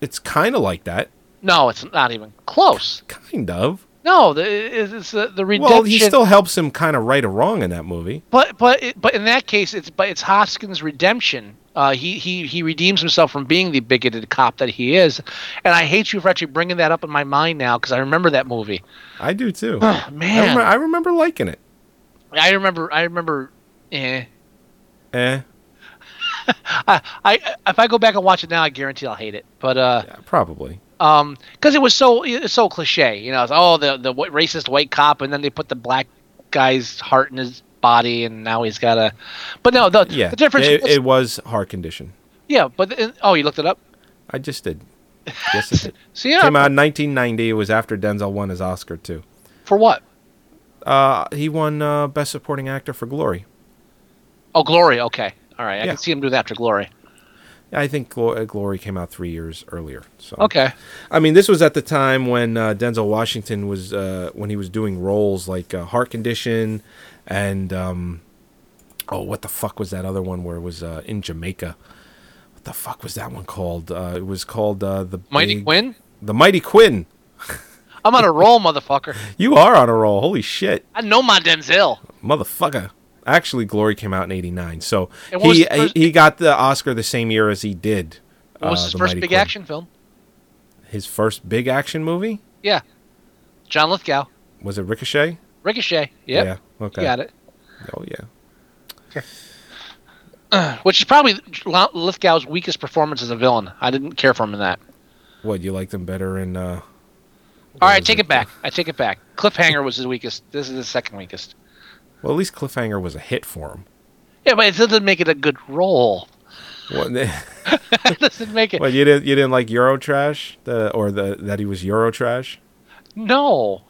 Speaker 4: it's kind of like that,
Speaker 5: No, it's not even close.
Speaker 4: kind of.
Speaker 5: No, the, it's, it's the, the redemption.
Speaker 4: Well, he still helps him kind of right or wrong in that movie.
Speaker 5: But but it, but in that case, it's but it's Hoskins' redemption. Uh, he he he redeems himself from being the bigoted cop that he is, and I hate you for actually bringing that up in my mind now because I remember that movie. Oh,
Speaker 4: I do too. I
Speaker 5: man.
Speaker 4: remember, I remember liking it.
Speaker 5: I remember I remember. Eh.
Speaker 4: Eh,
Speaker 5: I, I if I go back and watch it now, I guarantee I'll hate it. But uh,
Speaker 4: probably.
Speaker 5: um, because it was so it's so cliche, you know. It's oh the the wh- racist white cop, and then they put the black guy's heart in his body, and now he's got a. But no, the
Speaker 4: Yeah,
Speaker 5: the difference.
Speaker 4: It,
Speaker 5: was-
Speaker 4: it was heart condition.
Speaker 5: yeah, but the- oh, you looked it up.
Speaker 4: I just did. Yes, it did.
Speaker 5: So yeah,
Speaker 4: Came out in 1990. It was after Denzel won his Oscar too.
Speaker 5: for what?
Speaker 4: Uh, he won uh, Best Supporting Actor for Glory.
Speaker 5: Oh, Glory. Okay, all right. I
Speaker 4: Yeah.
Speaker 5: can see him do that after Glory.
Speaker 4: I think Glo- uh, Glory came out three years earlier. So
Speaker 5: Okay.
Speaker 4: I mean, this was at the time when uh, Denzel Washington was uh, when he was doing roles like uh, Heart Condition, and um, oh, what the fuck was that other one where it was uh, in Jamaica? What the fuck was that one called? Uh, it was called uh, the
Speaker 5: Mighty
Speaker 4: Big-
Speaker 5: Quinn.
Speaker 4: The Mighty Quinn.
Speaker 5: I'm on a roll, motherfucker.
Speaker 4: You are on a roll. Holy shit,
Speaker 5: I know my Denzel.
Speaker 4: motherfucker! Actually, Glory came out in '89, so
Speaker 5: And what was
Speaker 4: he
Speaker 5: the first-
Speaker 4: he got the Oscar the same year as he did.
Speaker 5: What was
Speaker 4: uh,
Speaker 5: his
Speaker 4: The
Speaker 5: first
Speaker 4: Mighty
Speaker 5: big
Speaker 4: Quinn.
Speaker 5: action film?
Speaker 4: His first big action movie
Speaker 5: Yeah, John Lithgow,
Speaker 4: was it Ricochet?
Speaker 5: Ricochet. Yep.
Speaker 4: Yeah. Okay.
Speaker 5: You got it.
Speaker 4: Oh yeah.
Speaker 5: Which is probably L- Lithgow's weakest performance as a villain. I didn't care for him in that.
Speaker 4: What you liked him better in? Uh,
Speaker 5: All right, take it back. I take it back. Cliffhanger was his weakest. This is his second weakest.
Speaker 4: well, at least Cliffhanger was a hit for him.
Speaker 5: Yeah, but it doesn't make it a good role.
Speaker 4: What,
Speaker 5: it doesn't make it.
Speaker 4: what you didn't you didn't like Eurotrash the or the that he was Eurotrash?
Speaker 5: No,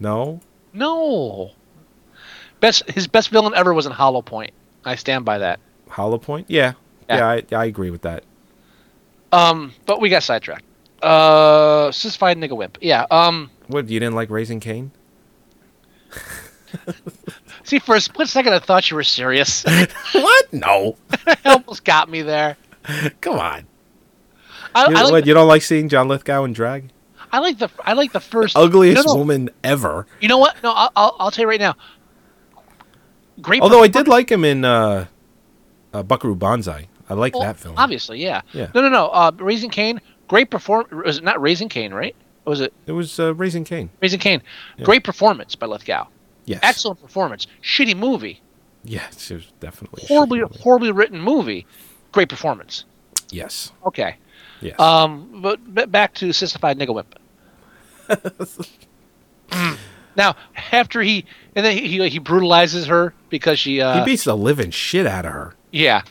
Speaker 4: No.
Speaker 5: no. Best his best villain ever was in Hollow Point. I stand by that.
Speaker 4: Hollow Point. Yeah.
Speaker 5: Yeah.
Speaker 4: Yeah, I, I agree with that.
Speaker 5: Um, but we got sidetracked. Uh, Sisfied nigga wimp. Yeah. Um,
Speaker 4: What you didn't like Raising Cain?
Speaker 5: see, for a split second, I thought you were serious. it
Speaker 4: what? No.
Speaker 5: almost got me there.
Speaker 4: Come on.
Speaker 5: I,
Speaker 4: You,
Speaker 5: I like
Speaker 4: what, you don't like seeing John Lithgow in drag?
Speaker 5: I like the I like the first
Speaker 4: Ugliest
Speaker 5: No, no.
Speaker 4: woman ever.
Speaker 5: You know what? No, I'll I'll, I'll tell you right now. Great.
Speaker 4: Although I did like him in uh, uh, Buckaroo Banzai. I like
Speaker 5: performance-
Speaker 4: that film.
Speaker 5: Obviously, yeah.
Speaker 4: Yeah.
Speaker 5: No, no, no. Uh, Raising Cain. Great perform. Was it not Raising Cain? Right? Or Was it
Speaker 4: It was uh, Raising Cain.
Speaker 5: Raising Cain? Great performance by Lithgow.
Speaker 4: Yes.
Speaker 5: Excellent performance. Shitty movie.
Speaker 4: Yes, it was definitely a shitty
Speaker 5: Horribly
Speaker 4: movie.
Speaker 5: horribly written movie. Great performance.
Speaker 4: Yes.
Speaker 5: Okay.
Speaker 4: Yes.
Speaker 5: Um, but b- back to Sissified Nigga Whip. now, after he and then he he brutalizes her because she uh
Speaker 4: he beats the living shit out of her.
Speaker 5: yeah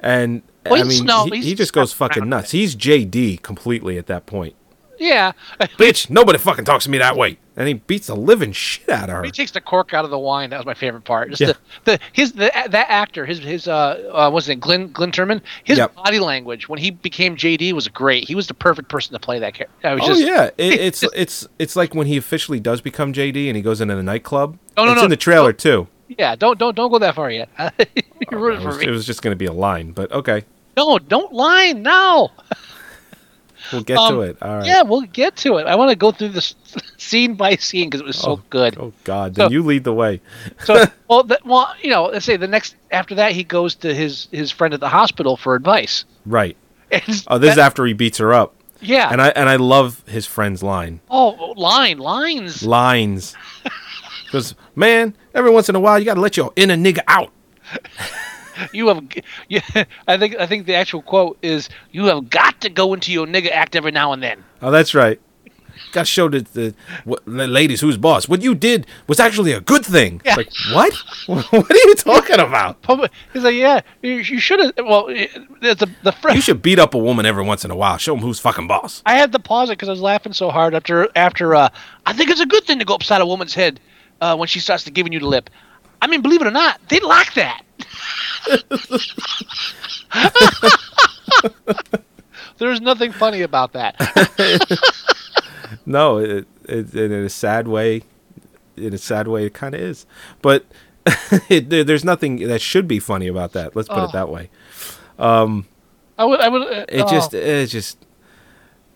Speaker 4: And
Speaker 5: Well,
Speaker 4: I
Speaker 5: he's-
Speaker 4: mean,
Speaker 5: no,
Speaker 4: he,
Speaker 5: he's
Speaker 4: he
Speaker 5: just
Speaker 4: just goes
Speaker 5: not
Speaker 4: fucking
Speaker 5: around
Speaker 4: nuts. He's JD completely at that point.
Speaker 5: yeah
Speaker 4: Bitch, nobody fucking talks to me that way. And he beats the living shit out of her.
Speaker 5: He takes the cork out of the wine. That was my favorite part. Just
Speaker 4: Yeah.
Speaker 5: the, the his the, that actor his his uh, uh was it Glenn Glenn Turman? His
Speaker 4: Yep.
Speaker 5: body language when he became JD was great. He was the perfect person to play that character. I was
Speaker 4: Oh
Speaker 5: just
Speaker 4: yeah, it, it's it's it's like when he officially does become JD and he goes into the nightclub.
Speaker 5: No, no,
Speaker 4: it's
Speaker 5: no.
Speaker 4: in the trailer too.
Speaker 5: yeah. Don't don't don't go that far yet. You're
Speaker 4: It
Speaker 5: rooting for
Speaker 4: Oh, was,
Speaker 5: me.
Speaker 4: it was just going to be a line, but okay,
Speaker 5: No, don't lie now.
Speaker 4: we'll get
Speaker 5: Um,
Speaker 4: to it. All right.
Speaker 5: Yeah, we'll get to it. I want to go through this scene by scene because it was so good.
Speaker 4: Oh God, then
Speaker 5: So-
Speaker 4: you lead the way.
Speaker 5: So well, the, well, you know, let's say the next after that he goes to his his friend at the hospital for advice.
Speaker 4: Right.
Speaker 5: And
Speaker 4: Oh, this is
Speaker 5: that-
Speaker 4: after he beats her up.
Speaker 5: yeah.
Speaker 4: And I and I love his friend's line.
Speaker 5: oh, line lines.
Speaker 4: lines. Because man, every once in a while you gotta let your inner nigga out.
Speaker 5: You have, yeah, I think I think the actual quote is, "You have got to go into your nigga act every now and then."
Speaker 4: Oh, that's right. Got to show the, the, what, the ladies who's boss. What you did was actually a good thing. It's
Speaker 5: Yeah.
Speaker 4: Like what? what are you talking about?
Speaker 5: Public, he's like, yeah, you, you should have. Well, it's a, the
Speaker 4: You
Speaker 5: first.
Speaker 4: should beat up a woman every once in a while. Show them who's fucking boss.
Speaker 5: I had to pause it because I was laughing so hard after after. Uh, I think it's a good thing to go upside a woman's head uh, when she starts to giving you the lip. I mean, believe it or not, they like that. There's nothing funny about that.
Speaker 4: No, it, it, in a sad way, in a sad way, it kind of is. But it, there, there's nothing that should be funny about that. Let's put
Speaker 5: Oh.
Speaker 4: it that way.
Speaker 5: I would. I would. Uh,
Speaker 4: It
Speaker 5: oh.
Speaker 4: just, it just,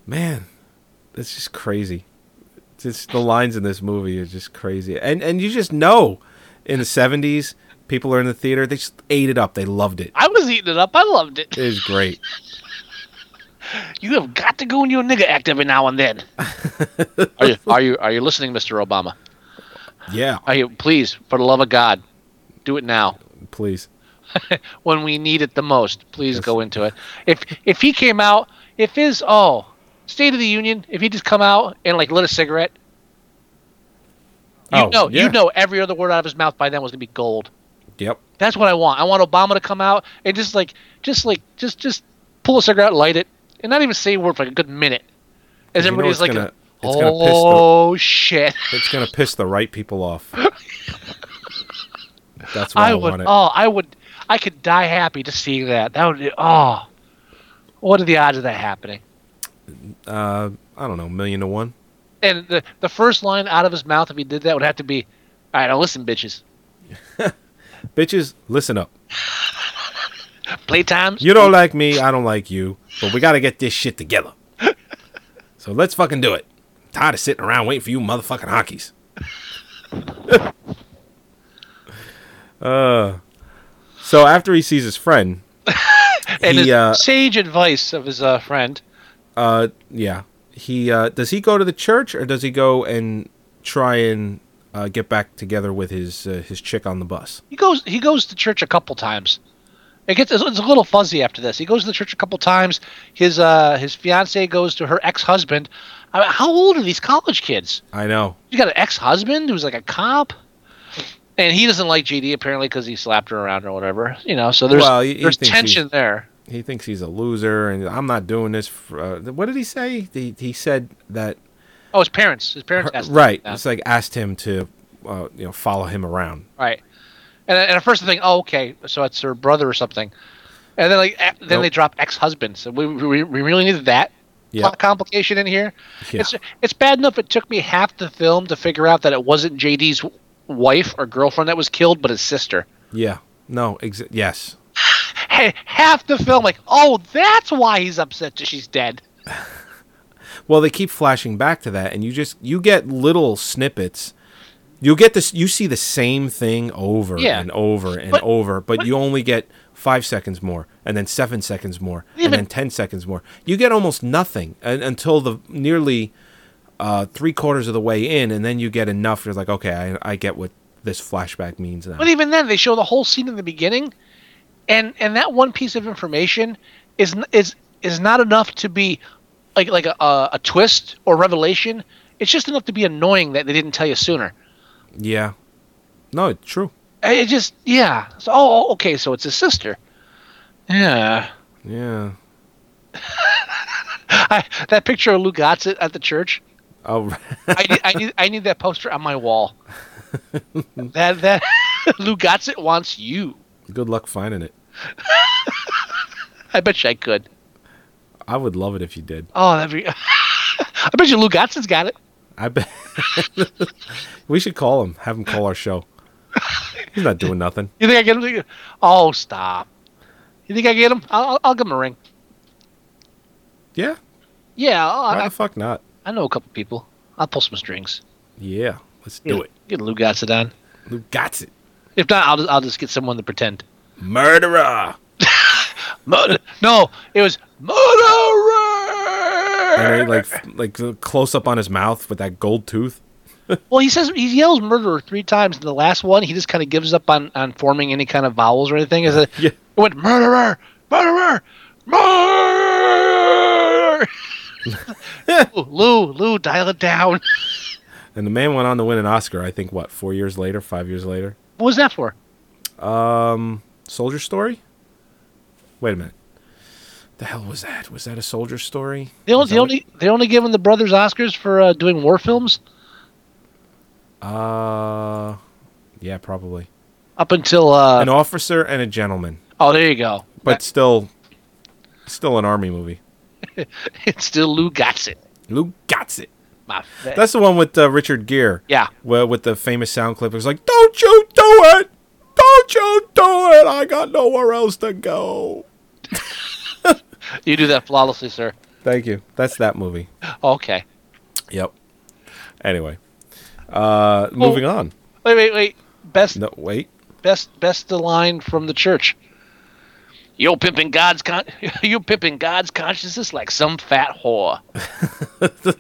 Speaker 4: man, that's just crazy. Just the lines in this movie are just crazy, and and you just know, in the '70s, people are in the theater. They just ate it up. They loved it.
Speaker 5: I was eating it up. I loved it.
Speaker 4: It was great.
Speaker 5: You have got to go into a nigga act every now and then. are you? Are you? Are you listening, Mr. Obama?
Speaker 4: Yeah,
Speaker 5: Are you? Please, for the love of God, do it now.
Speaker 4: please.
Speaker 5: when we need it the most. Please
Speaker 4: Yes.
Speaker 5: go into it. If if he came out, if his oh State of the Union, if he just come out and like lit a cigarette, you
Speaker 4: Oh,
Speaker 5: know,
Speaker 4: yeah.
Speaker 5: you know, every other word out of his mouth by then was gonna be gold.
Speaker 4: Yep.
Speaker 5: That's what I want. I want Obama to come out and just like, just like, just just pull a cigarette, light it, and not even say a word for like a good minute. As
Speaker 4: You know
Speaker 5: everybody's
Speaker 4: it's
Speaker 5: like,
Speaker 4: gonna- it's gonna piss the-
Speaker 5: oh shit.
Speaker 4: It's gonna piss the right people off. That's why I,
Speaker 5: I would.
Speaker 4: want it.
Speaker 5: Oh, I would. I could die happy to see that. That would. be- Oh, what are the odds of that happening?
Speaker 4: I don't know, million to one.
Speaker 5: And the the first line out of his mouth if he did that would have to be, "All right, now listen, bitches,
Speaker 4: Bitches, listen up.
Speaker 5: playtimes."
Speaker 4: You don't like me, I don't like you, but we gotta get this shit together. So let's fucking do it. tired of sitting around waiting for you motherfucking honkies. uh, so after he sees his friend,
Speaker 5: and
Speaker 4: he,
Speaker 5: his
Speaker 4: uh,
Speaker 5: sage advice of his uh, friend.
Speaker 4: uh, yeah, he uh, does he go to the church or does he go and try and uh, get back together with his uh, his chick on the bus?
Speaker 5: He goes. He goes to church a couple times. It gets. It's a little fuzzy after this. He goes to the church a couple times. His uh his fiance goes to her ex husband. I mean, how old are these college kids?
Speaker 4: I know.
Speaker 5: You got an ex-husband who's like a cop, and he doesn't like GD apparently because he slapped her around or whatever. You know, so there's
Speaker 4: Well, he- he
Speaker 5: there's
Speaker 4: thinks
Speaker 5: tension
Speaker 4: he's-
Speaker 5: there.
Speaker 4: he thinks he's a loser and I'm not doing this. For, uh, what did he say? He, he said that
Speaker 5: Oh, his parents, his parents asked. him
Speaker 4: right.
Speaker 5: that.
Speaker 4: It's like asked him to uh, you know follow him around.
Speaker 5: right. And, and at first I think, oh, okay, so it's her brother or something, and then like a- then
Speaker 4: Nope.
Speaker 5: they drop ex-husband. So we we, we really needed that
Speaker 4: Yeah.
Speaker 5: plot complication in here.
Speaker 4: Yeah.
Speaker 5: It's it's bad enough it took me half the film to figure out that it wasn't JD's wife or girlfriend that was killed, but his sister.
Speaker 4: Yeah. No. Ex- yes.
Speaker 5: Hey, half the film, like, oh, that's why he's upset that she's dead.
Speaker 4: Well, they keep flashing back to that, and you just you get little snippets. You get this. You see the same thing over
Speaker 5: Yeah.
Speaker 4: and over and
Speaker 5: But-
Speaker 4: over, but,
Speaker 5: but-
Speaker 4: you only get five seconds more, and then seven seconds more, and
Speaker 5: Even-
Speaker 4: then ten seconds more. You get almost nothing un- until the nearly uh, three quarters of the way in, and then you get enough. You're like, okay, I, I get what this flashback means now.
Speaker 5: But even then, they show the whole scene in the beginning, and and that one piece of information is n- is is not enough to be like like a, a, a twist or revelation. It's just enough to be annoying that they didn't tell you sooner.
Speaker 4: yeah, no, it's true.
Speaker 5: I- It just yeah. So oh oh, okay, so it's his sister. Yeah.
Speaker 4: Yeah.
Speaker 5: I, that picture of Lou Gossett at the church.
Speaker 4: Oh,
Speaker 5: I need, I need I need that poster on my wall. that that Lou Gossett wants you.
Speaker 4: good luck finding it.
Speaker 5: I bet you I could.
Speaker 4: I would love it if you did.
Speaker 5: Oh, that'd be. I bet you Lou Gossett's got it.
Speaker 4: I bet. we should call him. Have him call our show. He's not doing nothing.
Speaker 5: You think I get him? Oh, stop. You think I get him? I'll, I'll, I'll give him a ring.
Speaker 4: Yeah.
Speaker 5: Yeah, I'll,
Speaker 4: Why
Speaker 5: I,
Speaker 4: the fuck not?
Speaker 5: I know a couple people. I'll pull some strings.
Speaker 4: Yeah. Let's do it.
Speaker 5: Get Lou Gossett on.
Speaker 4: Who got it?
Speaker 5: If not, I'll just, I'll just get someone to pretend.
Speaker 4: Murderer.
Speaker 5: Murder. no, it was murderer.
Speaker 4: And they, like like close up on his mouth with that gold tooth.
Speaker 5: Well, he says he yells murderer three times. And the last one, he just kind of gives up on, on forming any kind of vowels or anything. Is it?
Speaker 4: Yeah.
Speaker 5: It went murderer, murderer, murderer. Lou, Lou, Lou, dial it down.
Speaker 4: And the man went on to win an Oscar, I think, what, four years later, five years later?
Speaker 5: What was that for?
Speaker 4: Um, Soldier Story? Wait a minute. The hell was that? Was that a Soldier Story?
Speaker 5: They only, they only, they only giving the brothers Oscars for uh, doing war films
Speaker 4: Uh, yeah, probably.
Speaker 5: up until. Uh,
Speaker 4: an officer and a gentleman,
Speaker 5: oh, there you go.
Speaker 4: but still, still an army movie.
Speaker 5: it's still Lou Gossett.
Speaker 4: Lou Gossett.
Speaker 5: My fa-
Speaker 4: That's the one with uh, Richard Gere.
Speaker 5: Yeah.
Speaker 4: Well, with the famous sound clip, it was like, "Don't you do it! Don't you do it! I got nowhere else to go."
Speaker 5: you do that flawlessly, sir.
Speaker 4: Thank you. That's that movie.
Speaker 5: Okay.
Speaker 4: Yep. Anyway, uh, moving
Speaker 5: Oh.
Speaker 4: on.
Speaker 5: Wait, wait, wait. Best,
Speaker 4: No, wait.
Speaker 5: best, best line from the church. Yo, pimping God's con- you pimping God's consciousness like some fat whore.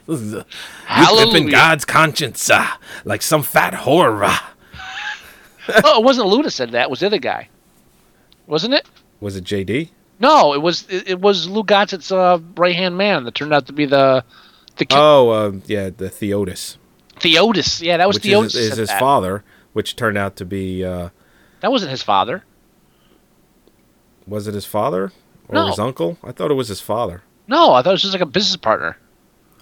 Speaker 4: You're
Speaker 5: Hallelujah.
Speaker 4: flipping God's conscience uh, like some fat whore. uh.
Speaker 5: oh, it wasn't Lou that said that. It was the other guy, wasn't it?
Speaker 4: Was it JD?
Speaker 5: No, it was it, it was Lou Gossett's uh, right hand man that turned out to be the the ki-
Speaker 4: Oh, um, yeah, the Theotis,
Speaker 5: Theotis. Yeah, that was
Speaker 4: which
Speaker 5: Theotis.
Speaker 4: is, is
Speaker 5: Oh, said
Speaker 4: his
Speaker 5: that.
Speaker 4: father, which turned out to be uh,
Speaker 5: That wasn't his father.
Speaker 4: was it his father or
Speaker 5: No.
Speaker 4: his uncle? I thought it was his father.
Speaker 5: No, I thought it was just like a business partner.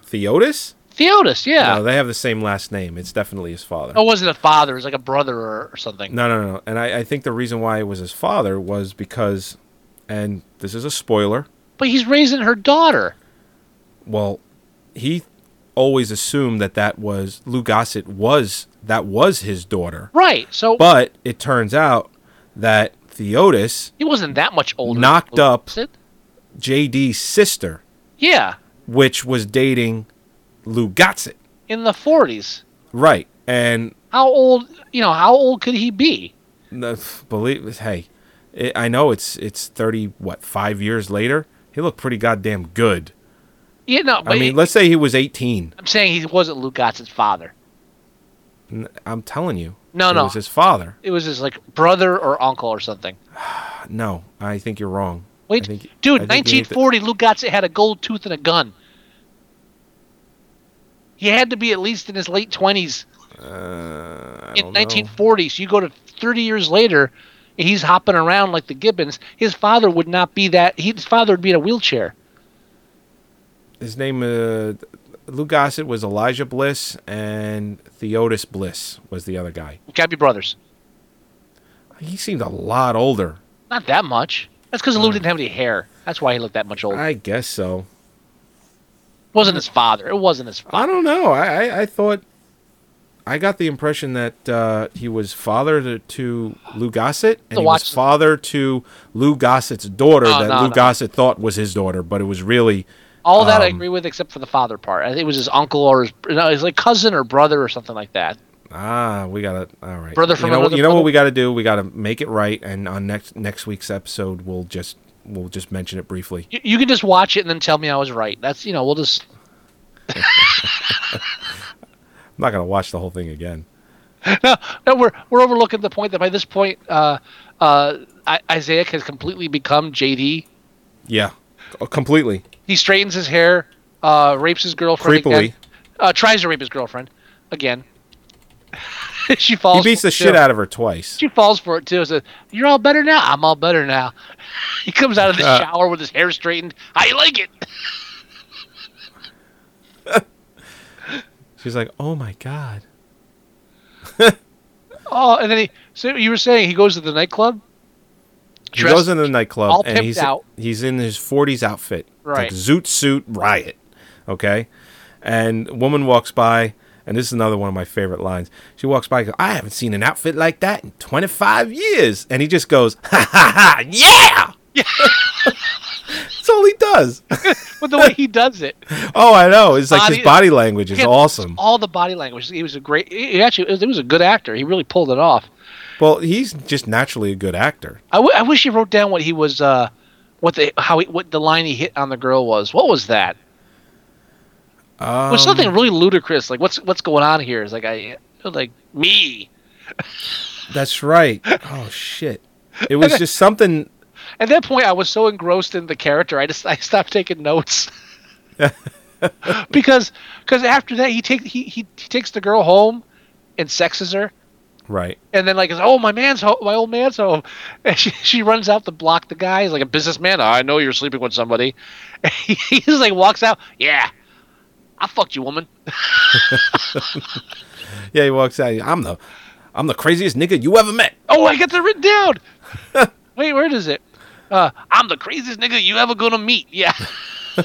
Speaker 4: Theotis?
Speaker 5: Theotis, yeah.
Speaker 4: No, they have the same last name. It's definitely his father.
Speaker 5: Oh, it wasn't a father. It was like a brother or, or something.
Speaker 4: No, no, no, no. And I, I think the reason why it was his father was because, and this is a spoiler.
Speaker 5: But he's raising her daughter.
Speaker 4: Well, he always assumed that that was Lou Gossett was that was his daughter,
Speaker 5: Right. So
Speaker 4: but it turns out that Theotis,
Speaker 5: he wasn't that much older.
Speaker 4: Knocked
Speaker 5: than
Speaker 4: up.
Speaker 5: Gossett.
Speaker 4: JD's sister,
Speaker 5: Yeah,
Speaker 4: which was dating Lou Gossett,
Speaker 5: in the 40s.
Speaker 4: right? And
Speaker 5: How old, you know, how old could he be?
Speaker 4: No, pff, believe hey, it, I know it's it's thirty what five years later. He looked pretty goddamn good.
Speaker 5: Yeah, no, but
Speaker 4: I mean, let's say he was eighteen.
Speaker 5: I'm saying he wasn't Lou Gossett's father.
Speaker 4: N- I'm telling you,
Speaker 5: No,
Speaker 4: it
Speaker 5: no.
Speaker 4: was his father.
Speaker 5: It was his like brother or uncle or something.
Speaker 4: No, I think you're wrong.
Speaker 5: Wait,
Speaker 4: I think-
Speaker 5: dude,
Speaker 4: I think he ate the-
Speaker 5: 1940, Lou Gossett had a gold tooth and a gun. He had to be at least in his late 20s
Speaker 4: Uh, I
Speaker 5: in
Speaker 4: don't know.
Speaker 5: 1940. So you go to 30 years later, and he's hopping around like the Gibbons. His father would not be that. His father would be in a wheelchair.
Speaker 4: His name, uh, Lou Gossett, was Elijah Bliss, and Theotis Bliss was the other guy.
Speaker 5: Gotta be brothers.
Speaker 4: He seemed a lot older.
Speaker 5: Not that much. That's because Lou didn't have any hair. That's why he looked that much older.
Speaker 4: I guess so.
Speaker 5: It wasn't his father. It wasn't his.
Speaker 4: I don't know. I, I, I thought I got the impression that uh, he was father to, to Lou Gossett, and
Speaker 5: To
Speaker 4: he
Speaker 5: watch-
Speaker 4: was father to Lou Gossett's daughter
Speaker 5: Oh,
Speaker 4: that
Speaker 5: no,
Speaker 4: Lou
Speaker 5: no.
Speaker 4: Gossett thought was his daughter, but it was really
Speaker 5: All that I
Speaker 4: Um,
Speaker 5: agree with, except for the father part. I think It was his uncle or his, no, his like cousin or brother or something like that.
Speaker 4: ah, we gotta all right,
Speaker 5: Brother from
Speaker 4: you know,
Speaker 5: another
Speaker 4: you know
Speaker 5: brother?
Speaker 4: what we gotta do? We gotta make it right, and on next next week's episode, we'll just we'll just mention it briefly.
Speaker 5: You, you can just watch it and then tell me I was right. That's you know we'll just
Speaker 4: I'm not gonna watch the whole thing again.
Speaker 5: no we're we're overlooking the point that by this point uh, uh, I, Isaiah has completely become JD.
Speaker 4: Yeah, Oh, completely.
Speaker 5: He straightens his hair, uh, rapes his girlfriend
Speaker 4: Creepily.
Speaker 5: again, uh, tries to rape his girlfriend again. she
Speaker 4: He
Speaker 5: falls.
Speaker 4: beats
Speaker 5: for
Speaker 4: the
Speaker 5: it,
Speaker 4: shit
Speaker 5: too.
Speaker 4: out of her twice.
Speaker 5: She falls for it too. Says, "You're all better now. I'm all better now." he comes out of the
Speaker 4: Uh.
Speaker 5: shower with his hair straightened. I like it.
Speaker 4: She's like, "Oh my god."
Speaker 5: Oh, and then he. So you were saying he goes to the nightclub.
Speaker 4: He
Speaker 5: Dressed-
Speaker 4: goes into the nightclub
Speaker 5: all pimped
Speaker 4: and he's
Speaker 5: out.
Speaker 4: he's in his 40s outfit,
Speaker 5: Right.
Speaker 4: like zoot suit riot, okay. And a woman walks by, and this is another one of my favorite lines. She walks by, and goes, I haven't seen an outfit like that in 25 years, and he just goes, ha ha ha, yeah. That's all he does.
Speaker 5: But the way he does it,
Speaker 4: Oh, I know. It's like
Speaker 5: Body-
Speaker 4: his body language is
Speaker 5: Again,
Speaker 4: awesome.
Speaker 5: All the body language. He was a great. He actually, he was a good actor. He really pulled it off.
Speaker 4: Well, he's just naturally a good actor.
Speaker 5: I, w- I wish he wrote down what he was. Uh, what the how he, what the line he hit on the girl was. What was that?
Speaker 4: Um,
Speaker 5: It was something really ludicrous. Like what's what's going on here? It's like I like me.
Speaker 4: That's right. Oh shit! It was just something
Speaker 5: At that point, I was so engrossed in the character, I just I stopped taking notes. because because after that he takes he, he he takes the girl home and sexes her
Speaker 4: Right.
Speaker 5: and then like it's, oh my man's home my old man's home and she, she runs out to block the guy he's like a businessman i know you're sleeping with somebody and he, he just like walks out yeah i fucked you woman
Speaker 4: Yeah, he walks out. I'm the, I'm the craziest nigga you ever met.
Speaker 5: oh i got that written down wait where is it uh, i'm the craziest nigga you ever gonna meet yeah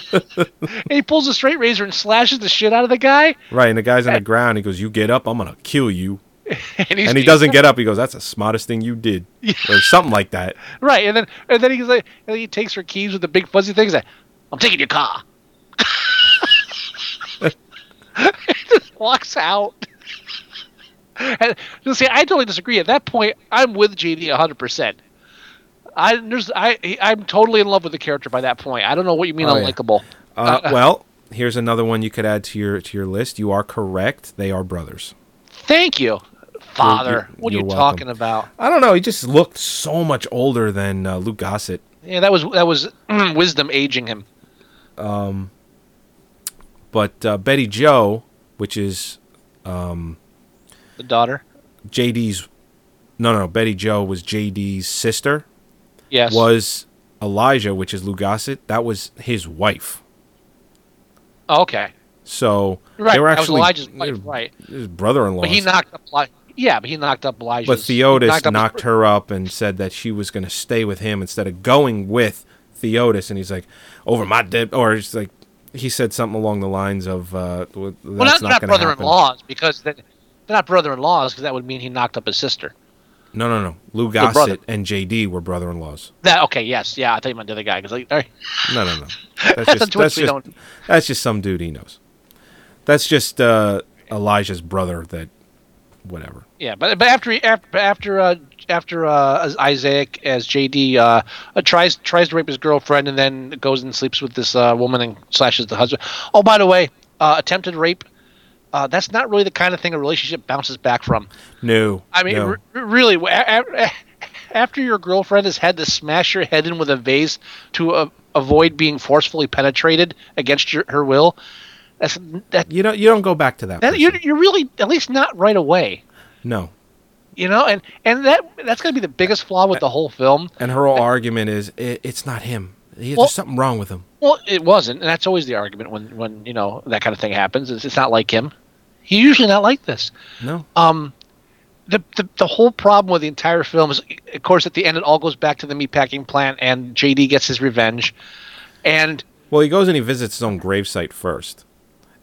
Speaker 5: and he pulls a straight razor and slashes the shit out of the guy
Speaker 4: Right, and the guy's on the ground. He goes, "You get up, I'm gonna kill you."
Speaker 5: and, he's,
Speaker 4: And he doesn't get up. He goes, "That's the smartest thing you did," or something like that.
Speaker 5: right and then and then he's like and then he takes her keys with the big fuzzy thing he's like i'm taking your car just walks out. and you see, I totally disagree. At that point, I'm with JD 100. percent I there's I I'm totally in love with the character by that point. I don't know what you mean
Speaker 4: Oh, yeah.
Speaker 5: unlikable.
Speaker 4: Uh, well, here's another one you could add to your to your list. You are correct. They are brothers.
Speaker 5: Thank you, Father.
Speaker 4: you're-
Speaker 5: what are you
Speaker 4: you're welcome.
Speaker 5: talking about?
Speaker 4: I don't know. He just looked so much older than uh, Luke Gossett.
Speaker 5: Yeah, that was that was wisdom aging him.
Speaker 4: But uh, Betty Joe, which is
Speaker 5: The daughter.
Speaker 4: JD's, no, no, Betty Joe was JD's sister.
Speaker 5: Yes.
Speaker 4: Was Elijah, which is Luke Gossett, that was his wife.
Speaker 5: Oh, okay.
Speaker 4: So
Speaker 5: Right,
Speaker 4: they were
Speaker 5: that was
Speaker 4: actually
Speaker 5: Elijah's wife,
Speaker 4: they were
Speaker 5: right.
Speaker 4: His brother-in-law.
Speaker 5: But he knocked up. Eli- Yeah, but he knocked up Elijah.
Speaker 4: But Theotis knocked, her up and said that she was going to stay with him instead of going with Theotis. And he's like, over my dead. Or it's like, he said something along the lines of, uh, w- that's
Speaker 5: Well, not,
Speaker 4: not,
Speaker 5: not
Speaker 4: going to happen.
Speaker 5: brother-in-laws because then they're not brother-in-laws because that would mean he knocked up his sister.
Speaker 4: No, no, no. Lou
Speaker 5: brother.
Speaker 4: Gossett and JD were brother in laws.
Speaker 5: That okay? Yes, yeah. I thought you meant the other guy because like, all right.
Speaker 4: No, no, no.
Speaker 5: That's on Twitch we
Speaker 4: just,
Speaker 5: don't-
Speaker 4: that's just some dude he knows. That's just uh, Elijah's brother that, whatever.
Speaker 5: yeah, but but after he- after after uh, after uh, as Isaac as JD uh, uh, tries tries to rape his girlfriend and then goes and sleeps with this uh, woman and slashes the husband. Oh, by the way, uh, attempted rape. Uh, that's not really the kind of thing a relationship bounces back from.
Speaker 4: No.
Speaker 5: I mean,
Speaker 4: no.
Speaker 5: re- really, a- a- after your girlfriend has had to smash your head in with a vase to uh, avoid being forcefully penetrated against your, her will, that's that,
Speaker 4: you, don't, you don't go back to that.
Speaker 5: that you're,
Speaker 4: person.
Speaker 5: you're really at least not right away,
Speaker 4: no.
Speaker 5: you know. And and that that's going to be the biggest flaw with the whole film.
Speaker 4: And her whole argument is, it, it's not him. He-
Speaker 5: Well-
Speaker 4: There's something wrong with him.
Speaker 5: Well, it wasn't, and that's always the argument when when you know that kind of thing happens. It's, it's not like him. He's usually not like this.
Speaker 4: No.
Speaker 5: uh, the, the the whole problem with the entire film is, of course, at the end it all goes back to the meatpacking plant, and JD gets his revenge, and
Speaker 4: Well, he goes and he visits his own gravesite first.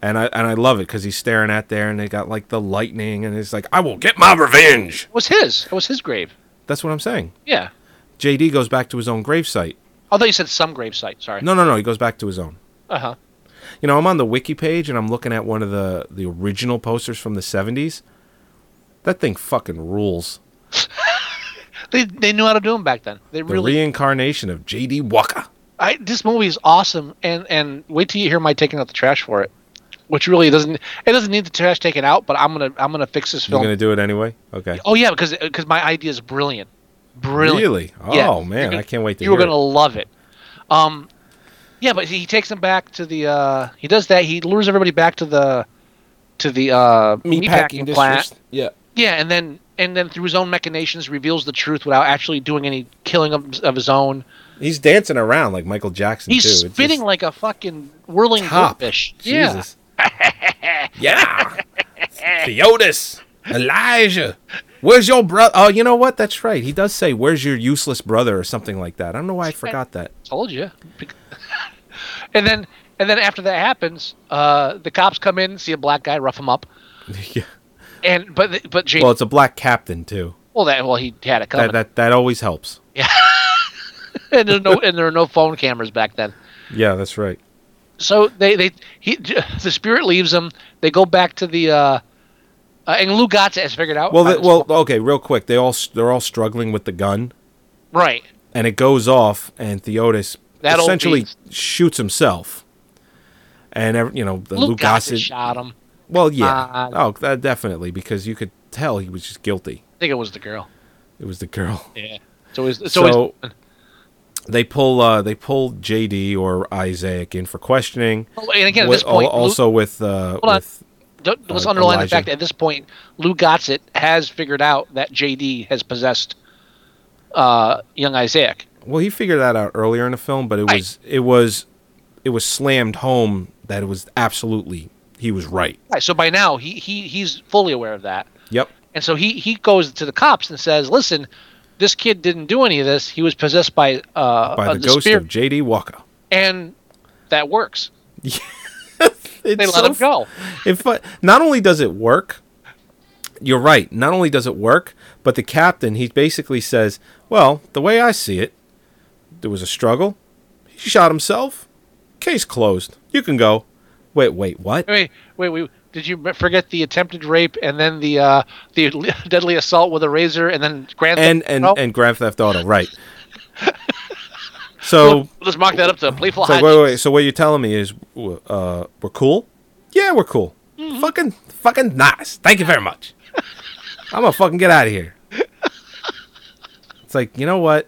Speaker 4: And I and I love it because he's staring at there, and they got like the lightning, and it's like, I will get my revenge.
Speaker 5: it was his. It was his grave.
Speaker 4: That's what I'm saying.
Speaker 5: Yeah.
Speaker 4: JD goes back to his own gravesite.
Speaker 5: Although you said some gravesite. Sorry.
Speaker 4: No, no, no. He goes back to his own.
Speaker 5: Uh huh.
Speaker 4: You know, I'm on the wiki page, and I'm looking at one of the the original posters from the '70s. That thing fucking rules.
Speaker 5: They they knew how to do them back then. They
Speaker 4: The
Speaker 5: really.
Speaker 4: reincarnation of JD Walker.
Speaker 5: I this movie is awesome, and and wait till you hear my taking out the trash for it, which really doesn't. It doesn't need the trash taken out, but I'm gonna I'm gonna fix this
Speaker 4: You're
Speaker 5: film.
Speaker 4: gonna do it anyway? Okay.
Speaker 5: Oh yeah, because because my idea is brilliant. Brilliant.
Speaker 4: Really?
Speaker 5: Yeah.
Speaker 4: Oh man, I can't wait to
Speaker 5: you were
Speaker 4: hear
Speaker 5: gonna love it. Um, yeah, but he takes them back to the. Uh, he does that. He lures everybody back to the, to the uh,
Speaker 4: it.
Speaker 5: meatpacking plant.
Speaker 4: Yeah.
Speaker 5: Yeah, and then and then through his own machinations reveals the truth without actually doing any killing of, of his own.
Speaker 4: He's dancing around like Michael Jackson.
Speaker 5: He's
Speaker 4: too. It's just-
Speaker 5: spitting like a fucking whirling
Speaker 4: Top.
Speaker 5: fish. Yeah.
Speaker 4: Jesus. yeah. Theotis. Elijah. Where's your brother? Oh, you know what? That's right. He does say, Where's your useless brother or something like that. I don't know why I forgot that.
Speaker 5: Told you. Bec- and then and then after that happens, uh, the cops come in, see a black guy, rough him up,
Speaker 4: yeah.
Speaker 5: and but but Jane,
Speaker 4: Well,
Speaker 5: well,
Speaker 4: it's a black captain, too.
Speaker 5: that well he had it coming.
Speaker 4: That, that, that always helps.
Speaker 5: and there are no and there are no phone cameras back then.
Speaker 4: Yeah, that's right.
Speaker 5: So they they he the spirit leaves them. They go back to the uh, uh and Lou Gossett has figured out.
Speaker 4: Well, the, well, okay, real quick. They all, s- they're all struggling with the gun,
Speaker 5: right.
Speaker 4: and it goes off, and Theotis
Speaker 5: That old
Speaker 4: essentially
Speaker 5: beast.
Speaker 4: shoots himself. And, every- you know, the
Speaker 5: Lou
Speaker 4: Luke
Speaker 5: Gossett
Speaker 4: Gossett.
Speaker 5: shot him.
Speaker 4: Well, yeah.
Speaker 5: Uh,
Speaker 4: oh, that, definitely, because you could tell he was just guilty.
Speaker 5: I think it was the girl.
Speaker 4: It was the girl.
Speaker 5: Yeah. It's always it's
Speaker 4: so
Speaker 5: always
Speaker 4: They pull uh, they pull JD or Isaac in for questioning.
Speaker 5: Well, oh, and again, at
Speaker 4: Wa-
Speaker 5: this point,
Speaker 4: al- also with uh,
Speaker 5: Hold on.
Speaker 4: with
Speaker 5: Don't- Let's
Speaker 4: uh,
Speaker 5: underline
Speaker 4: Elijah.
Speaker 5: the fact that at this point, Lou Gossett has figured out that JD has possessed uh, young Isaac.
Speaker 4: well, he figured that out earlier in the film, but it was it was it was slammed home that it was absolutely he was right.
Speaker 5: Right, so by now, he, he he's fully aware of that.
Speaker 4: Yep.
Speaker 5: And so he, he goes to the cops and says, listen, this kid didn't do any of this. He was possessed by, uh,
Speaker 4: By
Speaker 5: uh,
Speaker 4: the, ghost
Speaker 5: spirit.
Speaker 4: of JD Walker.
Speaker 5: And that works.
Speaker 4: It's
Speaker 5: they let
Speaker 4: so
Speaker 5: him go.
Speaker 4: If I- not only does it work, you're right. Not only does it work, but the captain he basically says, "Well, the way I see it, there was a struggle. He shot himself. Case closed. You can go." Wait, wait, what?
Speaker 5: Wait, wait, wait. Did you forget the attempted rape and then the uh, the deadly assault with a razor and then grand
Speaker 4: and and
Speaker 5: Oh,
Speaker 4: and Grand Theft Auto, right? So,
Speaker 5: let's mock that up to playful
Speaker 4: so wait,
Speaker 5: hijinks.
Speaker 4: wait, wait. So what you're telling me is, w- uh, we're cool? Yeah, we're cool. Fucking, fucking nice. Thank you very much. I'm gonna fucking get out of here. It's like you know what?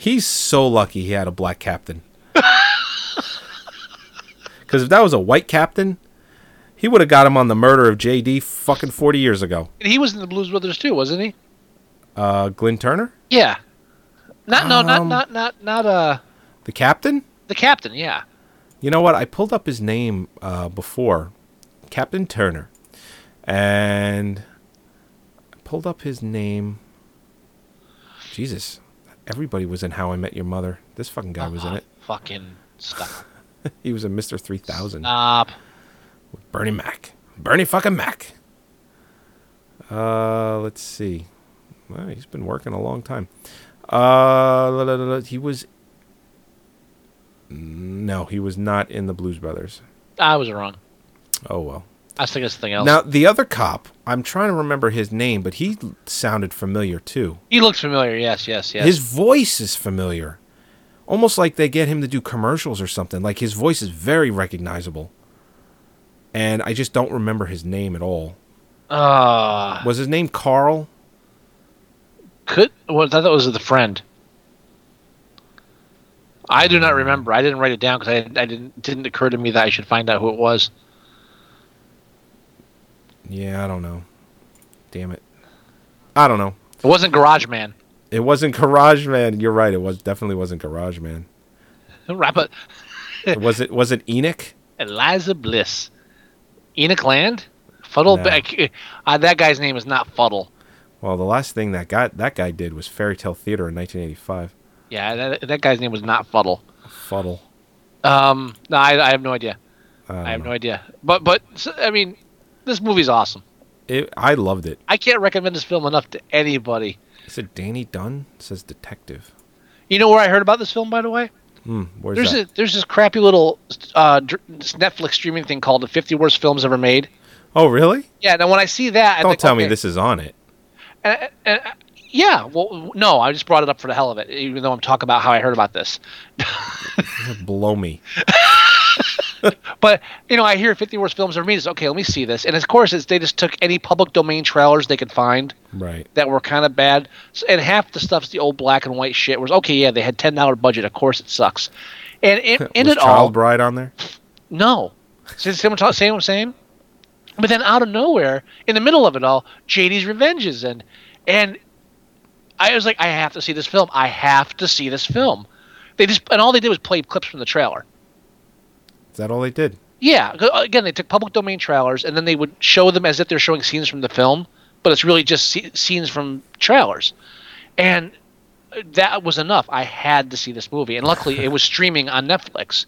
Speaker 4: He's so lucky he had a black captain. Because if that was a white captain, he would have got him on the murder of JD fucking 40 years ago.
Speaker 5: And He was in the Blues Brothers too, wasn't he?
Speaker 4: Uh, Glenn Turner,
Speaker 5: Yeah. Not no,
Speaker 4: Um,
Speaker 5: not not not not uh
Speaker 4: the captain.
Speaker 5: the captain. Yeah.
Speaker 4: You know what? I pulled up his name uh, before, Captain Turner, and I pulled up his name. Jesus, everybody was in How I Met Your Mother. This fucking guy was in it.
Speaker 5: Fucking stop.
Speaker 4: He was in Mister Three Thousand.
Speaker 5: Stop.
Speaker 4: Bernie Mac. Bernie fucking Mac. Uh, let's see. Well, he's been working a long time. Uh, la- la- la- la- he was. No, he was not in the Blues Brothers.
Speaker 5: I was wrong.
Speaker 4: Oh well.
Speaker 5: I was thinking of something else.
Speaker 4: Now the other cop, I'm trying to remember his name, but he l- sounded familiar too.
Speaker 5: he looks familiar. Yes, yes, yes.
Speaker 4: His voice is familiar, almost like they get him to do commercials or something. Like his voice is very recognizable, and I just don't remember his name at all.
Speaker 5: uh,
Speaker 4: Was his name Carl?
Speaker 5: could well, I thought that was the friend. I do not remember. I didn't write it down because I, didn't- I didn't didn't occur to me that I should find out who it was.
Speaker 4: Yeah, I don't know. Damn it, I don't know.
Speaker 5: It wasn't Garage Man.
Speaker 4: It wasn't Garage Man. You're right. It was definitely wasn't Garage Man.
Speaker 5: Wrap it.
Speaker 4: was it? Was it Enoch?
Speaker 5: Eliza Bliss, Enoch Land, Fuddle.
Speaker 4: No.
Speaker 5: Beck- Uh, that guy's name is not Fuddle.
Speaker 4: Well, the last thing that guy that guy did was Fairy Tale Theater in 1985.
Speaker 5: Yeah, that, that guy's name was not Fuddle.
Speaker 4: Fuddle.
Speaker 5: Um, no, I, I have no idea.
Speaker 4: don't
Speaker 5: I have no idea. But but so- I mean, this movie's awesome.
Speaker 4: It, I loved it.
Speaker 5: I can't recommend this film enough to anybody.
Speaker 4: Is it Danny Dunn? It says detective.
Speaker 5: You know where I heard about this film, by the way?
Speaker 4: Hmm, where's
Speaker 5: There's
Speaker 4: that?
Speaker 5: a, there's this crappy little uh, dr- this Netflix streaming thing called the 50 Worst Films Ever Made.
Speaker 4: oh, really?
Speaker 5: Yeah. Now when I see that, I
Speaker 4: Don't
Speaker 5: think,
Speaker 4: tell me
Speaker 5: okay.
Speaker 4: this is on it.
Speaker 5: Yeah. Well, no, I just brought it up for the hell of it, even though I'm talking about how I heard about this.
Speaker 4: Blow me.
Speaker 5: But you know, I hear 50 worst films ever made. It's okay. Let me see this. And of course, it's, they just took any public domain trailers they could find
Speaker 4: Right.
Speaker 5: that were kind of bad. S- And half the stuff's the old black and white shit. Was okay. Yeah, they had 10 dollar budget. Of course, it sucks. And in, in
Speaker 4: was
Speaker 5: it
Speaker 4: Child
Speaker 5: all,
Speaker 4: Bride on there?
Speaker 5: no. See, see what I'm ta- see what I'm saying? But then out of nowhere, in the middle of it all, JD's Revenges and and I was like, I have to see this film. I have to see this film. They just and all they did was play clips from the trailer.
Speaker 4: Is that all they did?
Speaker 5: Yeah, 'cause, uh, again, they took public domain trailers and then they would show them as if they're showing scenes from the film, but it's really just sce- scenes from trailers. And that was enough. I had to see this movie, and luckily it was streaming on Netflix.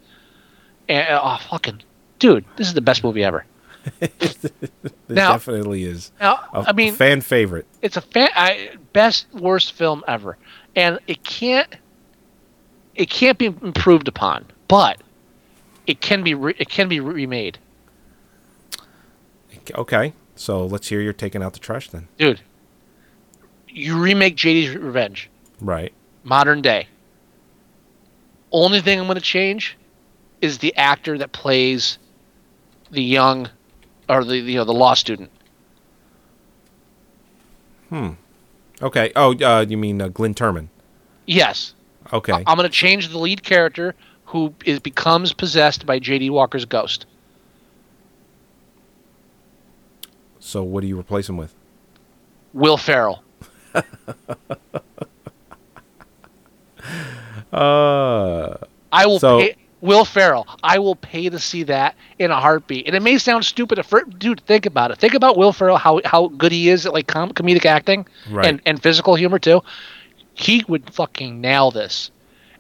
Speaker 5: And oh, fucking dude, this is the best movie ever.
Speaker 4: It
Speaker 5: Now-
Speaker 4: definitely is.
Speaker 5: Now,
Speaker 4: A,
Speaker 5: I mean,
Speaker 4: a fan favorite.
Speaker 5: it's a fan, I, best worst film ever, and it can't it can't be improved upon, but it can be re- it can be remade,
Speaker 4: Okay, so let's hear you're taking out the trash then.
Speaker 5: dude. You remake JD's Revenge.
Speaker 4: Right.
Speaker 5: modern day. Only thing I'm going to change is the actor that plays the young or the you know the law student.
Speaker 4: Okay. Oh, uh, you mean uh, Glenn Turman?
Speaker 5: Yes.
Speaker 4: Okay.
Speaker 5: I- I'm going to change the lead character who is becomes possessed by J.D. Walker's ghost.
Speaker 4: so what do you replace him with?
Speaker 5: Will Ferrell.
Speaker 4: Uh,
Speaker 5: I will
Speaker 4: So-
Speaker 5: pay Will Ferrell. I will pay to see that in a heartbeat. And it may sound stupid, at fir- dude. Think about it. Think about Will Ferrell. How how good he is at like com- comedic acting
Speaker 4: Right.
Speaker 5: and and physical humor too. He would fucking nail this.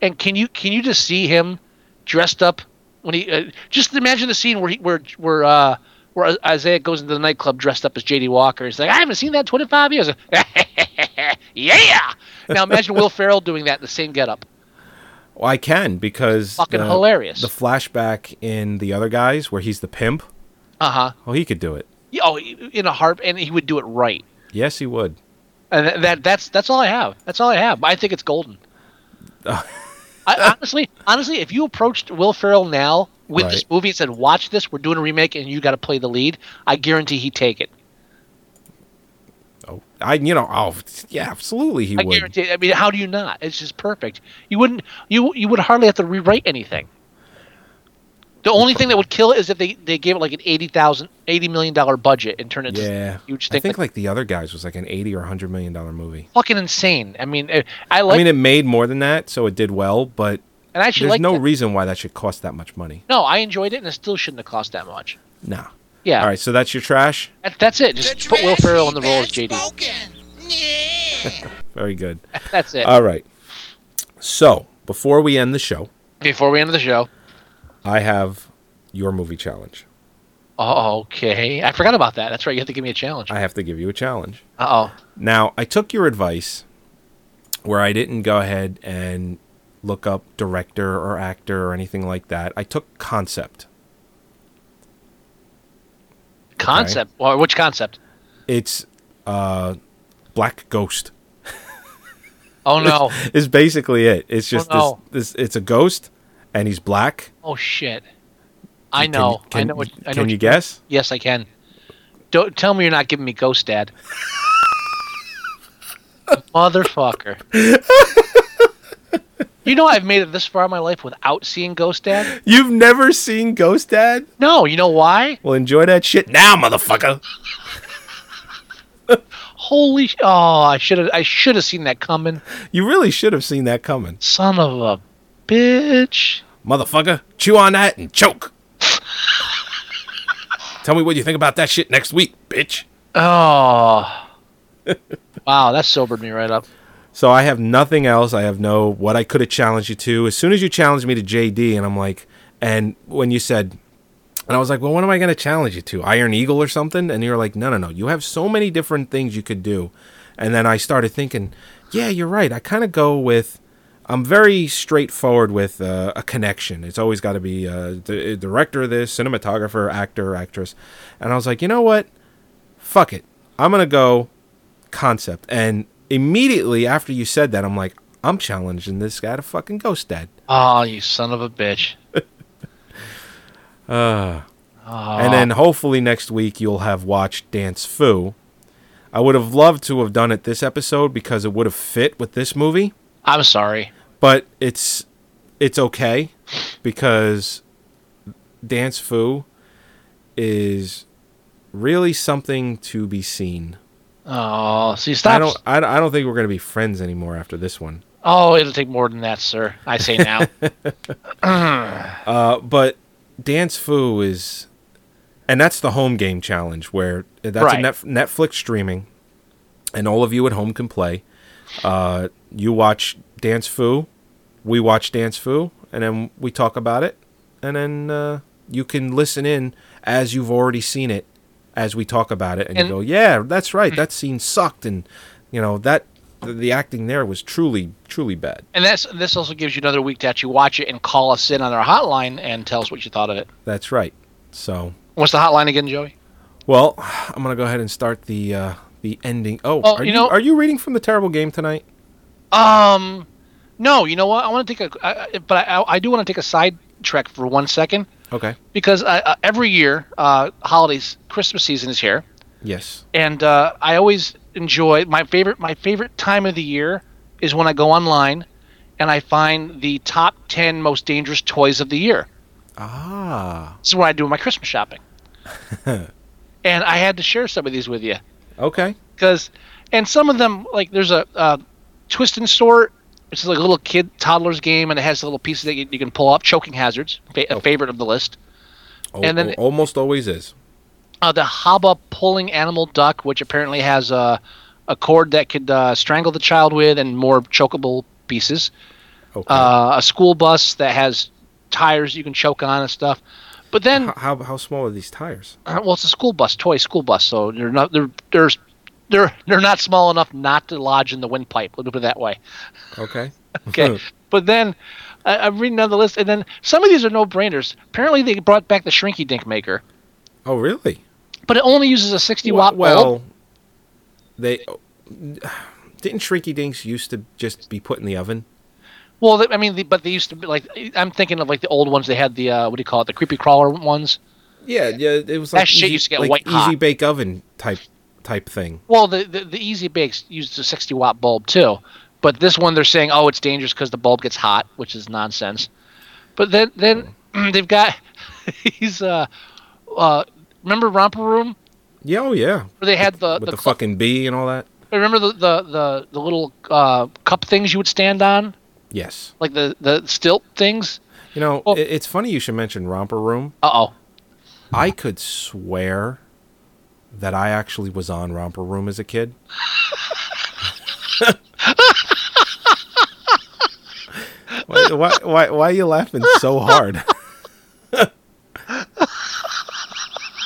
Speaker 5: And can you can you just see him dressed up when he uh, just imagine the scene where he, where where uh where Isaiah goes into the nightclub dressed up as J.D. Walker. He's like, I haven't seen that in 25 years. yeah. Now imagine Will Ferrell doing that in the same getup.
Speaker 4: Well, I can because
Speaker 5: Fucking hilarious.
Speaker 4: The flashback in the other guys where he's the pimp.
Speaker 5: Uh huh.
Speaker 4: Oh, he could do it.
Speaker 5: Yeah, oh, in a harp, and he would do it right.
Speaker 4: Yes, he would.
Speaker 5: And th- that that's that's all I have. That's all I have. I think it's golden.
Speaker 4: Uh.
Speaker 5: I, honestly, honestly, if you approached Will Ferrell now with this
Speaker 4: Right.
Speaker 5: movie and said, "Watch this, we're doing a remake, and you got to play the lead," I guarantee he'd take it.
Speaker 4: Oh, I you know oh yeah absolutely he
Speaker 5: I
Speaker 4: would.
Speaker 5: guarantee. I mean, how do you not? It's just perfect. You wouldn't. You you would hardly have to rewrite anything. The only thing that would kill it is if they, they gave it like an 80000 $80 million dollar budget and turned it
Speaker 4: Yeah,
Speaker 5: into a huge
Speaker 4: I
Speaker 5: thing.
Speaker 4: think like the other guys was like an eighty or hundred million dollar movie.
Speaker 5: fucking insane. I mean, I, I like
Speaker 4: I mean, it made more than that, so it did well, but
Speaker 5: And I actually
Speaker 4: there's
Speaker 5: like
Speaker 4: no
Speaker 5: that.
Speaker 4: reason why that should cost that much money.
Speaker 5: No, I enjoyed it, and it still shouldn't have cost that much.
Speaker 4: Nah.
Speaker 5: Yeah.
Speaker 4: All right, so that's your trash.
Speaker 5: That, that's it. Just put Will Ferrell in the role as JD.
Speaker 4: Very good.
Speaker 5: That's it.
Speaker 4: All right. So before we end the show,
Speaker 5: Before we end the show,
Speaker 4: I have your movie challenge.
Speaker 5: oh, okay, I forgot about that. That's right. You have to give me a challenge. Uh
Speaker 4: I have to give you a challenge.
Speaker 5: oh.
Speaker 4: Now, I took your advice where I didn't go ahead and look up director or actor or anything like that. I took concept.
Speaker 5: Concept. Well, which concept?
Speaker 4: It's uh Black Ghost.
Speaker 5: Oh no.
Speaker 4: Is basically it. It's just
Speaker 5: no.
Speaker 4: this, this it's a ghost and he's black.
Speaker 5: oh shit. I
Speaker 4: Can-
Speaker 5: know.
Speaker 4: Can,
Speaker 5: I know. What, I know.
Speaker 4: can
Speaker 5: what
Speaker 4: you guess?
Speaker 5: Yes, I can. Don't tell me you're not giving me Ghost Dad. Motherfucker. you know I've made it this far in my life without seeing Ghost Dad.
Speaker 4: You've never seen Ghost Dad?
Speaker 5: No, you know why?
Speaker 4: Well, enjoy that shit now, motherfucker.
Speaker 5: Holy! Sh- oh, I should have. I should have seen that coming.
Speaker 4: You really should have seen that coming.
Speaker 5: Son of a bitch.
Speaker 4: Motherfucker, chew on that and choke. Tell me what you think about that shit next week, bitch.
Speaker 5: Oh. wow, that sobered me right up.
Speaker 4: So I have nothing else. I have no what I could have challenged you to. As soon as you challenged me to JD, and I'm like, and when you said, and I was like, well, what am I going to challenge you to? Iron Eagle or something? And you're like, no, no, no. You have so many different things you could do. And then I started thinking, yeah, you're right. I kind of go with, I'm very straightforward with uh, a connection. It's always got to be uh, the director of this, cinematographer, actor, actress. And I was like, you know what? Fuck it. I'm going to go concept. And immediately after you said that, I'm like, I'm challenging this guy to fucking Ghost Dad.
Speaker 5: Oh, you son of a bitch.
Speaker 4: And then hopefully next week you'll have watched Dance Foo. I would have loved to have done it this episode because it would have fit with this movie,
Speaker 5: I'm sorry.
Speaker 4: but it's it's okay because Dance Foo is really something to be seen.
Speaker 5: Oh, see, stop.
Speaker 4: I don't I, don't- I don't think we're going to be friends anymore after this one.
Speaker 5: Oh, it'll take more than that, sir. I say now.
Speaker 4: but Dance Foo is, and that's the home game challenge where that's a
Speaker 5: Right.
Speaker 4: Netf- Netflix streaming, and all of you at home can play. Uh, you watch Dance Foo, we watch Dance Foo, and then we talk about it, and then uh, you can listen in as you've already seen it as we talk about it, and,
Speaker 5: And- Hmm.
Speaker 4: you go, yeah, that's right, that scene sucked, and you know that the acting there was truly truly bad.
Speaker 5: and that's this also gives you another week to actually watch it and call us in on our hotline and tell us what you thought of it.
Speaker 4: That's right. So
Speaker 5: What's the hotline again, Joey?
Speaker 4: Well, I'm gonna go ahead and start the uh, the ending. Oh,
Speaker 5: Well,
Speaker 4: are you,
Speaker 5: you know-
Speaker 4: are you reading from the terrible game tonight?
Speaker 5: Um, no, you know what? I want to take a, I, I- but I, I do want to take a side trek for one second
Speaker 4: Okay.
Speaker 5: because uh, uh, every year, uh, holidays, Christmas season is here.
Speaker 4: Yes.
Speaker 5: and uh, I always enjoy my favorite my favorite time of the year is when I go online and I find the top 10 most dangerous toys of the year.
Speaker 4: Ah.
Speaker 5: This is what I do my Christmas shopping. and I had to share some of these with you.
Speaker 4: Okay.
Speaker 5: Because, and some of them, like there's a uh, twist and sort, which is like a little kid toddler's game, and it has little pieces that you, you can pull up. Choking hazards, fa- a favorite of the list.
Speaker 4: Oh,
Speaker 5: And then-
Speaker 4: oh, almost always is.
Speaker 5: Uh, the Haba pulling animal duck, which apparently has a, a cord that could uh, strangle the child with, and more chokeable pieces.
Speaker 4: Okay.
Speaker 5: Uh, a school bus that has tires you can choke on and stuff. But then,
Speaker 4: H- how how small are these tires?
Speaker 5: Uh, well, it's a school bus, toy school bus, so they're not they're they're they're, they're not small enough not to lodge in the windpipe. Let's put it that way.
Speaker 4: Okay.
Speaker 5: Okay, but then I, I'm reading down the list, and then some of these are no brainers. Apparently, they brought back the Shrinky Dink Maker,
Speaker 4: oh, really?
Speaker 5: but it only uses a 60 watt
Speaker 4: well,
Speaker 5: bulb.
Speaker 4: they didn't Shrinky Dinks used to just be put in the oven.
Speaker 5: Well, they- I mean, the, but they used to be like I'm thinking of like the old ones. They had the uh, what do you call it, the creepy crawler ones.
Speaker 4: Yeah, yeah. It was
Speaker 5: That
Speaker 4: like
Speaker 5: shit
Speaker 4: easy,
Speaker 5: used to get
Speaker 4: like
Speaker 5: white
Speaker 4: easy
Speaker 5: hot.
Speaker 4: bake oven type type thing.
Speaker 5: Well, the, the the Easy Bakes used a 60 watt bulb too, but this one they're saying, oh, it's dangerous because the bulb gets hot, which is nonsense. But then then
Speaker 4: Oh.
Speaker 5: they've got he's uh uh remember Romper Room
Speaker 4: Yeah, oh yeah.
Speaker 5: where they had the
Speaker 4: With
Speaker 5: the,
Speaker 4: the,
Speaker 5: cl-
Speaker 4: fucking bee and all that.
Speaker 5: remember the the the, the little uh, cup things you would stand on
Speaker 4: Yes.
Speaker 5: like the the stilt things.
Speaker 4: You know,
Speaker 5: Well-
Speaker 4: i- it's funny you should mention Romper Room.
Speaker 5: Uh oh.
Speaker 4: I could swear that I actually was on Romper Room as a kid. why, why, why, why are you laughing so hard?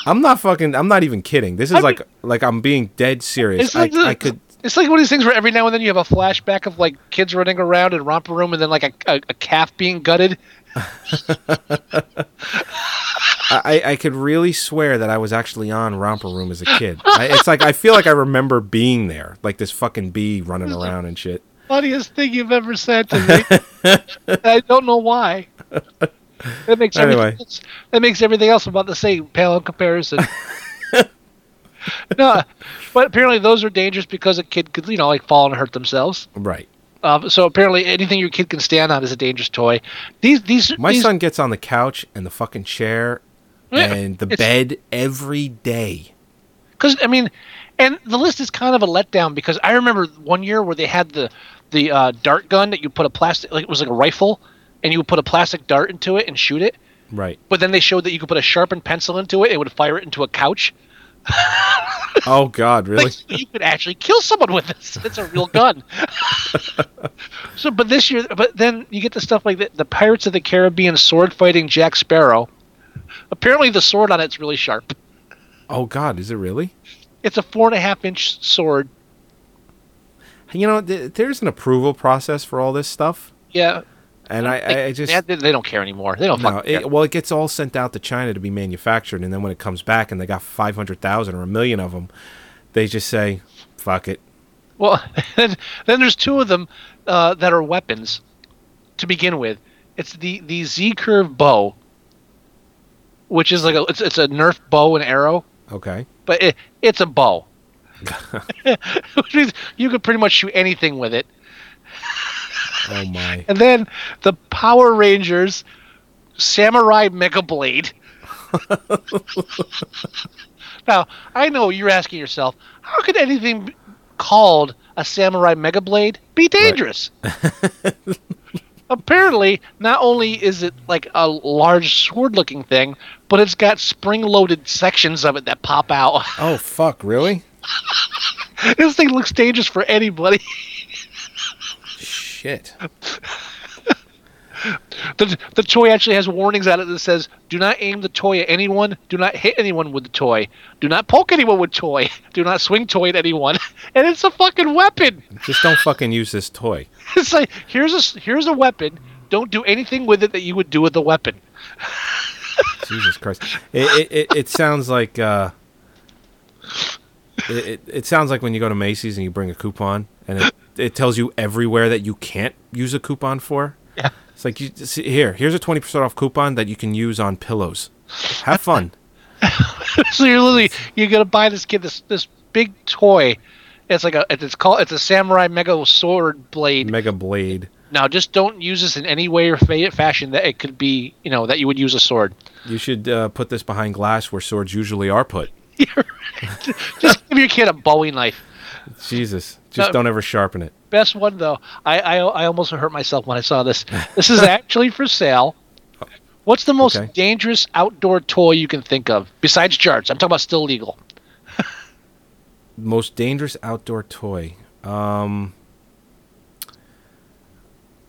Speaker 4: I'm not fucking. I'm not even kidding. This is
Speaker 5: I mean-
Speaker 4: like, like I'm being dead serious.
Speaker 5: It's like
Speaker 4: I,
Speaker 5: the-
Speaker 4: I could.
Speaker 5: It's like one of these things where every now and then you have a flashback of like kids running around in romper room and then like a, a, a calf being gutted.
Speaker 4: I, I could really swear that I was actually on Romper Room as a kid. I, it's like I feel like I remember being there, like this fucking bee running around and shit.
Speaker 5: funniest thing you've ever said to me. I don't know why. That makes
Speaker 4: Anyway.
Speaker 5: everything else, that makes everything else I'm about the same pale in comparison. no, but apparently those are dangerous because a kid could you know like fall and hurt themselves.
Speaker 4: Right.
Speaker 5: Uh, so apparently anything your kid can stand on is a dangerous toy. These these
Speaker 4: My
Speaker 5: these-
Speaker 4: son gets on the couch and the fucking chair
Speaker 5: Yeah,
Speaker 4: and the
Speaker 5: it's-
Speaker 4: bed every day.
Speaker 5: Because I mean, and the list is kind of a letdown because I remember one year where they had the the uh, dart gun that you put a plastic like it was like a rifle, and you would put a plastic dart into it and shoot it.
Speaker 4: Right.
Speaker 5: But then they showed that you could put a sharpened pencil into it; it would fire it into a couch.
Speaker 4: Oh God, really?
Speaker 5: Like you could actually kill someone with this. It's a real gun. so, but this year, but then you get the stuff like the, the Pirates of the Caribbean sword fighting Jack Sparrow. Apparently, the sword on it's really sharp.
Speaker 4: oh God, is it really?
Speaker 5: It's a four and a half inch sword.
Speaker 4: You know, th- there's an approval process for all this stuff,
Speaker 5: Yeah,
Speaker 4: and I, I, I just
Speaker 5: they, they don't care anymore. They don't.
Speaker 4: no.
Speaker 5: fucking care.
Speaker 4: It, well, it gets all sent out to China to be manufactured, and then when it comes back and they got five hundred thousand or a million of them, they just say, "Fuck it."
Speaker 5: Well, then, then there's two of them uh, that are weapons to begin with. It's the, the Z curve bow, which is like a it's, it's a Nerf bow and arrow,
Speaker 4: Okay.
Speaker 5: but it, it's a bow, which means you could pretty much shoot anything with it.
Speaker 4: Oh my.
Speaker 5: And then the Power Rangers Samurai Mega Blade. now, I know you're asking yourself, how could anything called a Samurai Mega Blade be dangerous? Apparently, not only is it like a large sword looking thing, but it's got spring loaded sections of it that pop out.
Speaker 4: Oh fuck, really?
Speaker 5: this thing looks dangerous for anybody.
Speaker 4: Shit.
Speaker 5: The, the toy actually has warnings on it that says, "Do not aim the toy at anyone. Do not hit anyone with the toy. Do not poke anyone with toy. Do not swing toy at anyone." And it's a fucking weapon.
Speaker 4: Just don't fucking use this toy.
Speaker 5: It's like here's a s- here's a weapon. Don't do anything with it that you would do with a weapon.
Speaker 4: Jesus Christ! It it, it, it sounds like uh, it, it it sounds like when you go to Macy's and you bring a coupon, and it, it tells you everywhere that you can't use a coupon for. Yeah, it's like you see, here. Here's a twenty percent off coupon that you can use on pillows. Have fun.
Speaker 5: so you're literally you're gonna buy this kid this this big toy. It's like a it's called it's a samurai mega sword blade.
Speaker 4: Mega blade.
Speaker 5: Now, just don't use this in any way or fa- fashion that it could be, you know, that you would use a sword.
Speaker 4: You should uh, put this behind glass where swords usually are put.
Speaker 5: Just give your kid a Bowie knife.
Speaker 4: Jesus, just
Speaker 5: No.
Speaker 4: don't ever sharpen it.
Speaker 5: Best one though. I, I I almost hurt myself when I saw this. This is actually for sale. What's the most
Speaker 4: Okay.
Speaker 5: dangerous outdoor toy you can think of besides charts? I'm talking about still legal.
Speaker 4: Most dangerous outdoor toy. Um,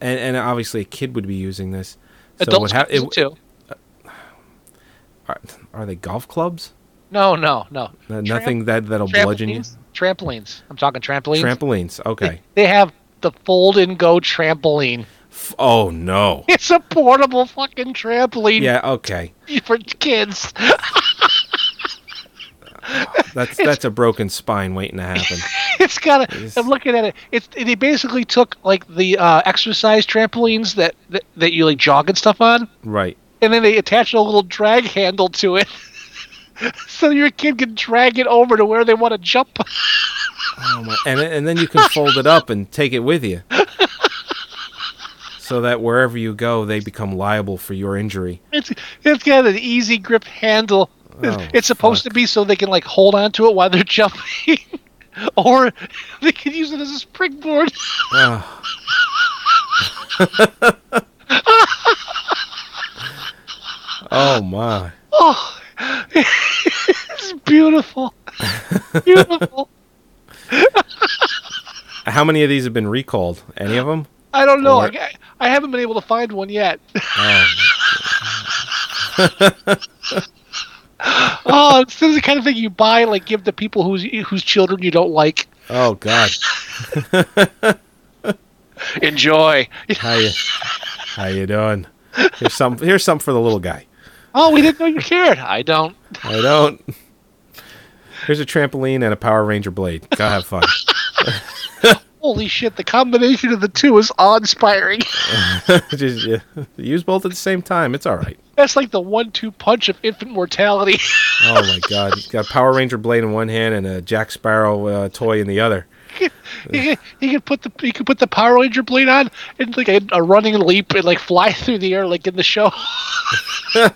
Speaker 4: and and obviously a kid would be using this. So it would
Speaker 5: Adults
Speaker 4: ha-
Speaker 5: use
Speaker 4: it-
Speaker 5: it, too.
Speaker 4: Are, are they golf clubs?
Speaker 5: No, no, no.
Speaker 4: Uh, nothing that that'll bludgeon you.
Speaker 5: Trampolines. Trampolines. I'm talking trampolines.
Speaker 4: Trampolines. Okay.
Speaker 5: They have the fold and go trampoline.
Speaker 4: F- oh no.
Speaker 5: It's a portable fucking trampoline
Speaker 4: Yeah. Okay.
Speaker 5: for kids.
Speaker 4: That's that's a broken spine waiting to happen.
Speaker 5: it's got a. I'm looking at it. It's they basically took like the uh, exercise trampolines that, that that you like jog and stuff on,
Speaker 4: Right.
Speaker 5: and then they attached a little drag handle to it, so your kid can drag it over to where they want to jump.
Speaker 4: Oh my. And and then you can fold it up and take it with you. So that wherever you go, they become liable for your injury.
Speaker 5: It's it's got an easy grip handle. It's-
Speaker 4: Oh,
Speaker 5: it's supposed to be so they can like hold on to it while they're jumping, or they can use it as a springboard.
Speaker 4: Oh. oh my.
Speaker 5: Oh, it's beautiful, beautiful.
Speaker 4: How many of these have been recalled? Any of them?
Speaker 5: I don't know.
Speaker 4: Or-
Speaker 5: I, I haven't been able to find one yet. oh, it's the kind of thing you buy, like give to people whose whose children you don't like.
Speaker 4: Oh God.
Speaker 5: Enjoy.
Speaker 4: How you How you doing? Here's some here's some for the little guy.
Speaker 5: Oh, we didn't know you cared. I don't.
Speaker 4: I don't. Here's a trampoline and a Power Ranger blade. Go have fun.
Speaker 5: Holy shit! The combination of the two is awe-inspiring.
Speaker 4: Just yeah, use both at the same time. It's all right.
Speaker 5: That's like the one-two punch of infant mortality.
Speaker 4: Oh my God! He's got a Power Ranger blade in one hand and a Jack Sparrow uh, toy in the other.
Speaker 5: he, could, he could put the he could put the Power Ranger blade on and like a, a running leap and like fly through the air like in the show.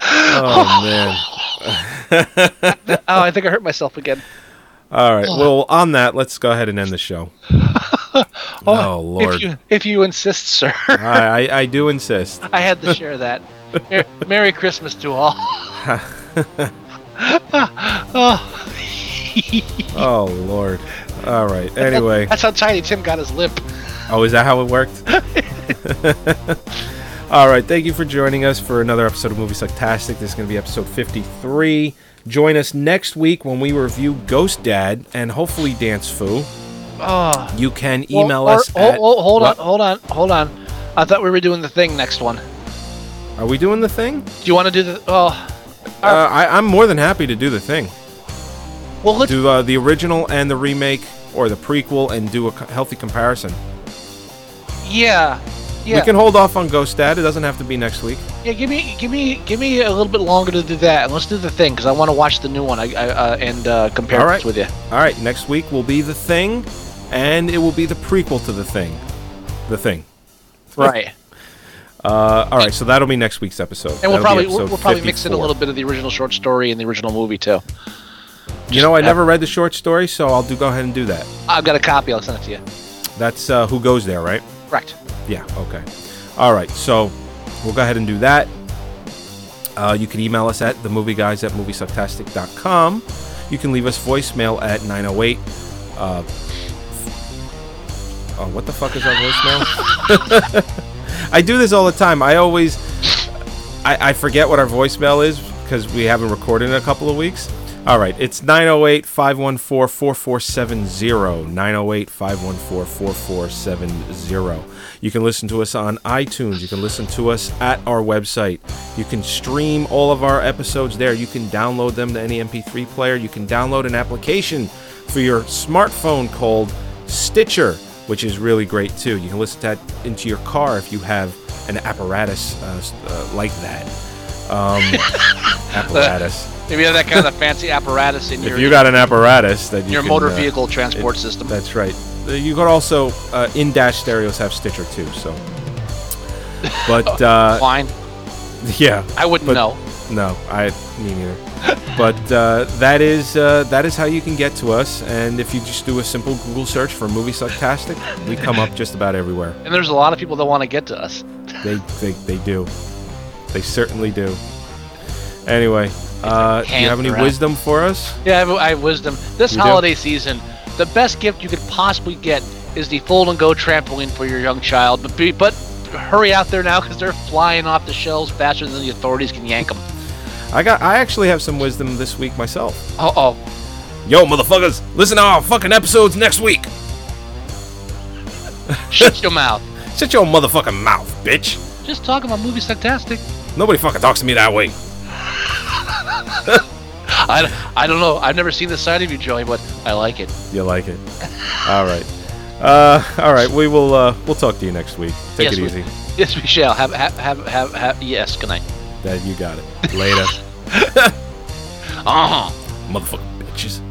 Speaker 4: Oh man!
Speaker 5: Oh, I think I hurt myself again.
Speaker 4: All right. Well, on that, let's go ahead and end the show. Oh
Speaker 5: If
Speaker 4: Lord!
Speaker 5: you, if you insist, sir,
Speaker 4: I, I I do insist.
Speaker 5: I had to share that. Mer- Merry Christmas to all. oh,
Speaker 4: Oh Lord! All right. Anyway.
Speaker 5: that's how Tiny Tim got his lip.
Speaker 4: Oh, is that how it worked? All right. Thank you for joining us for another episode of Movie Sucktastic. This is going to be episode 53. Join us next week when we review Ghost Dad and hopefully Dance Foo.
Speaker 5: Oh,
Speaker 4: You can email
Speaker 5: Or-
Speaker 4: us.
Speaker 5: or-
Speaker 4: at-
Speaker 5: oh, hold
Speaker 4: What?
Speaker 5: on, hold on, hold on. I thought we were doing the thing next one. Do
Speaker 4: Are we doing the thing?
Speaker 5: you want to do the? Oh,
Speaker 4: Uh, I, I'm more than happy to do the thing.
Speaker 5: well, let's.
Speaker 4: Do uh, the original and the remake or the prequel and do a co- healthy comparison.
Speaker 5: yeah, yeah.
Speaker 4: We can hold off on Ghost Dad. It doesn't have to be next week.
Speaker 5: Yeah, give me, give me, give me a little bit longer to do that, and let's do the thing because I want to watch the new one. I, I uh, and uh, compare
Speaker 4: All
Speaker 5: notes
Speaker 4: right.
Speaker 5: with you.
Speaker 4: All right. Next week will be the thing, and it will be the prequel to the thing. The thing.
Speaker 5: Right,
Speaker 4: Uh, all right, so that'll be next week's episode.
Speaker 5: and we'll
Speaker 4: That'll be
Speaker 5: probably we'll,
Speaker 4: episode
Speaker 5: we'll probably mix in a
Speaker 4: 54.
Speaker 5: little bit of the original short story and the original movie too.
Speaker 4: You know, I never read the short story, so I'll do go ahead and do that.
Speaker 5: I've got a copy. I'll send it to you.
Speaker 4: That's uh, who goes there, right?
Speaker 5: Correct.
Speaker 4: Yeah. Okay. All right, so we'll go ahead and do that. Uh, you can email us at themovieguys at moviesucktastic.com. You can leave us voicemail at 908. Uh, oh, what the fuck is our voicemail? I do this all the time. I always, I, I forget what our voicemail is because we haven't recorded in a couple of weeks. All right, it's 908 514 4470. 908 514 4470. You can listen to us on iTunes. You can listen to us at our website. You can stream all of our episodes there. You can download them to any MP3 player. You can download an application for your smartphone called Stitcher, which is really great too. You can listen to that into your car if you have an apparatus uh, s- uh, like that. Um, apparatus.
Speaker 5: If you have that kind of fancy apparatus in your
Speaker 4: If you got an apparatus, then you
Speaker 5: your
Speaker 4: can,
Speaker 5: motor
Speaker 4: uh,
Speaker 5: vehicle transport system.
Speaker 4: That's right. Uh, You could also uh, in dash stereos have Stitcher too. So, but uh,
Speaker 5: Fine.
Speaker 4: Yeah,
Speaker 5: I wouldn't
Speaker 4: but-
Speaker 5: know.
Speaker 4: No, I me neither. but uh, that is uh, that is how you can get to us. And if you just do a simple Google search for movie sucktastic, we come up just about everywhere.
Speaker 5: And there's a lot of people that want to get to us.
Speaker 4: They they, they do. They certainly do. Anyway, uh, do you have any
Speaker 5: hand
Speaker 4: wisdom for us?
Speaker 5: Yeah, I have, I have wisdom. This
Speaker 4: You do?
Speaker 5: holiday season, the best gift you could possibly get is the fold and go trampoline for your young child. But be, but hurry out there now because they're flying off the shelves faster than the authorities can yank them.
Speaker 4: I got. I actually have some wisdom this week myself.
Speaker 5: Uh oh.
Speaker 4: Yo, motherfuckers, listen to our fucking episodes next week.
Speaker 5: Shut your mouth.
Speaker 4: Shut your motherfucking mouth, bitch.
Speaker 5: Just talking about movie sucktastic.
Speaker 4: Nobody fucking talks to me that way.
Speaker 5: I, I don't know. I've never seen this side of you, Joey, but I like it.
Speaker 4: You like it. all right. Uh, all right. We will. Uh, we'll talk to you next week. Take
Speaker 5: yes,
Speaker 4: it
Speaker 5: we,
Speaker 4: easy.
Speaker 5: Yes, we shall. Have have have have. have yes. Good night.
Speaker 4: Dad, you got it. Later.
Speaker 5: Uh huh.
Speaker 4: Motherfucking bitches.